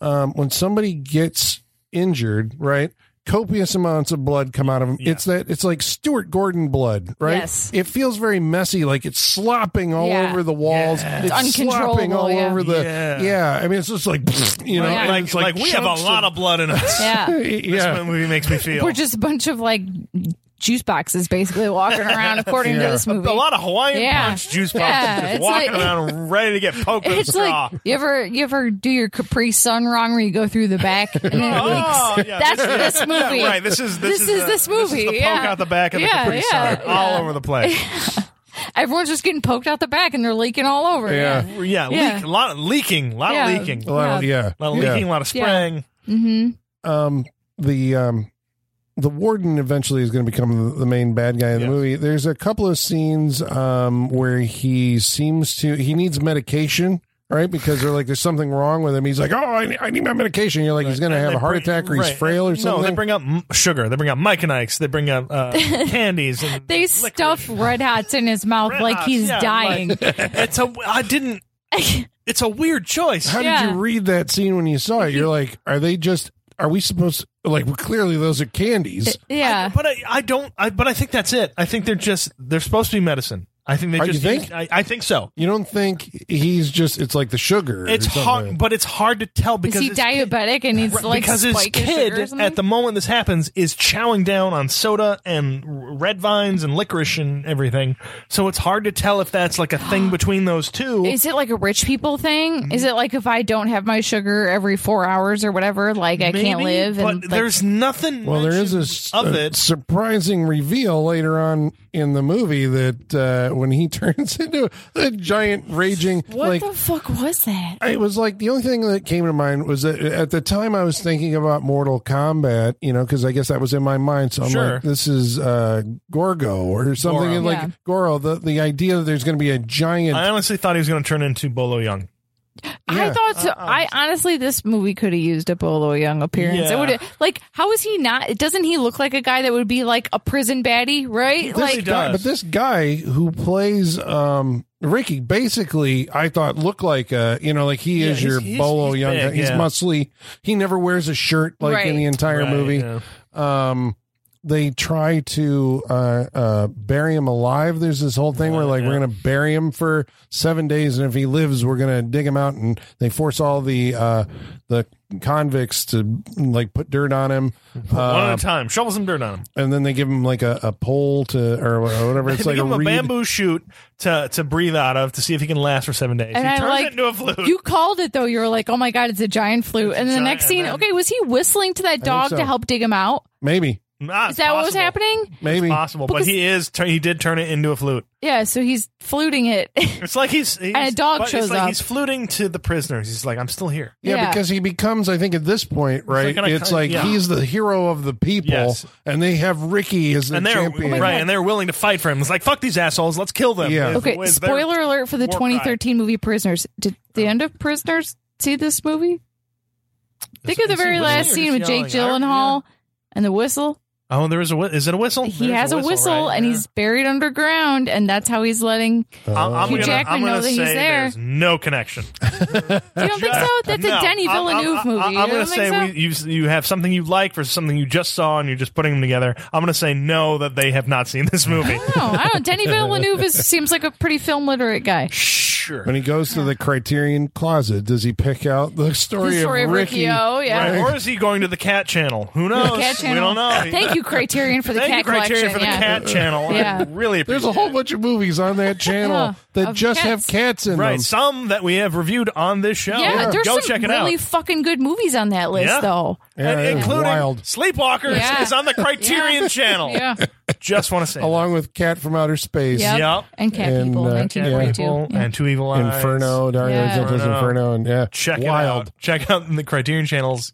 [SPEAKER 2] um when somebody gets injured, right? Copious amounts of blood come out of them.
[SPEAKER 4] Yeah.
[SPEAKER 2] It's that it's like Stuart Gordon blood, right?
[SPEAKER 3] Yes.
[SPEAKER 2] It feels very messy, like it's slopping all
[SPEAKER 3] Yeah.
[SPEAKER 2] over the walls.
[SPEAKER 4] Yeah.
[SPEAKER 2] It's, slopping
[SPEAKER 3] uncontrollable,
[SPEAKER 2] all
[SPEAKER 3] yeah.
[SPEAKER 2] over the
[SPEAKER 4] Yeah.
[SPEAKER 2] yeah, I mean, it's just like you know,
[SPEAKER 3] Right.
[SPEAKER 2] and
[SPEAKER 4] Like,
[SPEAKER 2] it's
[SPEAKER 4] like, we have a
[SPEAKER 2] chunks
[SPEAKER 4] lot of blood in us.
[SPEAKER 3] yeah,
[SPEAKER 4] This
[SPEAKER 2] yeah.
[SPEAKER 4] movie makes me feel.
[SPEAKER 3] we're just a bunch of like juice boxes basically walking around, according to
[SPEAKER 2] Yeah.
[SPEAKER 3] this
[SPEAKER 4] a,
[SPEAKER 3] movie.
[SPEAKER 4] a lot of Hawaiian
[SPEAKER 3] Yeah.
[SPEAKER 4] punch juice boxes
[SPEAKER 3] Yeah,
[SPEAKER 4] just
[SPEAKER 3] it's
[SPEAKER 4] walking
[SPEAKER 3] like-
[SPEAKER 4] around ready to get poked with a
[SPEAKER 3] It's
[SPEAKER 4] straw.
[SPEAKER 3] like you ever you ever do your Capri Sun wrong where you go through the back and then it
[SPEAKER 4] Oh,
[SPEAKER 3] leaks.
[SPEAKER 4] yeah,
[SPEAKER 3] That's
[SPEAKER 4] this-
[SPEAKER 3] this movie.
[SPEAKER 4] right, this is this,
[SPEAKER 3] This is
[SPEAKER 4] the-
[SPEAKER 3] this
[SPEAKER 4] This is
[SPEAKER 3] movie,
[SPEAKER 4] the poke
[SPEAKER 3] yeah.
[SPEAKER 4] out the back of the
[SPEAKER 3] Yeah,
[SPEAKER 4] Capri
[SPEAKER 3] yeah,
[SPEAKER 4] Sun all
[SPEAKER 3] yeah.
[SPEAKER 4] over the place.
[SPEAKER 3] Everyone's just getting poked out the back and they're leaking all over.
[SPEAKER 2] Yeah.
[SPEAKER 4] Yeah,
[SPEAKER 3] Yeah.
[SPEAKER 4] Leak, a lot of leaking, a lot
[SPEAKER 3] Yeah.
[SPEAKER 4] of leaking,
[SPEAKER 2] A
[SPEAKER 4] a
[SPEAKER 2] lot of- yeah,
[SPEAKER 4] lot of
[SPEAKER 2] yeah.
[SPEAKER 4] leaking, a lot of
[SPEAKER 3] Yeah.
[SPEAKER 4] spraying.
[SPEAKER 3] Mm-hmm.
[SPEAKER 2] Um, the um, the warden eventually is going to become the- the main bad guy in the
[SPEAKER 4] Yes.
[SPEAKER 2] movie. There's a couple of scenes um where he seems to he needs medication. Right, because they're like, there's something wrong with him. He's like, oh, I need, I need my medication. You're like, he's going to
[SPEAKER 4] And
[SPEAKER 2] have
[SPEAKER 4] they
[SPEAKER 2] a heart
[SPEAKER 4] bring-
[SPEAKER 2] attack or he's
[SPEAKER 4] right.
[SPEAKER 2] frail or
[SPEAKER 4] No, they
[SPEAKER 2] something.
[SPEAKER 4] bring up m- sugar. They bring up Mike and Ike's. They bring up uh, candies. And
[SPEAKER 3] They
[SPEAKER 4] licorice.
[SPEAKER 3] stuff red hots in his mouth
[SPEAKER 4] Red
[SPEAKER 3] like
[SPEAKER 4] Hots,
[SPEAKER 3] he's
[SPEAKER 4] yeah,
[SPEAKER 3] dying.
[SPEAKER 4] like- it's a. I didn't. It's a weird choice.
[SPEAKER 2] How
[SPEAKER 3] Yeah.
[SPEAKER 2] did you read that scene when you saw it? You're like, are they just, are we supposed, like, well, clearly those are candies.
[SPEAKER 3] yeah.
[SPEAKER 4] But I, I don't. I, but I think that's it. I think they're just. They're supposed to be medicine. I think they
[SPEAKER 2] Oh, you
[SPEAKER 4] just.
[SPEAKER 2] think?
[SPEAKER 4] I, I think so.
[SPEAKER 2] You don't think he's just, it's like the sugar. or
[SPEAKER 4] It's
[SPEAKER 2] something.
[SPEAKER 4] hard, but it's hard to tell
[SPEAKER 3] Is
[SPEAKER 4] because
[SPEAKER 3] he
[SPEAKER 4] it's
[SPEAKER 3] diabetic and needs to like
[SPEAKER 4] because his
[SPEAKER 3] spike his sugar or
[SPEAKER 4] kid
[SPEAKER 3] something?
[SPEAKER 4] at the moment this happens is chowing down on soda and r- red vines and licorice and everything. So it's hard to tell if that's like a thing between those two.
[SPEAKER 3] Is it like a rich people
[SPEAKER 4] Mm-hmm.
[SPEAKER 3] thing? Is it like if I don't have my sugar every four hours or whatever, like I can't
[SPEAKER 4] Maybe,
[SPEAKER 3] live?
[SPEAKER 4] But
[SPEAKER 3] and, like,
[SPEAKER 4] there's nothing.
[SPEAKER 2] Well, there is a,
[SPEAKER 4] mentioned
[SPEAKER 2] s-
[SPEAKER 4] of
[SPEAKER 2] a
[SPEAKER 4] it.
[SPEAKER 2] surprising reveal later on in the movie that uh, when he turns into a giant raging
[SPEAKER 3] what
[SPEAKER 2] like
[SPEAKER 3] the fuck was that?
[SPEAKER 2] it was like the only thing that came to mind was that at the time I was thinking about Mortal Kombat, you know, because I guess that was in my mind. So I'm
[SPEAKER 4] Sure.
[SPEAKER 2] like, this is uh, Gorgo or something
[SPEAKER 4] Goro.
[SPEAKER 2] like
[SPEAKER 3] Yeah.
[SPEAKER 2] Goro. The the idea that there's going to be a giant.
[SPEAKER 4] I honestly thought he was going to turn into Bolo Young.
[SPEAKER 3] I
[SPEAKER 2] Yeah.
[SPEAKER 3] thought
[SPEAKER 4] Uh-uh.
[SPEAKER 3] so. I honestly, this movie could have used a Bolo Young appearance.
[SPEAKER 4] Yeah.
[SPEAKER 3] It would like how is he not? Doesn't he look like a guy that would be like a prison baddie, right?
[SPEAKER 4] he
[SPEAKER 3] like
[SPEAKER 4] does.
[SPEAKER 2] but this guy who plays um, Ricky basically, I thought looked like a you know like he
[SPEAKER 4] Yeah,
[SPEAKER 2] is
[SPEAKER 4] he's-
[SPEAKER 2] your
[SPEAKER 4] he's-
[SPEAKER 2] bolo
[SPEAKER 4] he's
[SPEAKER 2] young.
[SPEAKER 4] big,
[SPEAKER 2] guy. he's
[SPEAKER 4] yeah.
[SPEAKER 2] muscly. He never wears a shirt like in the
[SPEAKER 3] Right.
[SPEAKER 2] entire
[SPEAKER 4] Right,
[SPEAKER 2] movie.
[SPEAKER 4] yeah.
[SPEAKER 2] Um, they try to uh, uh, bury him alive. There's this whole thing where like
[SPEAKER 4] yeah.
[SPEAKER 2] we're gonna bury him for seven days, and if he lives, we're gonna dig him out. And they force all the uh, the convicts to like put dirt on him.
[SPEAKER 4] One
[SPEAKER 2] Uh,
[SPEAKER 4] at a time, shovel some dirt on him.
[SPEAKER 2] and then they give him like a, a pole to or whatever. It's
[SPEAKER 4] they
[SPEAKER 2] like
[SPEAKER 4] give
[SPEAKER 2] a,
[SPEAKER 4] him a
[SPEAKER 2] reed.
[SPEAKER 4] bamboo shoot to to breathe out of to see if he can last for seven days.
[SPEAKER 3] And
[SPEAKER 4] he
[SPEAKER 3] I
[SPEAKER 4] turns
[SPEAKER 3] like-
[SPEAKER 4] it into a flute.
[SPEAKER 3] you called it though. You were like, oh my god, it's a giant flute. and then the
[SPEAKER 4] giant-
[SPEAKER 3] next scene,
[SPEAKER 4] and then-
[SPEAKER 3] okay, was he whistling to that dog
[SPEAKER 2] so.
[SPEAKER 3] to help dig him out?
[SPEAKER 2] Maybe,
[SPEAKER 4] Ah,
[SPEAKER 3] Is that what was
[SPEAKER 4] possible.
[SPEAKER 3] happening?
[SPEAKER 2] maybe.
[SPEAKER 4] Possible, but
[SPEAKER 3] Because-
[SPEAKER 4] he is. Turn, he did turn it into a flute.
[SPEAKER 3] Yeah, so he's fluting it.
[SPEAKER 4] It's like he's, he's
[SPEAKER 3] And a dog
[SPEAKER 4] but it's
[SPEAKER 3] shows
[SPEAKER 4] like
[SPEAKER 3] up.
[SPEAKER 4] He's fluting to the prisoners. He's like, "I'm still here."
[SPEAKER 2] Yeah,
[SPEAKER 3] Yeah.
[SPEAKER 2] because he becomes, I think, at this point, right?
[SPEAKER 4] like an
[SPEAKER 2] it's
[SPEAKER 4] icon-
[SPEAKER 2] like
[SPEAKER 4] yeah.
[SPEAKER 2] he's the hero of the people,
[SPEAKER 4] Yes.
[SPEAKER 2] and they have Ricky as the
[SPEAKER 4] and they're
[SPEAKER 2] champion.
[SPEAKER 4] right, and they're willing to fight for him. It's like, "Fuck these assholes! Let's kill them."
[SPEAKER 2] Yeah.
[SPEAKER 4] It's-
[SPEAKER 3] okay,
[SPEAKER 4] it's their-
[SPEAKER 3] spoiler alert for the
[SPEAKER 4] war
[SPEAKER 3] 2013 movie Prisoners. Did
[SPEAKER 4] Oh.
[SPEAKER 3] the end of Prisoners see this movie? Think of the
[SPEAKER 4] Is he
[SPEAKER 3] very
[SPEAKER 4] whistling
[SPEAKER 3] last
[SPEAKER 4] or
[SPEAKER 3] scene
[SPEAKER 4] just
[SPEAKER 3] with Jake
[SPEAKER 4] yelling? I-
[SPEAKER 3] Gyllenhaal and the whistle.
[SPEAKER 4] yeah. Oh, there is a. whi- Is it a whistle?
[SPEAKER 3] He
[SPEAKER 4] There's
[SPEAKER 3] has a whistle,
[SPEAKER 4] right?
[SPEAKER 3] and
[SPEAKER 4] Yeah.
[SPEAKER 3] he's buried underground, and that's how he's letting.
[SPEAKER 2] Uh,
[SPEAKER 4] I'm, I'm
[SPEAKER 3] Hugh
[SPEAKER 4] gonna,
[SPEAKER 3] Jackman
[SPEAKER 4] I'm gonna
[SPEAKER 3] know that
[SPEAKER 4] say
[SPEAKER 3] he's there.
[SPEAKER 4] there's no connection.
[SPEAKER 3] You don't think so? That's
[SPEAKER 4] No.
[SPEAKER 3] a
[SPEAKER 4] I'm-
[SPEAKER 3] Denny
[SPEAKER 4] I'm-
[SPEAKER 3] Villeneuve
[SPEAKER 4] I'm-
[SPEAKER 3] movie.
[SPEAKER 4] I'm,
[SPEAKER 3] You
[SPEAKER 4] gonna
[SPEAKER 3] don't
[SPEAKER 4] say
[SPEAKER 3] think so?
[SPEAKER 4] we, you you have something you like versus something you just saw, and you're just putting them together. I'm gonna say no that they have not seen this movie.
[SPEAKER 3] No, I don't. Denny Villeneuve is, seems like a pretty film literate guy.
[SPEAKER 4] sure.
[SPEAKER 2] When he goes to the Criterion Closet, does he pick out the story,
[SPEAKER 3] The story
[SPEAKER 2] of
[SPEAKER 3] of
[SPEAKER 2] Ricky?
[SPEAKER 3] Ricky O, yeah.
[SPEAKER 4] Right, Or is he going to the cat channel? Who knows?
[SPEAKER 3] Cat
[SPEAKER 4] We don't
[SPEAKER 3] Channel.
[SPEAKER 4] know.
[SPEAKER 3] Thank you, Criterion for the
[SPEAKER 4] Thank
[SPEAKER 3] cat
[SPEAKER 4] you, Criterion,
[SPEAKER 3] collection.
[SPEAKER 4] for the
[SPEAKER 3] yeah.
[SPEAKER 4] cat channel.
[SPEAKER 3] Yeah.
[SPEAKER 4] I really
[SPEAKER 2] There's
[SPEAKER 4] appreciate
[SPEAKER 2] a whole
[SPEAKER 4] it.
[SPEAKER 2] bunch of movies on that channel
[SPEAKER 3] Yeah,
[SPEAKER 2] that
[SPEAKER 3] of
[SPEAKER 2] just have
[SPEAKER 3] cats.
[SPEAKER 2] cats in
[SPEAKER 4] Right,
[SPEAKER 2] them.
[SPEAKER 4] some that we have reviewed on this show.
[SPEAKER 3] Yeah, there's
[SPEAKER 4] Go
[SPEAKER 3] some
[SPEAKER 4] check it
[SPEAKER 3] really
[SPEAKER 4] out.
[SPEAKER 3] fucking good movies on that list,
[SPEAKER 4] Yeah.
[SPEAKER 3] though.
[SPEAKER 2] Yeah,
[SPEAKER 4] And
[SPEAKER 2] it was
[SPEAKER 4] including
[SPEAKER 2] wild.
[SPEAKER 4] Sleepwalkers
[SPEAKER 3] Yeah.
[SPEAKER 4] is on the Criterion channel.
[SPEAKER 3] Yeah,
[SPEAKER 4] Just want to say
[SPEAKER 2] along with Cat from Outer Space,
[SPEAKER 3] Yep.
[SPEAKER 4] Yep.
[SPEAKER 3] and Cat
[SPEAKER 2] And,
[SPEAKER 3] People,
[SPEAKER 2] uh,
[SPEAKER 4] Cat
[SPEAKER 3] 1942.
[SPEAKER 4] People and Two Evil Eyes.
[SPEAKER 2] Inferno, Dario
[SPEAKER 3] Yeah.
[SPEAKER 2] Argento's
[SPEAKER 4] Inferno.
[SPEAKER 2] Inferno, and yeah,
[SPEAKER 4] Check
[SPEAKER 2] wild.
[SPEAKER 4] it out. Check out the Criterion channels.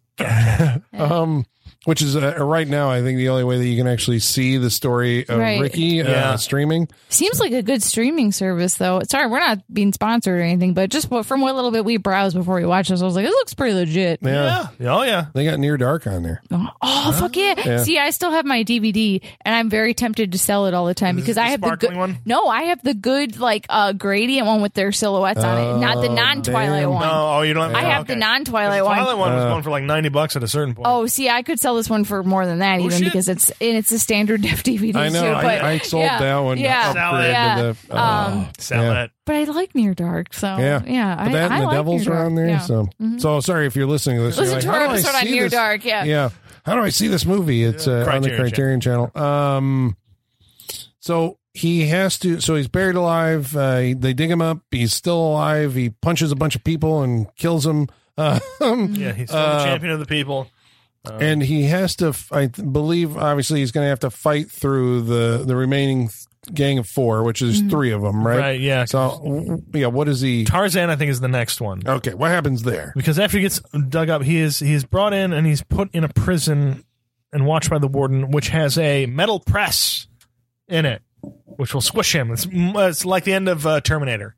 [SPEAKER 2] Um, which is uh, right now, I think the only way that you can actually see the story of
[SPEAKER 3] Right.
[SPEAKER 2] Ricky uh,
[SPEAKER 4] Yeah.
[SPEAKER 2] streaming.
[SPEAKER 3] Seems like a good streaming service, though. Sorry, we're not being sponsored or anything, but just what- from what little bit we browsed before we watched this, I was like, this looks pretty legit.
[SPEAKER 2] Yeah.
[SPEAKER 4] yeah. Oh yeah.
[SPEAKER 2] They got near dark on there.
[SPEAKER 3] Oh, fuck yeah.
[SPEAKER 2] Yeah.
[SPEAKER 3] See, I still have my DVD, and I'm very tempted to sell it all the time
[SPEAKER 4] Is
[SPEAKER 3] because
[SPEAKER 4] it the
[SPEAKER 3] I have the
[SPEAKER 4] sparkling
[SPEAKER 3] good
[SPEAKER 4] one?
[SPEAKER 3] No, I have the good like uh gradient one with their silhouettes on it, not the
[SPEAKER 2] Oh,
[SPEAKER 3] non-Twilight
[SPEAKER 2] damn.
[SPEAKER 3] one.
[SPEAKER 4] No, oh, you don't. Have,
[SPEAKER 3] I
[SPEAKER 4] oh,
[SPEAKER 3] have
[SPEAKER 4] okay. 'Cause
[SPEAKER 3] the non-Twilight
[SPEAKER 4] the
[SPEAKER 3] one.
[SPEAKER 4] Twilight one
[SPEAKER 2] Uh.
[SPEAKER 4] was going for like ninety bucks at a certain point.
[SPEAKER 3] Oh, see, I could sell this one for more than that, even
[SPEAKER 4] shit.
[SPEAKER 3] because it's and it's a standard def DVD.
[SPEAKER 2] I know.
[SPEAKER 3] Too, but,
[SPEAKER 2] I, I sold
[SPEAKER 3] yeah,
[SPEAKER 2] that one.
[SPEAKER 3] Yeah,
[SPEAKER 2] upgrade
[SPEAKER 3] yeah.
[SPEAKER 2] to the, uh,
[SPEAKER 3] um,
[SPEAKER 4] sell
[SPEAKER 2] yeah.
[SPEAKER 4] it.
[SPEAKER 3] but I like Near Dark, so
[SPEAKER 2] Yeah.
[SPEAKER 3] yeah,
[SPEAKER 2] but
[SPEAKER 3] I,
[SPEAKER 2] that
[SPEAKER 3] I
[SPEAKER 2] and the
[SPEAKER 3] like
[SPEAKER 2] devils
[SPEAKER 3] Near
[SPEAKER 2] are
[SPEAKER 3] Dark,
[SPEAKER 2] on there.
[SPEAKER 3] yeah.
[SPEAKER 2] So,
[SPEAKER 3] Mm-hmm.
[SPEAKER 2] so sorry if you're listening to this.
[SPEAKER 3] Listen
[SPEAKER 2] you're
[SPEAKER 3] to
[SPEAKER 2] like,
[SPEAKER 3] our
[SPEAKER 2] "How do I
[SPEAKER 3] episode on
[SPEAKER 2] see
[SPEAKER 3] Near
[SPEAKER 2] this?"
[SPEAKER 3] Dark. Yeah.
[SPEAKER 2] Yeah. How do I see this movie? It's uh, on the
[SPEAKER 4] Criterion
[SPEAKER 2] Criterion channel. Um, so he has to. So he's buried alive. Uh, he- they dig him up. He's still alive. He punches a bunch of people and kills them. Uh,
[SPEAKER 4] Yeah, he's still
[SPEAKER 2] Uh,
[SPEAKER 4] the champion of the people.
[SPEAKER 3] Uh-huh.
[SPEAKER 2] and he has to. f- I th- believe, obviously, he's going to have to fight through the the remaining th- gang of four, which
[SPEAKER 3] Mm-hmm.
[SPEAKER 2] is three of them, right?
[SPEAKER 4] Right, yeah.
[SPEAKER 2] So, w- w- yeah. What is he?
[SPEAKER 4] Tarzan, I think, is the next one.
[SPEAKER 2] Okay. What happens there?
[SPEAKER 4] because after he gets dug up, he is he is brought in and he's put in a prison and watched by the warden, which has a metal press in it, which will squish him. It's it's like the end of uh, Terminator.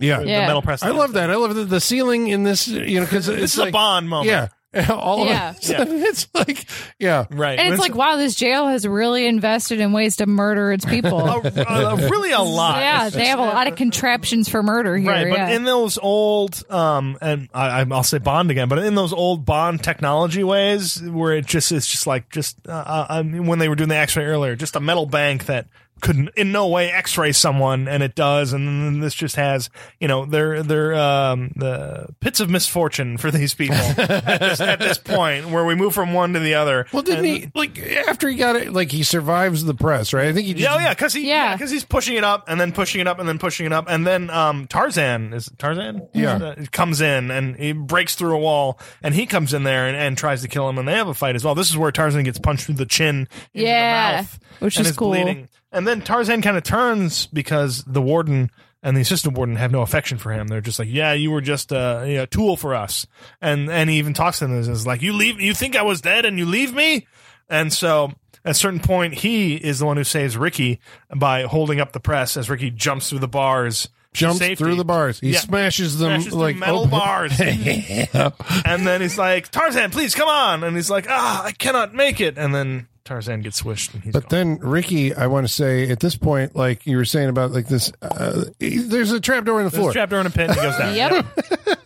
[SPEAKER 2] Yeah.
[SPEAKER 3] Yeah.
[SPEAKER 4] The metal press.
[SPEAKER 2] I love that. I love that the ceiling in this, you know, because
[SPEAKER 4] This
[SPEAKER 2] it's
[SPEAKER 4] is
[SPEAKER 2] like,
[SPEAKER 4] a Bond moment.
[SPEAKER 2] Yeah. All
[SPEAKER 3] Yeah.
[SPEAKER 2] of it. It's like, yeah.
[SPEAKER 4] right.
[SPEAKER 3] And it's
[SPEAKER 4] It's-
[SPEAKER 3] like, wow, this jail has really invested in ways to murder its people.
[SPEAKER 4] a, a- really a lot.
[SPEAKER 3] yeah,
[SPEAKER 4] It's
[SPEAKER 3] they have a lot of contraptions for murder here.
[SPEAKER 4] Right, but
[SPEAKER 3] yeah.
[SPEAKER 4] in those old, um, and I, I'm- I'll say Bond again, but in those old Bond technology ways, where it just it's just like just uh, uh, I mean, when they were doing the X-ray earlier, just a metal bank that could in no way X-ray someone, and it does, and then this just has you know their their um, the pits of misfortune for these people at, this, at this point where we move from one to the other.
[SPEAKER 2] Well, didn't he, like, after he got it, like, he survives the press, right? I think he just.
[SPEAKER 4] Yeah, oh, yeah, because he,
[SPEAKER 3] Yeah.
[SPEAKER 4] yeah, because he's pushing it up and then pushing it up and then pushing it up and then um, Tarzan is it Tarzan,
[SPEAKER 2] Yeah.
[SPEAKER 4] Uh, comes in and he breaks through a wall and he comes in there and, and tries to kill him and they have a fight as well. This is where Tarzan gets punched through the chin, into
[SPEAKER 3] Yeah,
[SPEAKER 4] the mouth,
[SPEAKER 3] which
[SPEAKER 4] and
[SPEAKER 3] is cool.
[SPEAKER 4] bleeding. And then Tarzan kind of turns because the warden and the assistant warden have no affection for him. They're just like, yeah, you were just a you know, tool for us. And and he even talks to them and is like, you leave, you think I was dead and you leave me. And so at a certain point, he is the one who saves Ricky by holding up the press as Ricky jumps through the bars. to
[SPEAKER 2] Jumps
[SPEAKER 4] safety.
[SPEAKER 2] through the bars. He
[SPEAKER 4] Yeah.
[SPEAKER 2] smashes them
[SPEAKER 4] Smashes through
[SPEAKER 2] like oh,
[SPEAKER 4] metal
[SPEAKER 2] open-
[SPEAKER 4] bars.
[SPEAKER 2] Yeah.
[SPEAKER 4] And then he's like, Tarzan, please come on. And he's like, ah, I cannot make it. And then Tarzan gets swished and he's
[SPEAKER 2] But then
[SPEAKER 4] gone.
[SPEAKER 2] Ricky, I want to say at this point, like you were saying about like this, uh, there's a trap door in the
[SPEAKER 4] There's
[SPEAKER 2] floor.
[SPEAKER 4] a trapdoor in a pit and he goes down.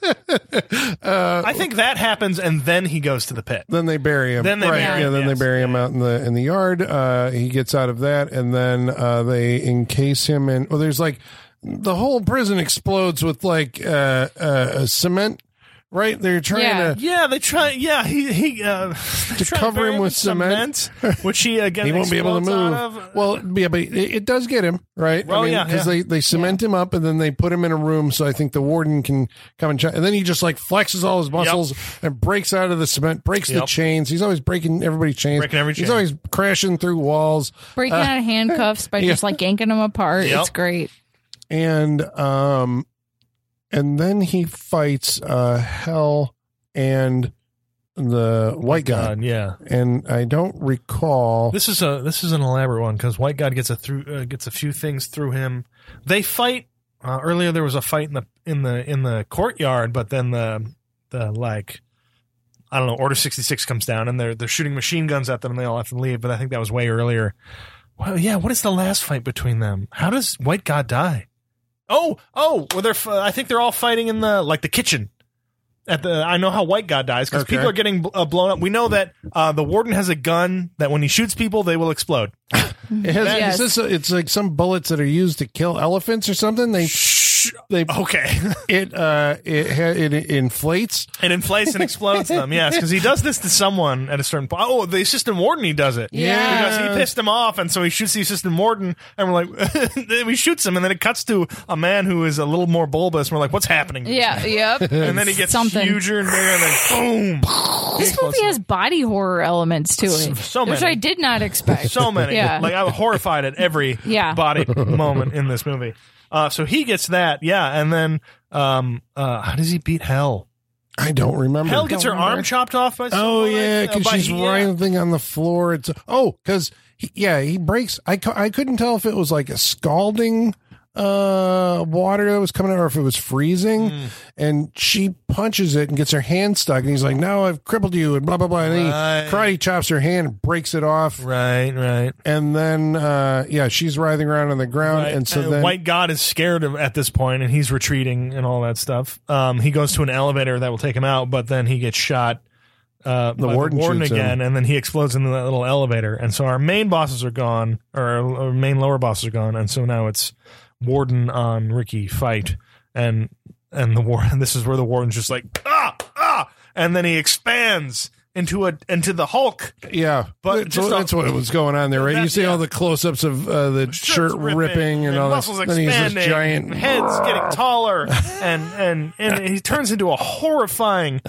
[SPEAKER 3] Yep.
[SPEAKER 4] I think that happens and then he goes to the pit.
[SPEAKER 2] then they bury him.
[SPEAKER 4] Then they
[SPEAKER 2] right.
[SPEAKER 4] bury him,
[SPEAKER 2] yeah, then
[SPEAKER 4] yes.
[SPEAKER 2] they bury him out in the in the yard. Uh, he gets out of that, and then uh, they encase him in. Well, there's like the whole prison explodes with like uh, uh, cement. Right, they're trying
[SPEAKER 3] Yeah.
[SPEAKER 2] to.
[SPEAKER 4] Yeah, they try. Yeah, he he uh, to
[SPEAKER 2] cover him with cement.
[SPEAKER 4] which he uh, again
[SPEAKER 2] He won't be able to
[SPEAKER 4] explodes
[SPEAKER 2] move.
[SPEAKER 4] out of. uh,
[SPEAKER 2] Well, yeah, but it, it does get him right.
[SPEAKER 4] Well, yeah,
[SPEAKER 2] because
[SPEAKER 4] yeah.
[SPEAKER 2] they they cement him up and then they put him in a room. So I think the warden can come and check. And then he just like flexes all his muscles and breaks out of the cement, breaks the
[SPEAKER 4] Yep.
[SPEAKER 2] chains. He's always breaking everybody's chains.
[SPEAKER 4] Breaking every
[SPEAKER 2] He's
[SPEAKER 4] chain.
[SPEAKER 2] always crashing through walls.
[SPEAKER 3] Breaking out of handcuffs by just like yanking them apart.
[SPEAKER 4] Yep.
[SPEAKER 3] It's great.
[SPEAKER 2] and um and then he fights uh hell and the white god
[SPEAKER 4] God, Uh, yeah.
[SPEAKER 2] and i don't recall
[SPEAKER 4] This is a this is an elaborate one because White God gets a through uh, gets a few things through him. They fight uh, earlier. There was a fight in the in the in the courtyard, but then the the like I don't know. Order sixty six comes down and they're they're shooting machine guns at them and they all have to leave. But I think that was way earlier. Well, yeah. What is the last fight between them? How does White God die? Oh, oh. Well, they're f- I think they're all fighting in the like the kitchen. At the, I know how White God dies because
[SPEAKER 2] Okay.
[SPEAKER 4] people are getting bl- uh, blown up. We know that uh, the warden has a gun that when he shoots people, they will explode.
[SPEAKER 2] it has, is
[SPEAKER 3] Yes.
[SPEAKER 2] this a- it's like some bullets that are used to kill elephants or something they sh- they
[SPEAKER 4] Okay.
[SPEAKER 2] it uh it ha- it inflates.
[SPEAKER 4] and inflates and explodes them. Yes, because he does this to someone at a certain point. Oh, the assistant warden, he does it.
[SPEAKER 3] Yeah.
[SPEAKER 4] because he pissed him off, and so he shoots the assistant warden, and we're like, then he shoots him, and then it cuts to a man who is a little more bulbous, and we're like, what's happening?
[SPEAKER 3] Yeah, yep.
[SPEAKER 4] And then he gets
[SPEAKER 3] Something.
[SPEAKER 4] huger and bigger, and then boom.
[SPEAKER 3] This movie has body horror elements to it,
[SPEAKER 4] So many.
[SPEAKER 3] which I did not expect.
[SPEAKER 4] so many.
[SPEAKER 3] Yeah.
[SPEAKER 4] Like I'm horrified at every
[SPEAKER 3] Yeah.
[SPEAKER 4] body moment in this movie. Uh, so he gets that, yeah, and then um, uh, how does he beat Hell?
[SPEAKER 2] I don't remember.
[SPEAKER 4] Hell gets her
[SPEAKER 3] remember.
[SPEAKER 4] arm chopped off by.
[SPEAKER 2] Oh
[SPEAKER 4] someone,
[SPEAKER 2] yeah,
[SPEAKER 4] uh,
[SPEAKER 2] because
[SPEAKER 4] by-
[SPEAKER 2] she's
[SPEAKER 4] yeah.
[SPEAKER 2] writhing on the floor. It's oh, because yeah, he breaks. I cou- I couldn't tell if it was like a scalding uh water that was coming out or if it was freezing
[SPEAKER 4] Hmm.
[SPEAKER 2] and she punches it and gets her hand stuck and he's like no i've crippled you and blah blah blah and then he
[SPEAKER 4] Right.
[SPEAKER 2] karate chops her hand and breaks it off
[SPEAKER 4] Right, right.
[SPEAKER 2] and then uh yeah she's writhing around on the ground
[SPEAKER 4] Right.
[SPEAKER 2] and so then
[SPEAKER 4] White God is scared of, at this point, and he's retreating and all that stuff. Um, he goes to an elevator that will take him out, but then he gets shot. Uh, by
[SPEAKER 2] warden
[SPEAKER 4] the warden
[SPEAKER 2] shoots him.
[SPEAKER 4] again, and then he explodes into that little elevator. And so our main bosses are gone, or our our main lower bosses are gone, and so now it's warden on Ricky fight, and and the warden. This is where the warden's just like ah ah, and then he expands into a into the Hulk.
[SPEAKER 2] yeah
[SPEAKER 4] But
[SPEAKER 2] that's,
[SPEAKER 4] just
[SPEAKER 2] what-
[SPEAKER 4] a-
[SPEAKER 2] that's what was going on there right you
[SPEAKER 4] That's-
[SPEAKER 2] see
[SPEAKER 4] yeah.
[SPEAKER 2] all the close-ups of uh, the shirt
[SPEAKER 4] shirts
[SPEAKER 2] ripping, and, all
[SPEAKER 4] muscles
[SPEAKER 2] that then he's
[SPEAKER 4] expanding,
[SPEAKER 2] this giant
[SPEAKER 4] heads getting taller, and and and he turns into a horrifying,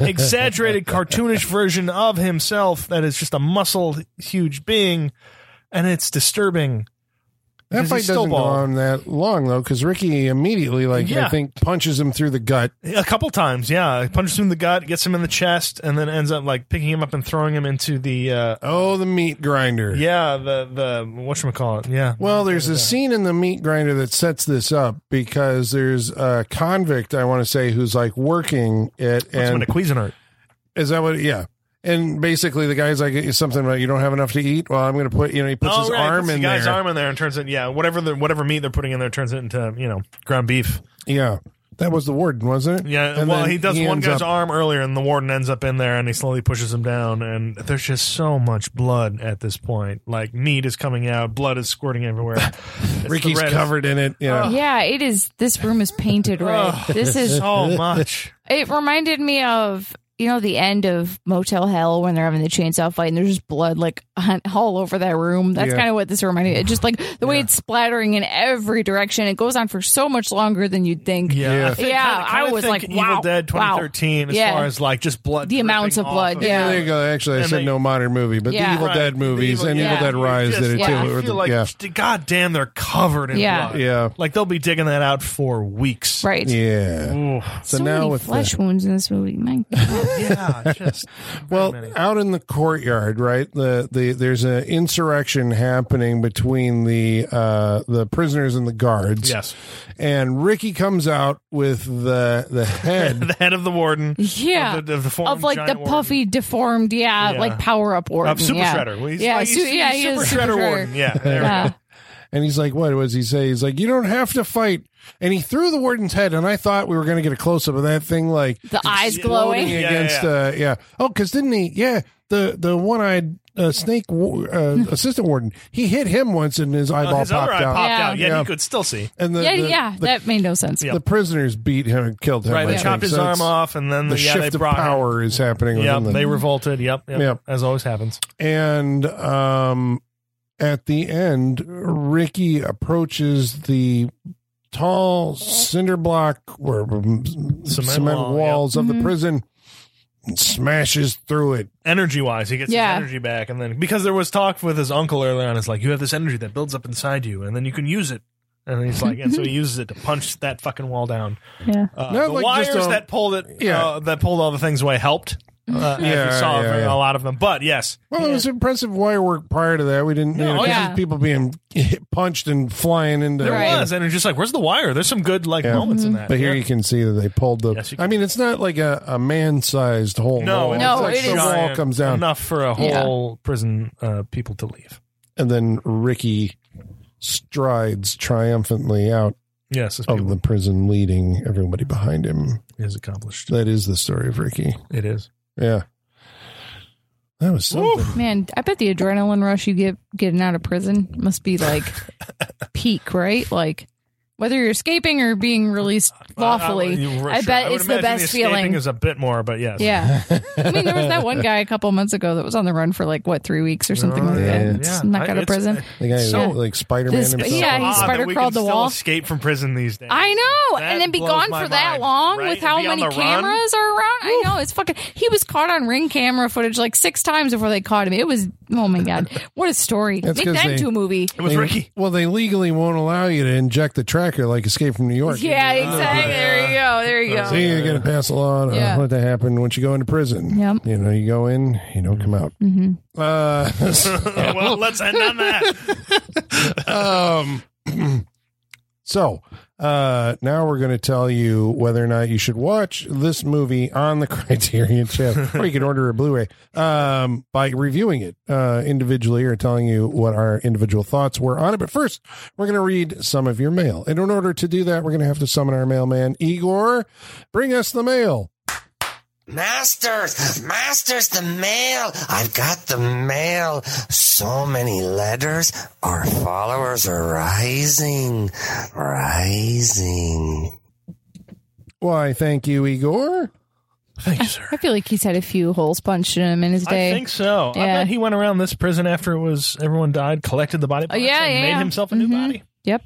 [SPEAKER 4] exaggerated, cartoonish version of himself that is just a muscled, huge being, and it's disturbing.
[SPEAKER 2] That
[SPEAKER 4] Is he
[SPEAKER 2] fight
[SPEAKER 4] still
[SPEAKER 2] doesn't go
[SPEAKER 4] bald?
[SPEAKER 2] on that long though, because Ricky immediately, like I
[SPEAKER 4] Yeah.
[SPEAKER 2] think, punches him through the gut.
[SPEAKER 4] A couple times, yeah, punches him in the gut, gets him in the chest, and then ends up like picking him up and throwing him into the uh,
[SPEAKER 2] Oh, the meat grinder.
[SPEAKER 4] yeah the the what call it yeah
[SPEAKER 2] Well, there's a scene in the meat grinder that sets this up because there's a convict I want to say who's like working it,
[SPEAKER 4] puts him
[SPEAKER 2] and
[SPEAKER 4] in a Cuisinart.
[SPEAKER 2] is that what? Yeah. And basically, the guy's like something about you don't have enough to eat. Well, I'm going to put you know he puts his
[SPEAKER 4] Oh, right,
[SPEAKER 2] arm
[SPEAKER 4] puts the
[SPEAKER 2] in
[SPEAKER 4] guy's
[SPEAKER 2] there.
[SPEAKER 4] arm in there and turns it yeah whatever the whatever meat they're putting in there turns it into you know ground beef
[SPEAKER 2] Yeah, that was the warden, wasn't it?
[SPEAKER 4] yeah
[SPEAKER 2] And
[SPEAKER 4] well
[SPEAKER 2] then
[SPEAKER 4] he does one
[SPEAKER 2] ends
[SPEAKER 4] guy's
[SPEAKER 2] up-
[SPEAKER 4] arm earlier and the warden ends up in there and he slowly pushes him down and there's just so much blood at this point like meat is coming out blood is squirting everywhere It's the Oh,
[SPEAKER 2] Ricky's
[SPEAKER 4] reddest-
[SPEAKER 2] covered in it. Yeah.
[SPEAKER 3] yeah, it is. This room is painted red. This is.
[SPEAKER 4] so much
[SPEAKER 3] It reminded me of you know the end of Motel Hell when they're having the chainsaw fight and there's just blood like on- all over that room. That's
[SPEAKER 2] Yeah.
[SPEAKER 3] kind of what this reminded me. It just like the way it's splattering in every direction. It goes on for so much longer than you'd think.
[SPEAKER 4] yeah, I, kinda-
[SPEAKER 3] Yeah,
[SPEAKER 4] kinda
[SPEAKER 3] I was
[SPEAKER 4] think
[SPEAKER 3] like,
[SPEAKER 4] Evil
[SPEAKER 3] wow,
[SPEAKER 4] Dead
[SPEAKER 3] wow.
[SPEAKER 4] 2013 as
[SPEAKER 3] Yeah.
[SPEAKER 4] far as like just blood,
[SPEAKER 3] The amounts
[SPEAKER 4] dripping off
[SPEAKER 3] of blood,
[SPEAKER 4] it.
[SPEAKER 2] Yeah,
[SPEAKER 3] Yeah.
[SPEAKER 2] there you go. Actually, I
[SPEAKER 4] And
[SPEAKER 2] said
[SPEAKER 4] they-
[SPEAKER 2] no modern movie, but the
[SPEAKER 3] Yeah.
[SPEAKER 2] Evil
[SPEAKER 4] Right.
[SPEAKER 2] Dead movies
[SPEAKER 4] The
[SPEAKER 2] and
[SPEAKER 4] yeah.
[SPEAKER 2] Evil Dead Rise
[SPEAKER 4] Just-
[SPEAKER 2] did it too.
[SPEAKER 3] yeah.
[SPEAKER 2] It
[SPEAKER 4] I
[SPEAKER 2] was-
[SPEAKER 4] feel like,
[SPEAKER 2] yeah,
[SPEAKER 4] God damn, they're covered in
[SPEAKER 3] Yeah.
[SPEAKER 4] blood.
[SPEAKER 2] yeah,
[SPEAKER 4] Like they'll be digging that out for weeks.
[SPEAKER 3] Right.
[SPEAKER 2] yeah.
[SPEAKER 4] Ooh.
[SPEAKER 2] So,
[SPEAKER 3] So,
[SPEAKER 2] now
[SPEAKER 3] many
[SPEAKER 2] with
[SPEAKER 3] flesh
[SPEAKER 2] the,
[SPEAKER 3] wounds in this movie. My God.
[SPEAKER 4] Yeah. Just
[SPEAKER 2] well,
[SPEAKER 4] many.
[SPEAKER 2] out in the courtyard, right? The the there's an insurrection happening between the uh the prisoners and the guards.
[SPEAKER 4] yes.
[SPEAKER 2] and Ricky comes out with the the head.
[SPEAKER 4] The head of the warden.
[SPEAKER 3] yeah.
[SPEAKER 4] Of, the, of, the form
[SPEAKER 3] of like
[SPEAKER 4] giant
[SPEAKER 3] the
[SPEAKER 4] warden.
[SPEAKER 3] puffy, deformed, yeah,
[SPEAKER 4] Yeah.
[SPEAKER 3] like power up warden,
[SPEAKER 4] Of Super
[SPEAKER 3] yeah.
[SPEAKER 4] Shredder. Well, he's
[SPEAKER 3] yeah,
[SPEAKER 4] like,
[SPEAKER 3] su-
[SPEAKER 4] he's-
[SPEAKER 3] yeah,
[SPEAKER 4] he's
[SPEAKER 3] he
[SPEAKER 4] Super
[SPEAKER 3] is
[SPEAKER 4] Shredder warden. Yeah. There we
[SPEAKER 3] Yeah.
[SPEAKER 4] go.
[SPEAKER 2] and he's like, "What? What does he say?" He's like, "You don't have to fight." And he threw the warden's head, and I thought we were going to get a close up of that thing, like
[SPEAKER 3] The eyes
[SPEAKER 2] exploding
[SPEAKER 3] glowing.
[SPEAKER 4] Yeah,
[SPEAKER 2] against
[SPEAKER 4] yeah.
[SPEAKER 2] uh yeah oh because didn't he yeah the the one-eyed uh, snake wa- uh, assistant warden he hit him once and his eyeball
[SPEAKER 4] Uh, his
[SPEAKER 2] popped
[SPEAKER 4] other eye
[SPEAKER 2] out
[SPEAKER 4] popped
[SPEAKER 3] Yeah.
[SPEAKER 4] out. Yeah,
[SPEAKER 2] Yeah.
[SPEAKER 4] he could still see.
[SPEAKER 2] and the
[SPEAKER 3] yeah,
[SPEAKER 2] the,
[SPEAKER 3] yeah.
[SPEAKER 2] the,
[SPEAKER 3] that made no sense.
[SPEAKER 4] Yeah.
[SPEAKER 2] the prisoners beat him and killed him
[SPEAKER 4] Right.
[SPEAKER 2] I
[SPEAKER 4] They
[SPEAKER 2] think.
[SPEAKER 4] chopped his
[SPEAKER 2] So
[SPEAKER 4] arm
[SPEAKER 2] it's-
[SPEAKER 4] off, and then
[SPEAKER 2] the
[SPEAKER 4] yeah,
[SPEAKER 2] shift
[SPEAKER 4] they
[SPEAKER 2] of
[SPEAKER 4] brought him.
[SPEAKER 2] power is happening
[SPEAKER 4] Yep,
[SPEAKER 2] within the,
[SPEAKER 4] they revolted. Yep, yep,
[SPEAKER 2] Yep.
[SPEAKER 4] as always happens.
[SPEAKER 2] and um at the end ricky approaches the tall cinder block or um, cement,
[SPEAKER 4] wall,
[SPEAKER 2] walls of
[SPEAKER 3] Mhm.
[SPEAKER 2] the prison and smashes through it
[SPEAKER 4] Energy wise, he gets
[SPEAKER 3] Yeah.
[SPEAKER 4] his energy back, and then because there was talk with his uncle earlier on, it's like you have this energy that builds up inside you, and then you can use it. And he's like, and so he uses it to punch that fucking wall down.
[SPEAKER 3] Yeah.
[SPEAKER 4] Uh,
[SPEAKER 2] Not
[SPEAKER 4] the
[SPEAKER 2] like
[SPEAKER 4] wires
[SPEAKER 2] just a-
[SPEAKER 4] that pulled it,
[SPEAKER 2] Yeah.
[SPEAKER 4] uh, that pulled all the things away helped. Uh, yeah,
[SPEAKER 2] Yeah,
[SPEAKER 4] saw
[SPEAKER 2] yeah,
[SPEAKER 4] very-
[SPEAKER 2] yeah.
[SPEAKER 4] a lot of them, but yes,
[SPEAKER 2] Well, it was impressive wire work prior to that. We didn't, you
[SPEAKER 4] Yeah,
[SPEAKER 2] know,
[SPEAKER 4] oh,
[SPEAKER 2] 'cause
[SPEAKER 3] yeah.
[SPEAKER 2] of people being hit, punched and flying into.
[SPEAKER 4] there
[SPEAKER 3] Right. Mm-hmm.
[SPEAKER 4] was, and it's just like, where's the wire? There's some good like
[SPEAKER 2] Yeah.
[SPEAKER 4] moments in that.
[SPEAKER 2] But here
[SPEAKER 4] Yeah.
[SPEAKER 2] you can see that they pulled the.
[SPEAKER 4] Yes, you can.
[SPEAKER 2] I mean, it's not like a, a man sized hole. in the
[SPEAKER 4] no,
[SPEAKER 2] wall.
[SPEAKER 4] it's
[SPEAKER 3] No,
[SPEAKER 2] like
[SPEAKER 3] it
[SPEAKER 2] the
[SPEAKER 3] is-
[SPEAKER 2] wall
[SPEAKER 4] giant,
[SPEAKER 2] comes down,
[SPEAKER 4] enough for a
[SPEAKER 3] Yeah.
[SPEAKER 4] whole prison uh, people to leave.
[SPEAKER 2] and then Ricky strides triumphantly out
[SPEAKER 4] Yes, as
[SPEAKER 2] of
[SPEAKER 4] people
[SPEAKER 2] the prison, leading everybody behind him.
[SPEAKER 4] is accomplished.
[SPEAKER 2] That is the story of Ricky.
[SPEAKER 4] It is.
[SPEAKER 2] Yeah, that was something.
[SPEAKER 3] Man, I bet the adrenaline rush you get getting out of prison must be like peak, right? Like whether you're escaping or being released lawfully.
[SPEAKER 4] you-
[SPEAKER 3] I bet
[SPEAKER 4] would
[SPEAKER 3] it's the
[SPEAKER 4] imagine
[SPEAKER 3] best
[SPEAKER 4] escaping
[SPEAKER 3] feeling.
[SPEAKER 4] Is a bit more, but yes.
[SPEAKER 3] yeah. I mean, there was that one guy a couple months ago that was on the run for like, what, three weeks or something like
[SPEAKER 2] yeah.
[SPEAKER 3] that. Just Snuck
[SPEAKER 4] I-
[SPEAKER 3] out of
[SPEAKER 4] it's-
[SPEAKER 3] prison.
[SPEAKER 2] The guy
[SPEAKER 4] So-
[SPEAKER 2] like Spider Man
[SPEAKER 3] This-
[SPEAKER 2] himself.
[SPEAKER 3] yeah, he
[SPEAKER 4] odd that
[SPEAKER 3] spider
[SPEAKER 4] we
[SPEAKER 3] crawled
[SPEAKER 4] can
[SPEAKER 3] the
[SPEAKER 4] still
[SPEAKER 3] wall.
[SPEAKER 4] Escape from prison these days.
[SPEAKER 3] I know,
[SPEAKER 4] That
[SPEAKER 3] and then be
[SPEAKER 4] blows
[SPEAKER 3] gone
[SPEAKER 4] my
[SPEAKER 3] for that
[SPEAKER 4] mind,
[SPEAKER 3] long
[SPEAKER 4] right?
[SPEAKER 3] with how
[SPEAKER 4] Be on
[SPEAKER 3] many
[SPEAKER 4] the run?
[SPEAKER 3] cameras are around. I know it's fucking. He was caught on ring camera footage like six times before they caught him. It was oh my god, what a story!
[SPEAKER 2] That's
[SPEAKER 3] Make
[SPEAKER 2] 'cause
[SPEAKER 3] that
[SPEAKER 2] they-
[SPEAKER 3] into a movie.
[SPEAKER 4] It was
[SPEAKER 2] They-
[SPEAKER 4] Ricky.
[SPEAKER 2] Well, they legally won't allow you to inject the tracker like Escape from New York.
[SPEAKER 3] Yeah, exactly. There you go.
[SPEAKER 2] So
[SPEAKER 3] There you go.
[SPEAKER 2] you got to pass a law uh, to
[SPEAKER 3] Yeah.
[SPEAKER 2] let that happen once you go into prison.
[SPEAKER 3] Yep. Mm-hmm.
[SPEAKER 2] You know, you go in, you don't come out. Uh,
[SPEAKER 4] well, let's end on that.
[SPEAKER 2] um, so uh, now we're going to tell you whether or not you should watch this movie on the Criterion Channel, or you can order a Blu-ray um, by reviewing it uh, individually or telling you what our individual thoughts were on it. But first, we're going to read some of your mail, and in order to do that, we're going to have to summon our mailman Igor. Bring us the mail.
[SPEAKER 1] Masters, masters, the mail. I've got the mail. So many letters. Our followers are rising, rising.
[SPEAKER 2] Why? Thank you, Igor.
[SPEAKER 4] Thank you, sir.
[SPEAKER 3] I feel like he's had a few holes punched in him in his day.
[SPEAKER 4] I think so. I
[SPEAKER 3] Yeah.
[SPEAKER 4] bet he went around this prison after it was everyone died, collected the body parts,
[SPEAKER 3] Oh, yeah,
[SPEAKER 4] and
[SPEAKER 3] yeah,
[SPEAKER 4] made
[SPEAKER 3] yeah.
[SPEAKER 4] himself a new
[SPEAKER 3] Mhm.
[SPEAKER 4] body.
[SPEAKER 3] yep.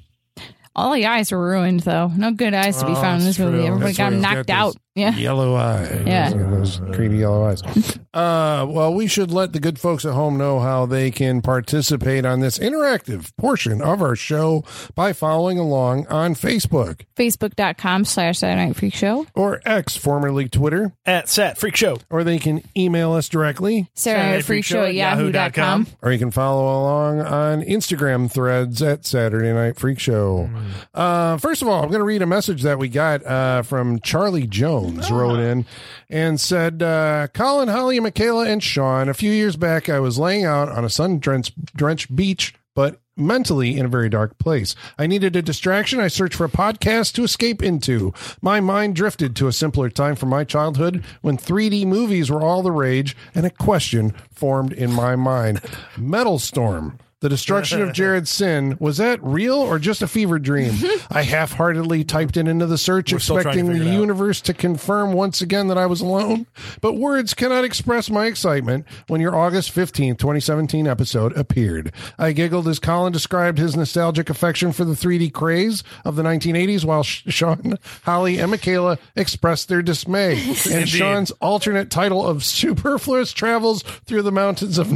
[SPEAKER 3] All the eyes were ruined though. No good eyes to be
[SPEAKER 4] Oh,
[SPEAKER 3] found in this
[SPEAKER 4] that's
[SPEAKER 3] movie.
[SPEAKER 4] true.
[SPEAKER 3] Everybody
[SPEAKER 2] That's
[SPEAKER 3] got
[SPEAKER 2] why
[SPEAKER 3] him
[SPEAKER 2] he's got
[SPEAKER 3] knocked
[SPEAKER 2] these
[SPEAKER 3] out. Yeah.
[SPEAKER 2] Yellow eyes.
[SPEAKER 3] Yeah.
[SPEAKER 2] Those creepy yellow eyes. Uh, well, we should let the good folks at home know how they can participate on this interactive portion of our show by following along on Facebook
[SPEAKER 3] Facebook.com slash Saturday Night Freak Show.
[SPEAKER 2] or X, formerly Twitter,
[SPEAKER 4] At set freak show.
[SPEAKER 2] or they can email us directly.
[SPEAKER 3] Saturday Night Freak Show at yahoo.com.
[SPEAKER 2] Or you can follow along on Instagram threads at Saturday Night Freak Show. Uh, first of all, I'm going to read a message that we got uh, from Charlie Jones, wrote in and said, uh, Colin, Holly, Michaela, and Sean, a few years back, I was laying out on a sun drenched drenched beach, but mentally in a very dark place. I needed a distraction. I searched for a podcast to escape into. My mind drifted to a simpler time from my childhood when 3D movies were all the rage, and a question formed in my mind Metal Storm. The destruction of Jared Sin was that real or just a fever dream? I half-heartedly typed it into the search,
[SPEAKER 4] still trying to
[SPEAKER 2] expecting the
[SPEAKER 4] figure it out.
[SPEAKER 2] universe to confirm once again that I was alone. But words cannot express my excitement when your August fifteenth, 2017 episode appeared. I giggled as Colin described his nostalgic affection for the 3D craze of the 1980s, while Sh- Sean, Holly, and Michaela expressed their dismay. and Sean's alternate title of Superfluous Travels Through the Mountains of,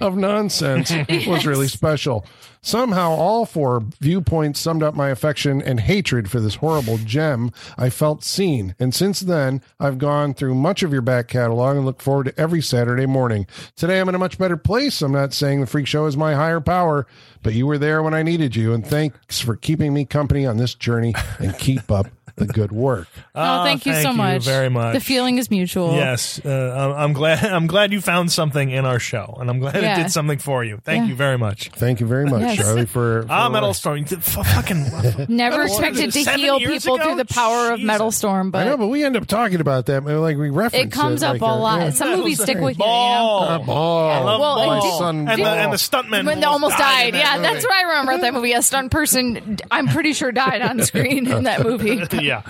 [SPEAKER 2] of Nonsense was really special. Somehow, all four viewpoints summed up my affection and hatred for this horrible gem. I felt seen, and since then, I've gone through much of your back catalog and look forward to every Saturday morning. Today, I'm in a much better place. I'm not saying the Freak Show is my higher power, but you were there when I needed you, and thanks for keeping me company on this journey and keep up the good work.
[SPEAKER 3] Oh, thank you
[SPEAKER 4] thank
[SPEAKER 3] so
[SPEAKER 4] you
[SPEAKER 3] much.
[SPEAKER 4] very much.
[SPEAKER 3] The feeling is mutual.
[SPEAKER 4] Yes, uh, I'm- I'm glad. I'm glad you found something in our show, and I'm glad
[SPEAKER 3] Yeah.
[SPEAKER 4] it did something for you. Thank
[SPEAKER 3] Yeah.
[SPEAKER 4] you very much.
[SPEAKER 2] Thank you very much,
[SPEAKER 3] Yes.
[SPEAKER 2] Charlie, for, for
[SPEAKER 4] Ah, Metal Storm. You did f- fucking
[SPEAKER 3] Never
[SPEAKER 4] Metal Storm
[SPEAKER 3] expected to
[SPEAKER 4] is seven
[SPEAKER 3] heal
[SPEAKER 4] years
[SPEAKER 3] people
[SPEAKER 4] ago?
[SPEAKER 3] through the power of
[SPEAKER 4] Jesus.
[SPEAKER 3] Metal Storm,
[SPEAKER 2] I know,
[SPEAKER 3] but
[SPEAKER 2] but we end up talking about that. Like we reference
[SPEAKER 3] it comes up
[SPEAKER 2] like,
[SPEAKER 3] a
[SPEAKER 2] uh,
[SPEAKER 3] lot.
[SPEAKER 2] yeah.
[SPEAKER 3] Some movies stick with you. you know?
[SPEAKER 4] ball.
[SPEAKER 2] A ball.
[SPEAKER 4] Oh, I love
[SPEAKER 3] Well,
[SPEAKER 4] ball.
[SPEAKER 3] and did-
[SPEAKER 2] Sun
[SPEAKER 4] and, the,
[SPEAKER 2] ball.
[SPEAKER 4] and the stuntman
[SPEAKER 3] When they almost died.
[SPEAKER 4] in that
[SPEAKER 3] Yeah,
[SPEAKER 4] movie.
[SPEAKER 3] that's what I remember at that movie. A stunned person, I'm pretty sure, died on screen in that movie.
[SPEAKER 4] Yeah,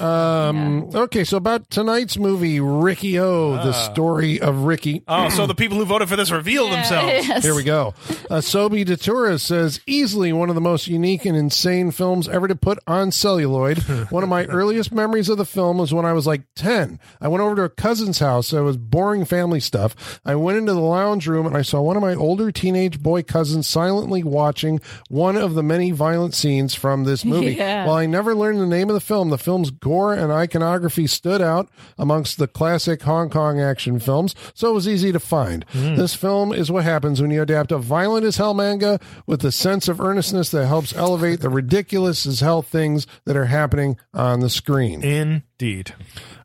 [SPEAKER 2] Um, Okay, so about tonight's movie, Ricky O,
[SPEAKER 4] Ah.
[SPEAKER 2] the story of Ricky.
[SPEAKER 4] Oh, so the people who voted for this revealed themselves.
[SPEAKER 3] Yes.
[SPEAKER 2] Here we go. Uh, Sobi Datura says easily one of the most unique and insane films ever to put on celluloid. One of my earliest memories of the film was when I was like 10. I went over to a cousin's house. So it was boring family stuff. I went into the lounge room and I saw one of my older teenage boy cousins silently watching one of the many violent scenes from this movie.
[SPEAKER 3] Yeah.
[SPEAKER 2] While I never learned the name of the film, the film's gore and iconography stood out amongst the classic Hong Kong action films, so it was easy to find. This film is what happens when you adapt a violent as hell manga with the sense of earnestness that helps elevate the ridiculous as hell things that are happening on the screen.
[SPEAKER 4] Indeed.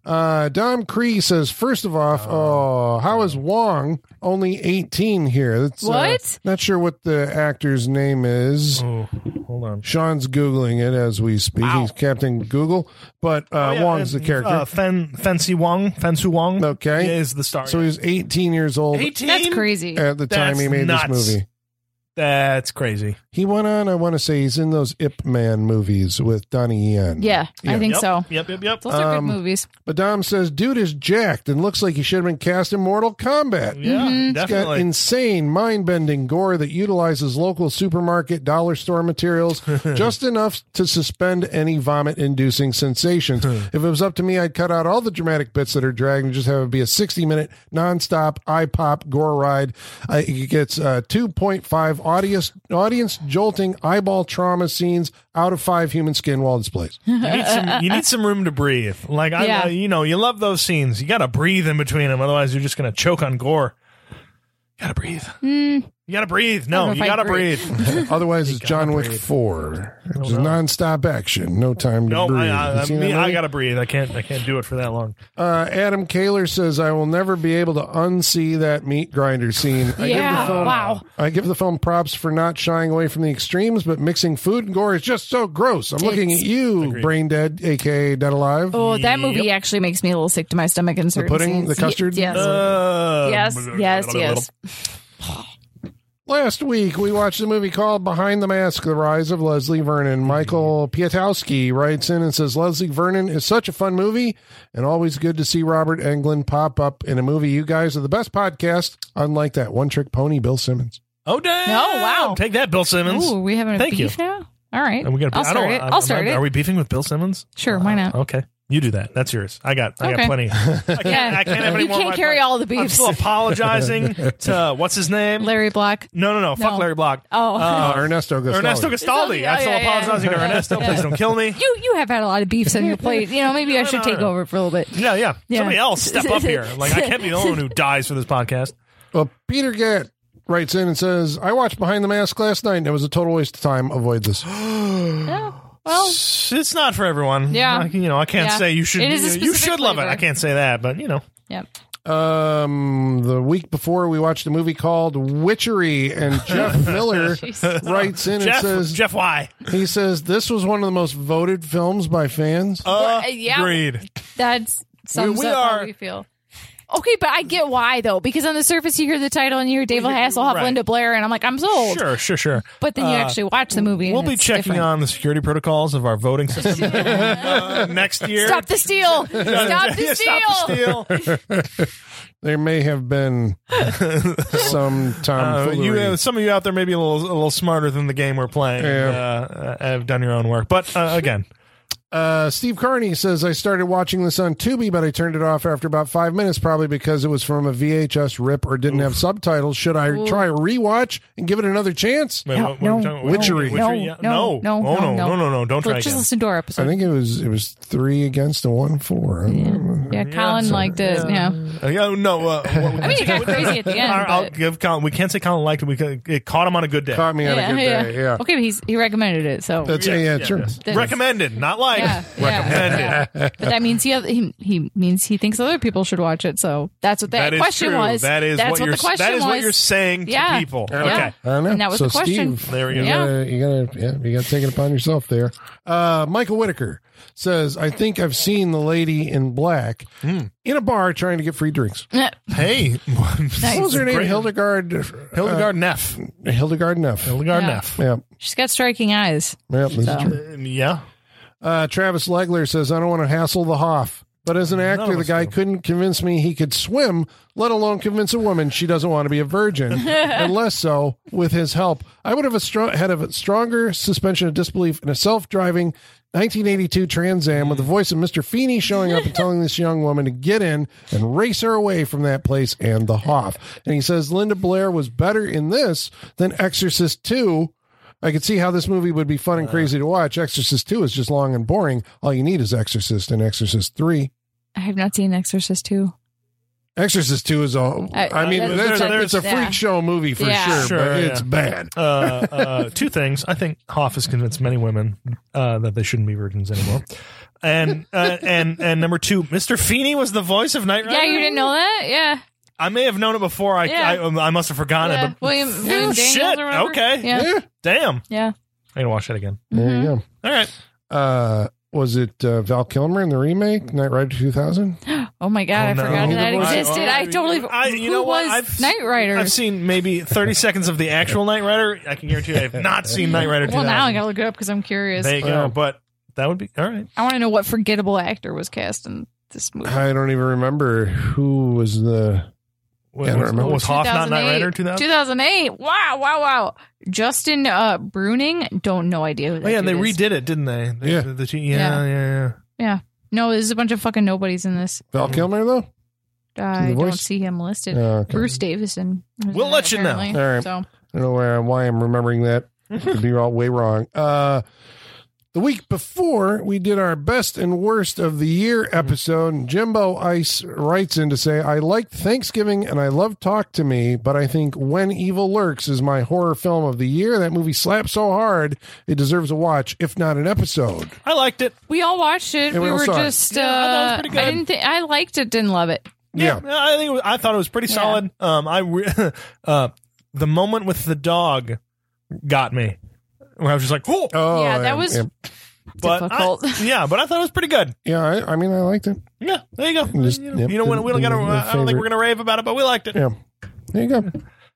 [SPEAKER 2] Uh, Dom Cree says, first of off, oh, how is Wong only 18 here? That's, uh,
[SPEAKER 3] What?
[SPEAKER 2] not sure what the actor's name is.
[SPEAKER 4] Oh, hold on.
[SPEAKER 2] Sean's googling it as we speak. He's Captain Google, but uh, Wong's the character.
[SPEAKER 4] Uh, Fen Fancy Wong, Fancy Wong.
[SPEAKER 2] Okay.
[SPEAKER 4] is the star.
[SPEAKER 2] so he was 18 years old
[SPEAKER 4] eighteen.
[SPEAKER 3] That's crazy.
[SPEAKER 2] at the time
[SPEAKER 4] That's
[SPEAKER 2] he made
[SPEAKER 4] nuts.
[SPEAKER 2] this movie.
[SPEAKER 4] That's crazy.
[SPEAKER 2] He went on, I want to say he's in those Ip Man movies with Donnie Yen.
[SPEAKER 3] Yeah, I
[SPEAKER 2] Yeah.
[SPEAKER 3] think
[SPEAKER 4] yep,
[SPEAKER 3] so.
[SPEAKER 4] Yep, yep, yep.
[SPEAKER 3] Those are
[SPEAKER 2] Um,
[SPEAKER 3] good movies.
[SPEAKER 2] But Dom says, dude is jacked and looks like he should have been cast in Mortal Kombat.
[SPEAKER 4] Yeah,
[SPEAKER 2] It's Mm-hmm. got
[SPEAKER 4] definitely.
[SPEAKER 2] Uh, insane, mind bending gore that utilizes local supermarket, dollar store materials just enough to suspend any vomit inducing sensations. if it was up to me, I'd cut out all the dramatic bits that are dragged and just have it be a 60 minute nonstop eye pop gore ride. I, it gets uh, 2.5 audience, audience jolting eyeball trauma scenes out of five human skin wall displays.
[SPEAKER 4] you need some you need some room to breathe. Like I, uh,
[SPEAKER 3] Yeah.
[SPEAKER 4] you know, you love those scenes. You got to breathe in between them, otherwise you're just gonna choke on gore. Got to breathe. You got to breathe. No,
[SPEAKER 3] Hmm. Never
[SPEAKER 4] you
[SPEAKER 3] fight
[SPEAKER 4] got to
[SPEAKER 3] great.
[SPEAKER 4] breathe.
[SPEAKER 2] Otherwise, it's John Wick 4. Just nonstop action. No time to
[SPEAKER 4] Oh, no,
[SPEAKER 2] breathe.
[SPEAKER 4] I,
[SPEAKER 2] You
[SPEAKER 4] I, I,
[SPEAKER 2] seen that
[SPEAKER 4] mean, I
[SPEAKER 2] movie?
[SPEAKER 4] got to breathe. I can't. I can't do it for that long.
[SPEAKER 2] Uh, Adam Kaler says, "I will never be able to unsee that meat grinder scene." I, give
[SPEAKER 3] Yeah.
[SPEAKER 2] the film,
[SPEAKER 3] Wow.
[SPEAKER 2] I give the film props for not shying away from the extremes, but mixing food and gore is just so gross. I'm looking at
[SPEAKER 3] It's-
[SPEAKER 2] you, brain dead, aka dead alive.
[SPEAKER 3] Oh, that movie actually makes me a little sick to my stomach in certain
[SPEAKER 2] pudding?
[SPEAKER 3] scenes.
[SPEAKER 2] The custard?
[SPEAKER 3] Yes.
[SPEAKER 4] Uh,
[SPEAKER 3] yes, yes, yes.
[SPEAKER 2] Last week, we watched a movie called Behind the Mask The Rise of Leslie Vernon. Michael Piatowski writes in and says, Leslie Vernon is such a fun movie and always good to see Robert Englund pop up in a movie. You guys are the best podcast, unlike that one trick pony, Bill Simmons.
[SPEAKER 4] Oh damn!
[SPEAKER 3] Oh, wow.
[SPEAKER 4] Take that, Bill Simmons.
[SPEAKER 3] Ooh, are we having a
[SPEAKER 4] Thank you.
[SPEAKER 3] beef now? All right.
[SPEAKER 4] Are we Uh, gonna,
[SPEAKER 3] I'll
[SPEAKER 4] I don't-
[SPEAKER 3] start it.
[SPEAKER 4] I'm-
[SPEAKER 3] I'll start
[SPEAKER 4] I'm-
[SPEAKER 3] it.
[SPEAKER 4] Are we beefing with Bill Simmons?
[SPEAKER 3] Sure, why not?
[SPEAKER 4] Okay, you do that. That's yours. I got. I
[SPEAKER 3] Okay.
[SPEAKER 4] got plenty. I can't,
[SPEAKER 3] Yeah.
[SPEAKER 4] I can't have any
[SPEAKER 3] you
[SPEAKER 4] more of
[SPEAKER 3] can't
[SPEAKER 4] my
[SPEAKER 3] carry
[SPEAKER 4] plate.
[SPEAKER 3] all the
[SPEAKER 4] I'm
[SPEAKER 3] beefs.
[SPEAKER 4] still apologizing to what's his name?
[SPEAKER 3] Larry Block.
[SPEAKER 4] No, no, no. Fuck
[SPEAKER 3] No.
[SPEAKER 4] Larry Block.
[SPEAKER 3] Oh.
[SPEAKER 2] Uh,
[SPEAKER 4] Uh,
[SPEAKER 2] Ernesto Gastaldi.
[SPEAKER 4] Ernesto Gastaldi.
[SPEAKER 3] Gastaldi. Oh,
[SPEAKER 4] I'm still
[SPEAKER 3] yeah, yeah.
[SPEAKER 4] apologizing to Ernesto. Please don't kill me.
[SPEAKER 3] You you have had a lot of beefs on your plate. You know, maybe I should take over for a little bit.
[SPEAKER 4] Yeah, yeah,
[SPEAKER 3] Yeah.
[SPEAKER 4] Somebody else step up here. Like I can't be the only one who dies for this podcast.
[SPEAKER 2] Well, Uh, Peter Gatt writes in and says, I watched Behind the Mask last night and it was a total waste of time. Avoid this.
[SPEAKER 3] Yeah. Well,
[SPEAKER 4] It's not for everyone.
[SPEAKER 3] Yeah.
[SPEAKER 4] Like, you know I can't
[SPEAKER 3] Yeah.
[SPEAKER 4] say you should.
[SPEAKER 3] It is a
[SPEAKER 4] you
[SPEAKER 3] specific
[SPEAKER 4] should love it.
[SPEAKER 3] flavor.
[SPEAKER 4] I can't say that, but you know.
[SPEAKER 3] yeah.
[SPEAKER 2] Um, the week before, we watched a movie called Witchery, and Jeff Miller
[SPEAKER 4] Uh,
[SPEAKER 2] writes in
[SPEAKER 4] Jeff,
[SPEAKER 2] and says,
[SPEAKER 4] Jeff, why?
[SPEAKER 2] He says this was one of the most voted films by fans.
[SPEAKER 4] Oh.
[SPEAKER 3] Well, uh, yeah.
[SPEAKER 4] Agreed.
[SPEAKER 3] That's sums
[SPEAKER 4] we
[SPEAKER 3] up how
[SPEAKER 4] are-
[SPEAKER 3] we feel. Okay, but I get why though, because on the surface you hear the title and you hear David Hasselhoff,
[SPEAKER 4] right.
[SPEAKER 3] Linda Blair, and I'm like, I'm sold.
[SPEAKER 4] Sure, sure, sure. Uh,
[SPEAKER 3] But then you actually watch the movie. and
[SPEAKER 4] We'll be
[SPEAKER 3] it's
[SPEAKER 4] checking
[SPEAKER 3] different.
[SPEAKER 4] on the security protocols of our voting system uh, next year.
[SPEAKER 3] Stop the steal! Stop the
[SPEAKER 4] Yeah,
[SPEAKER 3] steal!
[SPEAKER 4] Stop the steal.
[SPEAKER 2] There may have been some
[SPEAKER 4] Uh,
[SPEAKER 2] tomfoolery.
[SPEAKER 4] you, uh, some of you out there may be a little, a little smarter than the game we're playing. Uh, uh, have done your own work, but uh, again,
[SPEAKER 2] Uh, Steve Carney says I started watching this on Tubi, but I turned it off after about five minutes, probably because it was from a VHS rip or didn't have subtitles. Should I try a rewatch and give it another chance?
[SPEAKER 4] wait,
[SPEAKER 3] No,
[SPEAKER 4] what- what are we
[SPEAKER 3] no,
[SPEAKER 4] talking about?
[SPEAKER 2] no,
[SPEAKER 4] Witchery.
[SPEAKER 3] no,
[SPEAKER 4] Witchery, yeah.
[SPEAKER 3] no,
[SPEAKER 4] no,
[SPEAKER 3] no,
[SPEAKER 4] oh, no,
[SPEAKER 3] no,
[SPEAKER 4] no, no, no, don't
[SPEAKER 3] Well,
[SPEAKER 4] try
[SPEAKER 3] just
[SPEAKER 4] again.
[SPEAKER 3] listen to our
[SPEAKER 2] I
[SPEAKER 3] episode.
[SPEAKER 2] think it was it was three against a one four.
[SPEAKER 3] yeah, Colin liked it. Yeah.
[SPEAKER 4] Uh, yeah, no. Uh, what-
[SPEAKER 3] I mean, it got crazy at the end.
[SPEAKER 4] I'll- I'll
[SPEAKER 3] but-
[SPEAKER 4] give Colin. We can't say Colin liked it. We ca- it caught him on a good day.
[SPEAKER 2] Caught me on a good day. Yeah,
[SPEAKER 3] Okay, but he's he recommended it, so
[SPEAKER 2] that's yeah, yeah, sure.
[SPEAKER 3] That's-
[SPEAKER 4] Recommended, not like
[SPEAKER 3] yeah, yeah,
[SPEAKER 4] recommended.
[SPEAKER 3] yeah. But that means he, he he means he thinks other people should watch it. So that's what that,
[SPEAKER 4] That is
[SPEAKER 3] question
[SPEAKER 4] true.
[SPEAKER 3] was.
[SPEAKER 4] That is
[SPEAKER 3] that's
[SPEAKER 4] what,
[SPEAKER 3] what,
[SPEAKER 4] you're,
[SPEAKER 3] the question
[SPEAKER 4] that is
[SPEAKER 3] was.
[SPEAKER 4] what you're saying to
[SPEAKER 3] yeah.
[SPEAKER 4] people.
[SPEAKER 3] Yeah.
[SPEAKER 4] Okay.
[SPEAKER 2] I don't know.
[SPEAKER 3] And that was
[SPEAKER 2] so
[SPEAKER 3] the question.
[SPEAKER 2] Steve,
[SPEAKER 4] There we go.
[SPEAKER 2] You gotta, you gotta, yeah, you gotta take it upon yourself there. Uh, Michael Whitaker says, "I think I've seen the lady in black
[SPEAKER 4] Hmm.
[SPEAKER 2] in a bar trying to get free drinks."
[SPEAKER 4] Hey,
[SPEAKER 2] What was her name?
[SPEAKER 4] Great.
[SPEAKER 2] Hildegard.
[SPEAKER 4] Hildegard Neff.
[SPEAKER 2] Uh, Hildegard Neff.
[SPEAKER 4] Hildegard
[SPEAKER 3] Yeah.
[SPEAKER 4] Neff.
[SPEAKER 2] Yeah,
[SPEAKER 3] She's got striking eyes.
[SPEAKER 2] yeah. this is
[SPEAKER 3] So.
[SPEAKER 2] true.
[SPEAKER 4] Um, Yeah.
[SPEAKER 2] Uh, Travis Legler says, "I don't want to hassle the Hoff." But as an actor,
[SPEAKER 4] of
[SPEAKER 2] the
[SPEAKER 4] us
[SPEAKER 2] guy
[SPEAKER 4] do.
[SPEAKER 2] couldn't convince me he could swim, let alone convince a woman she doesn't want to be a virgin. Unless so, with his help, I would have a str- had a stronger suspension of disbelief in a self-driving 1982 Trans Am with the voice of Mr. Feeney showing up and telling this young woman to get in and race her away from that place and the Hoff. And he says Linda Blair was better in this than Exorcist 2. I could see how this movie would be fun
[SPEAKER 4] Uh.
[SPEAKER 2] and crazy to watch. Exorcist 2 is just long and boring. All you need is Exorcist and Exorcist 3.
[SPEAKER 3] I have not seen Exorcist two.
[SPEAKER 2] Exorcist 2 is all. I,
[SPEAKER 3] I-
[SPEAKER 2] mean,
[SPEAKER 3] I-
[SPEAKER 2] that's a,
[SPEAKER 4] there's-
[SPEAKER 2] it's a freak
[SPEAKER 3] yeah.
[SPEAKER 2] show movie for
[SPEAKER 3] Yeah.
[SPEAKER 2] sure,
[SPEAKER 4] Sure,
[SPEAKER 2] but
[SPEAKER 4] yeah.
[SPEAKER 2] it's bad.
[SPEAKER 4] Uh, uh, two things. I think Hoff has convinced many women uh, that they shouldn't be virgins anymore. And uh, and and number two, Mr. Feeney was the voice of Night Rider.
[SPEAKER 3] Yeah, you didn't know that. Yeah,
[SPEAKER 4] I may have known it before. I um,
[SPEAKER 3] Yeah.
[SPEAKER 4] I, I must have forgotten
[SPEAKER 3] yeah.
[SPEAKER 4] it. But
[SPEAKER 3] William, William
[SPEAKER 4] Oh,
[SPEAKER 3] Daniels
[SPEAKER 4] shit.
[SPEAKER 3] or whatever.
[SPEAKER 4] Okay.
[SPEAKER 3] Yeah,
[SPEAKER 2] Yeah.
[SPEAKER 4] damn,
[SPEAKER 3] yeah. Mm-hmm.
[SPEAKER 4] I gotta watch that again.
[SPEAKER 2] There you go.
[SPEAKER 4] All right.
[SPEAKER 2] uh, was it uh, Val Kilmer in the remake Night Rider 2000?
[SPEAKER 3] Oh my god,
[SPEAKER 4] Oh,
[SPEAKER 3] I
[SPEAKER 4] no.
[SPEAKER 3] forgot that
[SPEAKER 2] Neither was I.
[SPEAKER 3] existed. I, totally.
[SPEAKER 4] I- you
[SPEAKER 3] who
[SPEAKER 4] know what?
[SPEAKER 3] was
[SPEAKER 4] I've-
[SPEAKER 3] Knight Rider?
[SPEAKER 4] I've seen maybe 30 seconds of the actual Knight Rider. I can guarantee I've not seen Knight Rider 2000.
[SPEAKER 3] well, now I gotta look it up because I'm curious.
[SPEAKER 4] there you
[SPEAKER 2] Wow.
[SPEAKER 4] go. But that would be all right.
[SPEAKER 3] I want to know what forgettable actor was cast in this movie.
[SPEAKER 2] I don't even remember who was the.
[SPEAKER 4] Was,
[SPEAKER 2] Yeah, I don't
[SPEAKER 4] was,
[SPEAKER 2] remember.
[SPEAKER 4] was Hoff not Knight Rider 2000?
[SPEAKER 3] 2008. Wow, wow, wow. Justin uh, Bruning. Don't no idea. Who that
[SPEAKER 4] Oh, yeah, and they
[SPEAKER 3] dude is.
[SPEAKER 4] redid it, didn't they? They-
[SPEAKER 2] Yeah.
[SPEAKER 4] The, the, yeah. Yeah, yeah,
[SPEAKER 3] No, there's a bunch of fucking nobodies in this.
[SPEAKER 2] Val
[SPEAKER 4] Mhm.
[SPEAKER 2] Kilmer, though?
[SPEAKER 3] I
[SPEAKER 2] The voice-
[SPEAKER 3] don't see him listed.
[SPEAKER 2] Oh, okay.
[SPEAKER 3] Bruce Davison. was
[SPEAKER 4] Uh, We'll
[SPEAKER 3] in
[SPEAKER 4] let
[SPEAKER 3] it,
[SPEAKER 4] you know.
[SPEAKER 3] apparently.
[SPEAKER 2] All right.
[SPEAKER 3] So
[SPEAKER 2] I don't know where, why I'm remembering that. Could be all way wrong. Uh, the week before, we did our best and worst of the year episode. and Jimbo Ice writes in to say, I liked Thanksgiving and I love Talk to Me, but I think When Evil Lurks is my horror film of the year. That movie slaps so hard, it deserves a watch, if not an episode.
[SPEAKER 4] I liked it.
[SPEAKER 3] we all watched it.
[SPEAKER 2] Yeah, we
[SPEAKER 3] we
[SPEAKER 2] all
[SPEAKER 3] were
[SPEAKER 2] saw it.
[SPEAKER 3] just.
[SPEAKER 4] Yeah, I thought it was
[SPEAKER 3] uh,
[SPEAKER 4] pretty good.
[SPEAKER 3] I didn't. think I liked it. Didn't love it.
[SPEAKER 2] Yeah.
[SPEAKER 4] I think it was, I thought it was pretty
[SPEAKER 3] Yeah.
[SPEAKER 4] solid. Um, I re- uh, the moment with the dog got me where I was just like, oh,
[SPEAKER 2] Oh,
[SPEAKER 3] Yeah, that was-
[SPEAKER 2] Yeah,
[SPEAKER 4] but I,
[SPEAKER 3] difficult.
[SPEAKER 4] yeah, but I thought it was pretty good.
[SPEAKER 2] yeah, I, I mean, I liked it.
[SPEAKER 4] Yeah, there you go.
[SPEAKER 2] Just-
[SPEAKER 4] you know,
[SPEAKER 2] yep,
[SPEAKER 4] you know what? We don't
[SPEAKER 2] the-
[SPEAKER 4] gotta.
[SPEAKER 2] the
[SPEAKER 4] I don't think we're
[SPEAKER 2] favorite.
[SPEAKER 4] gonna rave about it, but we liked it.
[SPEAKER 2] Yeah. There you go.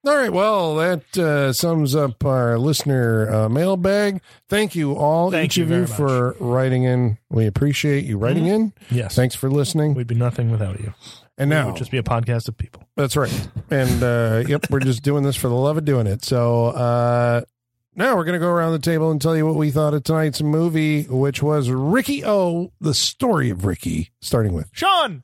[SPEAKER 2] All right. Well, that uh, sums up our listener uh, mailbag. Thank you all,
[SPEAKER 4] Thank
[SPEAKER 2] each
[SPEAKER 4] you
[SPEAKER 2] of you,
[SPEAKER 4] very much. Mm-hmm.
[SPEAKER 2] for writing in. We appreciate you writing in.
[SPEAKER 4] Yes,
[SPEAKER 2] Thanks for listening.
[SPEAKER 4] we'd be nothing without you.
[SPEAKER 2] and
[SPEAKER 4] it
[SPEAKER 2] now,
[SPEAKER 4] would just be a podcast of people.
[SPEAKER 2] that's right. And uh, yep, we're just doing this for the love of doing it. So uh, now we're going to go around the table and tell you what we thought of tonight's movie, which was Ricky O, the story of Ricky, starting with.
[SPEAKER 4] Sean,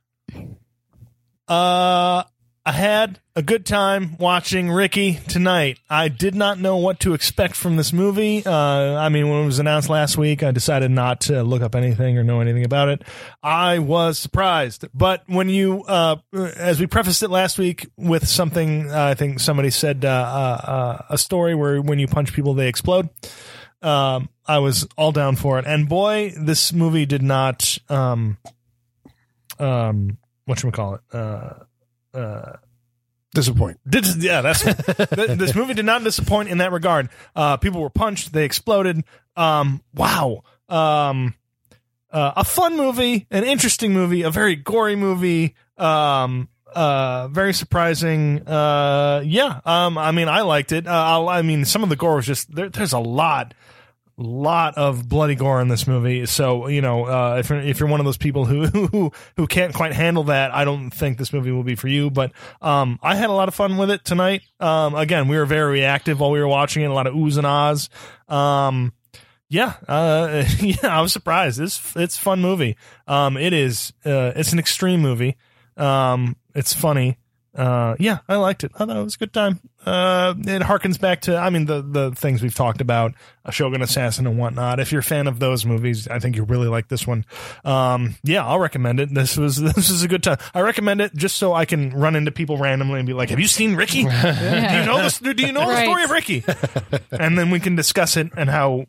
[SPEAKER 4] uh, I had a good time watching Ricky tonight. I did not know what to expect from this movie. Uh, I mean, when it was announced last week, I decided not to look up anything or know anything about it. I was surprised, but when you, uh, as we prefaced it last week with something, uh, I think somebody said uh, uh, uh, a story where when you punch people, they explode um, I was all down for it. And boy, this movie did not um, um, what call it? Uh, uh,
[SPEAKER 2] Disappoint.
[SPEAKER 4] did, yeah, that's th- this movie did not disappoint in that regard. Uh, people were punched, they exploded. Um, wow, um, uh, a fun movie, an interesting movie, a very gory movie. Um, uh, very surprising. Uh, yeah. Um, I mean, I liked it. Uh, I'll- I mean, some of the gore was just there, there's a lot lot of bloody gore in this movie. So you know, uh, if you're, if you're one of those people who who who can't quite handle that, I don't think this movie will be for you. But um, I had a lot of fun with it tonight. Um, again, we were very reactive while we were watching it. A lot of oohs and ahs. Um, yeah, uh, yeah, I was surprised. It's it's a fun movie. Um, it is. Uh, it's an extreme movie. Um, it's funny. Uh, yeah, I liked it. I thought it was a good time. Uh, it harkens back to, I mean, the the things we've talked about, a Shogun Assassin and whatnot. If you're a fan of those movies, I think you really like this one. Um, yeah, I'll recommend it. This was this is a good time. I recommend it just so I can run into people randomly and be like, "Have you seen Ricky? Do you know this? Do you know Oh, the
[SPEAKER 3] Right.
[SPEAKER 4] story of Ricky?" and then we can discuss it and how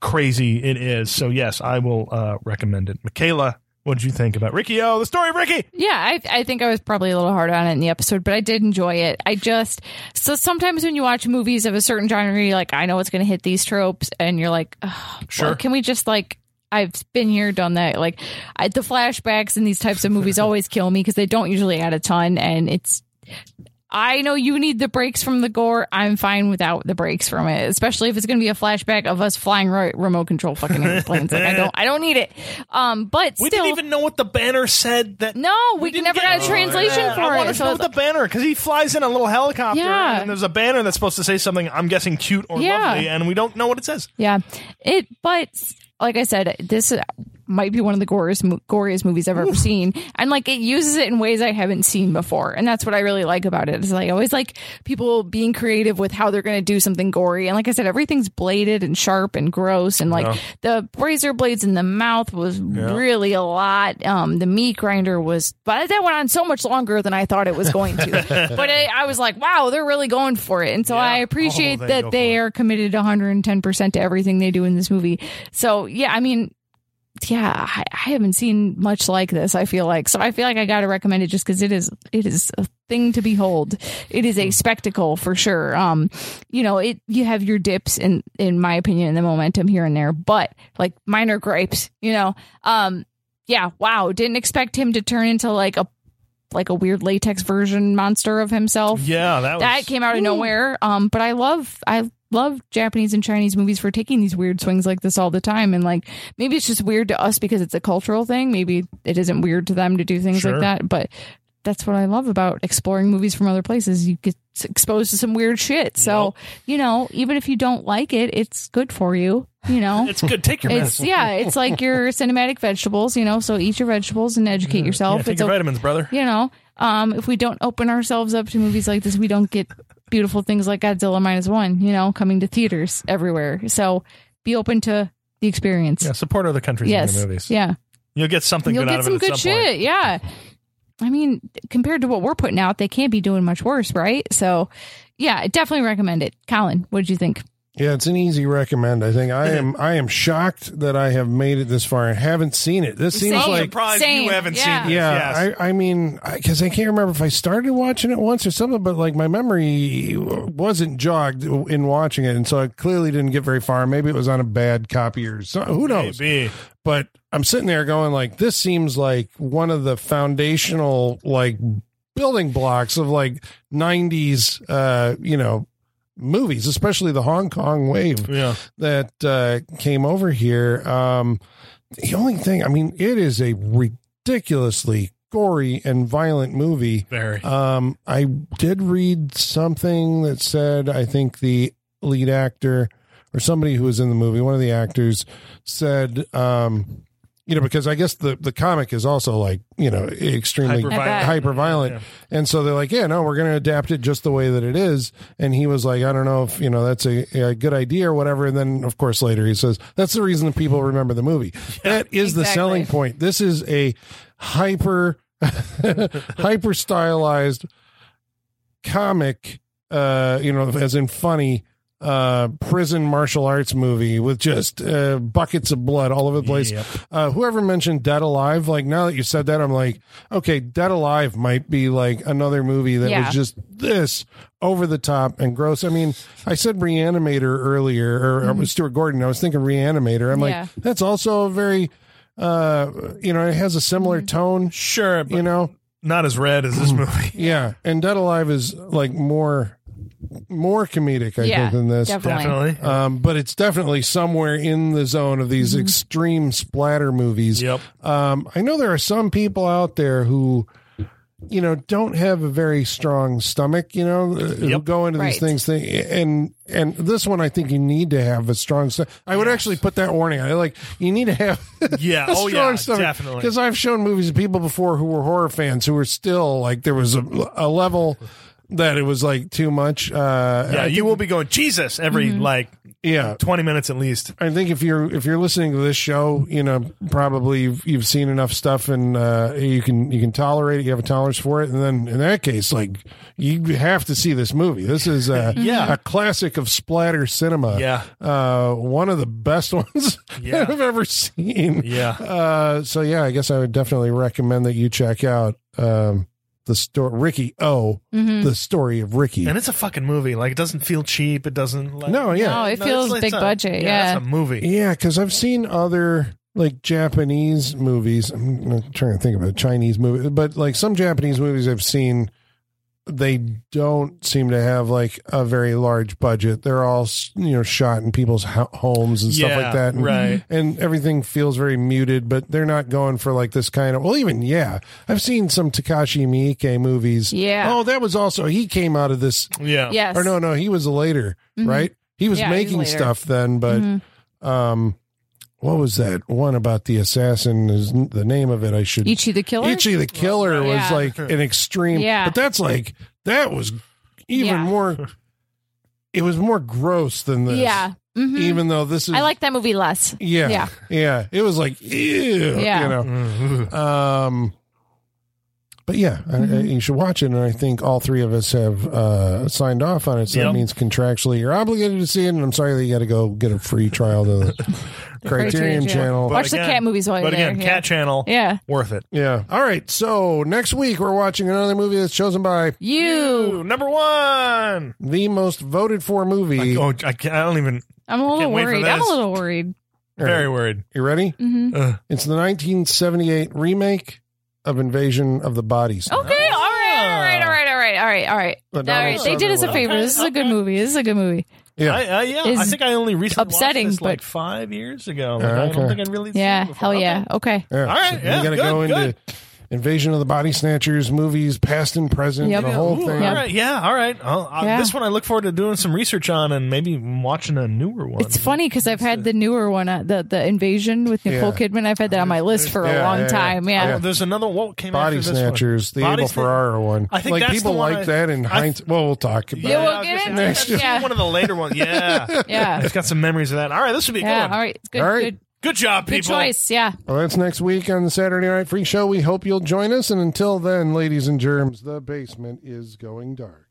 [SPEAKER 4] crazy it is. So yes, I will uh, recommend it. Michaela, what did you think about Ricky? Oh, the story of Ricky.
[SPEAKER 3] Yeah, I, I think I was probably a little hard on it in the episode, but I did enjoy it. I just so sometimes when you watch movies of a certain genre, you're like, I know it's going to hit these tropes, and you're like, "Ugh, well,
[SPEAKER 4] Sure.
[SPEAKER 3] can we just like? I've been here, done that. Like I, the flashbacks in these types of movies always kill me because they don't usually add a ton, and it's. I know you need the breaks from the gore. I'm fine without the breaks from it, especially if it's going to be a flashback of us flying ro- remote control fucking airplanes. like I don't, I don't need it. Um, but
[SPEAKER 4] We
[SPEAKER 3] still,
[SPEAKER 4] didn't even know what the banner said. That
[SPEAKER 3] no, we,
[SPEAKER 4] didn't
[SPEAKER 3] never
[SPEAKER 4] get- Oh,
[SPEAKER 3] got a translation
[SPEAKER 4] Yeah,
[SPEAKER 3] for
[SPEAKER 4] I
[SPEAKER 3] it.
[SPEAKER 4] want to
[SPEAKER 3] So
[SPEAKER 4] know
[SPEAKER 3] it's
[SPEAKER 4] the banner because he flies in a little helicopter,
[SPEAKER 3] Yeah.
[SPEAKER 4] and there's a banner that's supposed to say something. I'm guessing cute or
[SPEAKER 3] Yeah.
[SPEAKER 4] lovely, and we don't know what it says.
[SPEAKER 3] Yeah, it. But like I said, this uh, might be one of the goriest, mo- goriest movies I've ever seen, and like it uses it in ways I haven't seen before, and that's what I really like about it. Is like I always like people being creative with how they're going to do something gory, and like I said, everything's bladed and sharp and gross, and like the razor blades in the mouth was really a lot. Um, the meat grinder was, but that went on so much longer than I thought it was going to. but I I was like, wow, they're really going for it, and so I appreciate
[SPEAKER 4] Oh, they go
[SPEAKER 3] that
[SPEAKER 4] for
[SPEAKER 3] they
[SPEAKER 4] it.
[SPEAKER 3] are committed 110% to everything they do in this movie. So, yeah, I mean, yeah, I, I haven't seen much like this. I feel like so. I feel like I got to recommend it just because it is it is a thing to behold. It
[SPEAKER 4] Hmm.
[SPEAKER 3] is a spectacle for sure. Um, you know, it you have your dips in in my opinion, in the momentum here and there, but like minor gripes. You know, um, yeah, wow, didn't expect him to turn into like a like a weird latex version monster of himself
[SPEAKER 4] Yeah, that was.
[SPEAKER 3] that came out of nowhere. Um, but I love I love Japanese and Chinese movies for taking these weird swings like this all the time. And like maybe it's just weird to us because it's a cultural thing. Maybe it isn't weird to them to do things
[SPEAKER 4] Sure.
[SPEAKER 3] like that. But that's what I love about exploring movies from other places. You get exposed to some weird shit. So you know, even if you don't like it, it's good for you. You know.
[SPEAKER 4] it's good. Take your
[SPEAKER 3] It's
[SPEAKER 4] medicine.
[SPEAKER 3] yeah, it's like your cinematic vegetables, you know. So eat your vegetables and educate
[SPEAKER 4] Yeah,
[SPEAKER 3] yourself.
[SPEAKER 4] take
[SPEAKER 3] it's
[SPEAKER 4] your
[SPEAKER 3] okay
[SPEAKER 4] vitamins, brother.
[SPEAKER 3] you know, um, if we don't open ourselves up to movies like this, we don't get beautiful things like Godzilla minus one, you know, coming to theaters everywhere. So be open to the experience.
[SPEAKER 4] Yeah, support other countries in
[SPEAKER 3] yes.
[SPEAKER 4] their movies.
[SPEAKER 3] Yeah.
[SPEAKER 4] You'll get something
[SPEAKER 3] You'll
[SPEAKER 4] good out
[SPEAKER 3] get
[SPEAKER 4] of
[SPEAKER 3] some
[SPEAKER 4] it
[SPEAKER 3] good
[SPEAKER 4] at some
[SPEAKER 3] shit.
[SPEAKER 4] point.
[SPEAKER 3] Yeah. I mean, compared to what we're putting out, they can't be doing much worse, right? So yeah, I definitely recommend it. Colin, what did you think?
[SPEAKER 2] Yeah, it's an easy recommend. I think I am I am shocked that I have made it this far and haven't seen it. This seems
[SPEAKER 3] Same.
[SPEAKER 2] like
[SPEAKER 4] surprised
[SPEAKER 3] Same,
[SPEAKER 4] Oh, you haven't
[SPEAKER 3] yeah.
[SPEAKER 4] seen this.
[SPEAKER 2] yeah,
[SPEAKER 4] yes.
[SPEAKER 2] I, I mean, because I, can't remember if I started watching it once or something, but like my memory wasn't jogged in watching it, and so I clearly didn't get very far. Maybe it was on a bad copy or so, who knows.
[SPEAKER 4] Maybe.
[SPEAKER 2] But I'm sitting there going, like, this seems like one of the foundational like building blocks of like '90s, uh, you know, movies, especially the Hong Kong wave
[SPEAKER 4] Yeah.
[SPEAKER 2] that uh, came over here. Um, the only thing, I mean, it is a ridiculously gory and violent movie.
[SPEAKER 4] Very.
[SPEAKER 2] Um, I did read something that said I think the lead actor or somebody who was in the movie, one of the actors, said, um, you know, because I guess the the comic is also like you know extremely
[SPEAKER 4] Hyper
[SPEAKER 3] I bet.
[SPEAKER 4] violent.
[SPEAKER 2] hyper violent. And so they're like, yeah, no, we're going to adapt it just the way that it is. And he was like, I don't know if, you know, that's a, a good idea or whatever. And then, of course, later he says, that's the reason that people remember the movie. that is the
[SPEAKER 3] exactly.
[SPEAKER 2] selling point. This is a hyper, hyper stylized comic, uh, you know, as in funny. Uh, prison martial arts movie with just uh, buckets of blood all over the place.
[SPEAKER 4] Yep.
[SPEAKER 2] Uh, whoever mentioned Dead Alive, like now that you said that, I'm like, okay, Dead Alive might be like another movie that
[SPEAKER 3] Yeah.
[SPEAKER 2] was just this over the top and gross. I mean, I said Reanimator earlier, or it was Stuart Gordon. I was thinking Reanimator. I'm
[SPEAKER 3] Mm-hmm. Yeah.
[SPEAKER 2] like, that's also a very, uh, you know, it has a similar
[SPEAKER 3] Mm-hmm.
[SPEAKER 2] tone,
[SPEAKER 4] Sure, but
[SPEAKER 2] you Mm. know?
[SPEAKER 4] not as red as this movie.
[SPEAKER 2] Yeah. And Dead Alive is like more, more comedic, I
[SPEAKER 3] yeah.
[SPEAKER 2] think, than this.
[SPEAKER 3] Definitely.
[SPEAKER 4] Definitely.
[SPEAKER 2] Um, but it's definitely somewhere in the zone of
[SPEAKER 3] Mm-hmm.
[SPEAKER 2] these extreme splatter movies.
[SPEAKER 4] Yep.
[SPEAKER 2] Um, I know there are some people out there who, you know, don't have a very strong stomach. You know, uh, who
[SPEAKER 4] Yep.
[SPEAKER 2] go into
[SPEAKER 3] Right.
[SPEAKER 2] these things. Thing, and and this one, I think you need to have a strong. St- I would actually put that warning. I like you need to have.
[SPEAKER 4] Yeah.
[SPEAKER 2] a
[SPEAKER 4] oh,
[SPEAKER 2] strong
[SPEAKER 4] yeah.
[SPEAKER 2] stomach.
[SPEAKER 4] Definitely.
[SPEAKER 2] Because I've shown movies to people before who were horror fans who were still like there was a, a level that it was like too much. Uh,
[SPEAKER 4] yeah,
[SPEAKER 2] I
[SPEAKER 4] you will be going Jesus every
[SPEAKER 3] Mm-hmm.
[SPEAKER 4] like
[SPEAKER 2] yeah.
[SPEAKER 4] twenty minutes at least.
[SPEAKER 2] I think if you're if you're listening to this show, you know probably you've, you've seen enough stuff and uh, you can you can tolerate it. You have a tolerance for it, and then in that case, like you have to see this movie. This is a,
[SPEAKER 4] Yeah.
[SPEAKER 2] a classic of splatter cinema.
[SPEAKER 4] Yeah.
[SPEAKER 2] uh, one of the best ones
[SPEAKER 4] Yeah.
[SPEAKER 2] I've ever seen.
[SPEAKER 4] Yeah.
[SPEAKER 2] Uh, so yeah, I guess I would definitely recommend that you check out um, the story Ricky O,
[SPEAKER 3] Mm-hmm.
[SPEAKER 2] the story of Ricky.
[SPEAKER 4] Mm. And it's a fucking movie. Like it doesn't feel cheap. It doesn't like
[SPEAKER 2] no, yeah,
[SPEAKER 3] No, it
[SPEAKER 4] No,
[SPEAKER 3] feels
[SPEAKER 4] it's- it's
[SPEAKER 3] big
[SPEAKER 4] a-
[SPEAKER 3] budget. Yeah.
[SPEAKER 4] It's a movie.
[SPEAKER 2] Yeah, because I've seen other like Japanese movies. I'm not trying to think of a Chinese movie, but like some Japanese movies I've seen, they don't seem to have like a very large budget. They're all s- you know shot in people's ho- homes and stuff
[SPEAKER 4] Yeah,
[SPEAKER 2] like that. And,
[SPEAKER 4] right.
[SPEAKER 2] And everything feels very muted, but they're not going for like this kind of. Well, even yeah, I've seen some Takashi Miike movies.
[SPEAKER 3] Yeah.
[SPEAKER 2] Oh, that was also he came out of this
[SPEAKER 4] Yeah.
[SPEAKER 3] Yes. Mm-hmm.
[SPEAKER 2] or no, no, he was later, right? He was
[SPEAKER 3] Yeah, he was
[SPEAKER 2] making
[SPEAKER 3] later.
[SPEAKER 2] stuff then, but
[SPEAKER 3] Mm-hmm.
[SPEAKER 2] um, what was that one about the assassin? Is n- the name of it? I should.
[SPEAKER 3] Ichi the Killer?
[SPEAKER 2] Ichi the Killer was
[SPEAKER 3] Yeah.
[SPEAKER 2] like an extreme,
[SPEAKER 3] Yeah.
[SPEAKER 2] but that's like that was even
[SPEAKER 3] Yeah.
[SPEAKER 2] more. It was more gross than this.
[SPEAKER 3] yeah. hmm
[SPEAKER 2] Even though this is
[SPEAKER 3] I like that movie less.
[SPEAKER 2] yeah,
[SPEAKER 3] Yeah.
[SPEAKER 2] yeah, It was like ew,
[SPEAKER 3] Yeah.
[SPEAKER 2] you know.
[SPEAKER 4] Mhm.
[SPEAKER 2] Um, but yeah, I, I, you should watch it. And I think all three of us have uh, signed off on it. So
[SPEAKER 4] Yep.
[SPEAKER 2] that means contractually you're obligated to see it. And I'm sorry that you got to go get a free trial to Criterion
[SPEAKER 3] Criterion
[SPEAKER 2] Channel.
[SPEAKER 3] Channel. Watch the cat movies while
[SPEAKER 4] But
[SPEAKER 3] you're
[SPEAKER 4] again,
[SPEAKER 3] there, yeah.
[SPEAKER 4] Cat Channel,
[SPEAKER 3] Yeah.
[SPEAKER 4] worth it.
[SPEAKER 2] Yeah. All right. So next week we're watching another movie that's chosen by
[SPEAKER 3] You.
[SPEAKER 4] Ooh, number one.
[SPEAKER 2] the most voted for movie.
[SPEAKER 4] Oh, I, can't, I don't even.
[SPEAKER 3] I'm a little
[SPEAKER 4] Can't wait for
[SPEAKER 3] worried. I'm a
[SPEAKER 4] this.
[SPEAKER 3] little worried.
[SPEAKER 2] All right.
[SPEAKER 4] Very worried.
[SPEAKER 2] You ready?
[SPEAKER 3] hmm
[SPEAKER 4] Ugh.
[SPEAKER 2] It's the 1978 remake of Invasion of the Body
[SPEAKER 3] Okay. All
[SPEAKER 2] Snatchers.
[SPEAKER 3] right. All right. All right. All right. All right. All right.
[SPEAKER 2] The
[SPEAKER 3] All
[SPEAKER 2] Donald
[SPEAKER 3] right. They did us a
[SPEAKER 2] Sutherland.
[SPEAKER 3] favor. This is a good movie. This is a good movie.
[SPEAKER 2] Yeah.
[SPEAKER 4] I, I, yeah, I
[SPEAKER 3] Is
[SPEAKER 4] think I only recently
[SPEAKER 3] upsetting,
[SPEAKER 4] watched this like
[SPEAKER 3] but-
[SPEAKER 4] five years
[SPEAKER 2] Uh,
[SPEAKER 4] ago. I don't
[SPEAKER 2] okay.
[SPEAKER 4] think I really. seen
[SPEAKER 3] Yeah.
[SPEAKER 4] it before.
[SPEAKER 3] Hell
[SPEAKER 4] Okay.
[SPEAKER 3] yeah. Okay.
[SPEAKER 2] Yeah.
[SPEAKER 4] All right,
[SPEAKER 2] So
[SPEAKER 4] yeah,
[SPEAKER 2] we gotta
[SPEAKER 4] good,
[SPEAKER 2] go into
[SPEAKER 4] good.
[SPEAKER 2] Invasion of the Body Snatchers movies, past and present,
[SPEAKER 3] Yep.
[SPEAKER 2] the whole
[SPEAKER 4] Ooh,
[SPEAKER 2] thing.
[SPEAKER 4] All right, yeah, all right. I'll- I'll-
[SPEAKER 3] Yeah.
[SPEAKER 4] This one I look forward to doing some research on and maybe watching a newer one.
[SPEAKER 3] It's funny because I've had the newer one, uh, the the invasion with Nicole
[SPEAKER 2] Yeah.
[SPEAKER 3] Kidman. I've had that on my list for
[SPEAKER 2] Yeah,
[SPEAKER 3] a long
[SPEAKER 2] yeah, yeah.
[SPEAKER 3] time. Yeah.
[SPEAKER 4] Oh, there's another one what came
[SPEAKER 2] Body
[SPEAKER 4] after this one?
[SPEAKER 2] Snatchers, the
[SPEAKER 4] Body
[SPEAKER 2] Abel
[SPEAKER 4] Sna-
[SPEAKER 2] Ferrara one.
[SPEAKER 4] I think
[SPEAKER 2] like
[SPEAKER 4] that's
[SPEAKER 2] people
[SPEAKER 4] the one
[SPEAKER 2] like
[SPEAKER 4] I-
[SPEAKER 2] that in
[SPEAKER 4] I-
[SPEAKER 2] hindsight. well, we'll talk about
[SPEAKER 3] Yeah,
[SPEAKER 2] it.
[SPEAKER 3] we'll
[SPEAKER 4] I was
[SPEAKER 3] get
[SPEAKER 4] gonna
[SPEAKER 3] into
[SPEAKER 4] say,
[SPEAKER 3] it.
[SPEAKER 4] that's
[SPEAKER 3] Yeah.
[SPEAKER 4] one of the later ones. Yeah,
[SPEAKER 3] Yeah.
[SPEAKER 4] I've got some memories of that. All right, this would be a good.
[SPEAKER 3] Yeah.
[SPEAKER 4] one.
[SPEAKER 3] All right. It's good.
[SPEAKER 2] All right.
[SPEAKER 3] Good,
[SPEAKER 4] Good job,
[SPEAKER 3] good
[SPEAKER 4] people.
[SPEAKER 3] choice. Yeah.
[SPEAKER 2] Well, that's next week on the Saturday Night Freak Show. We hope you'll join us. And until then, ladies and germs, the basement is going dark.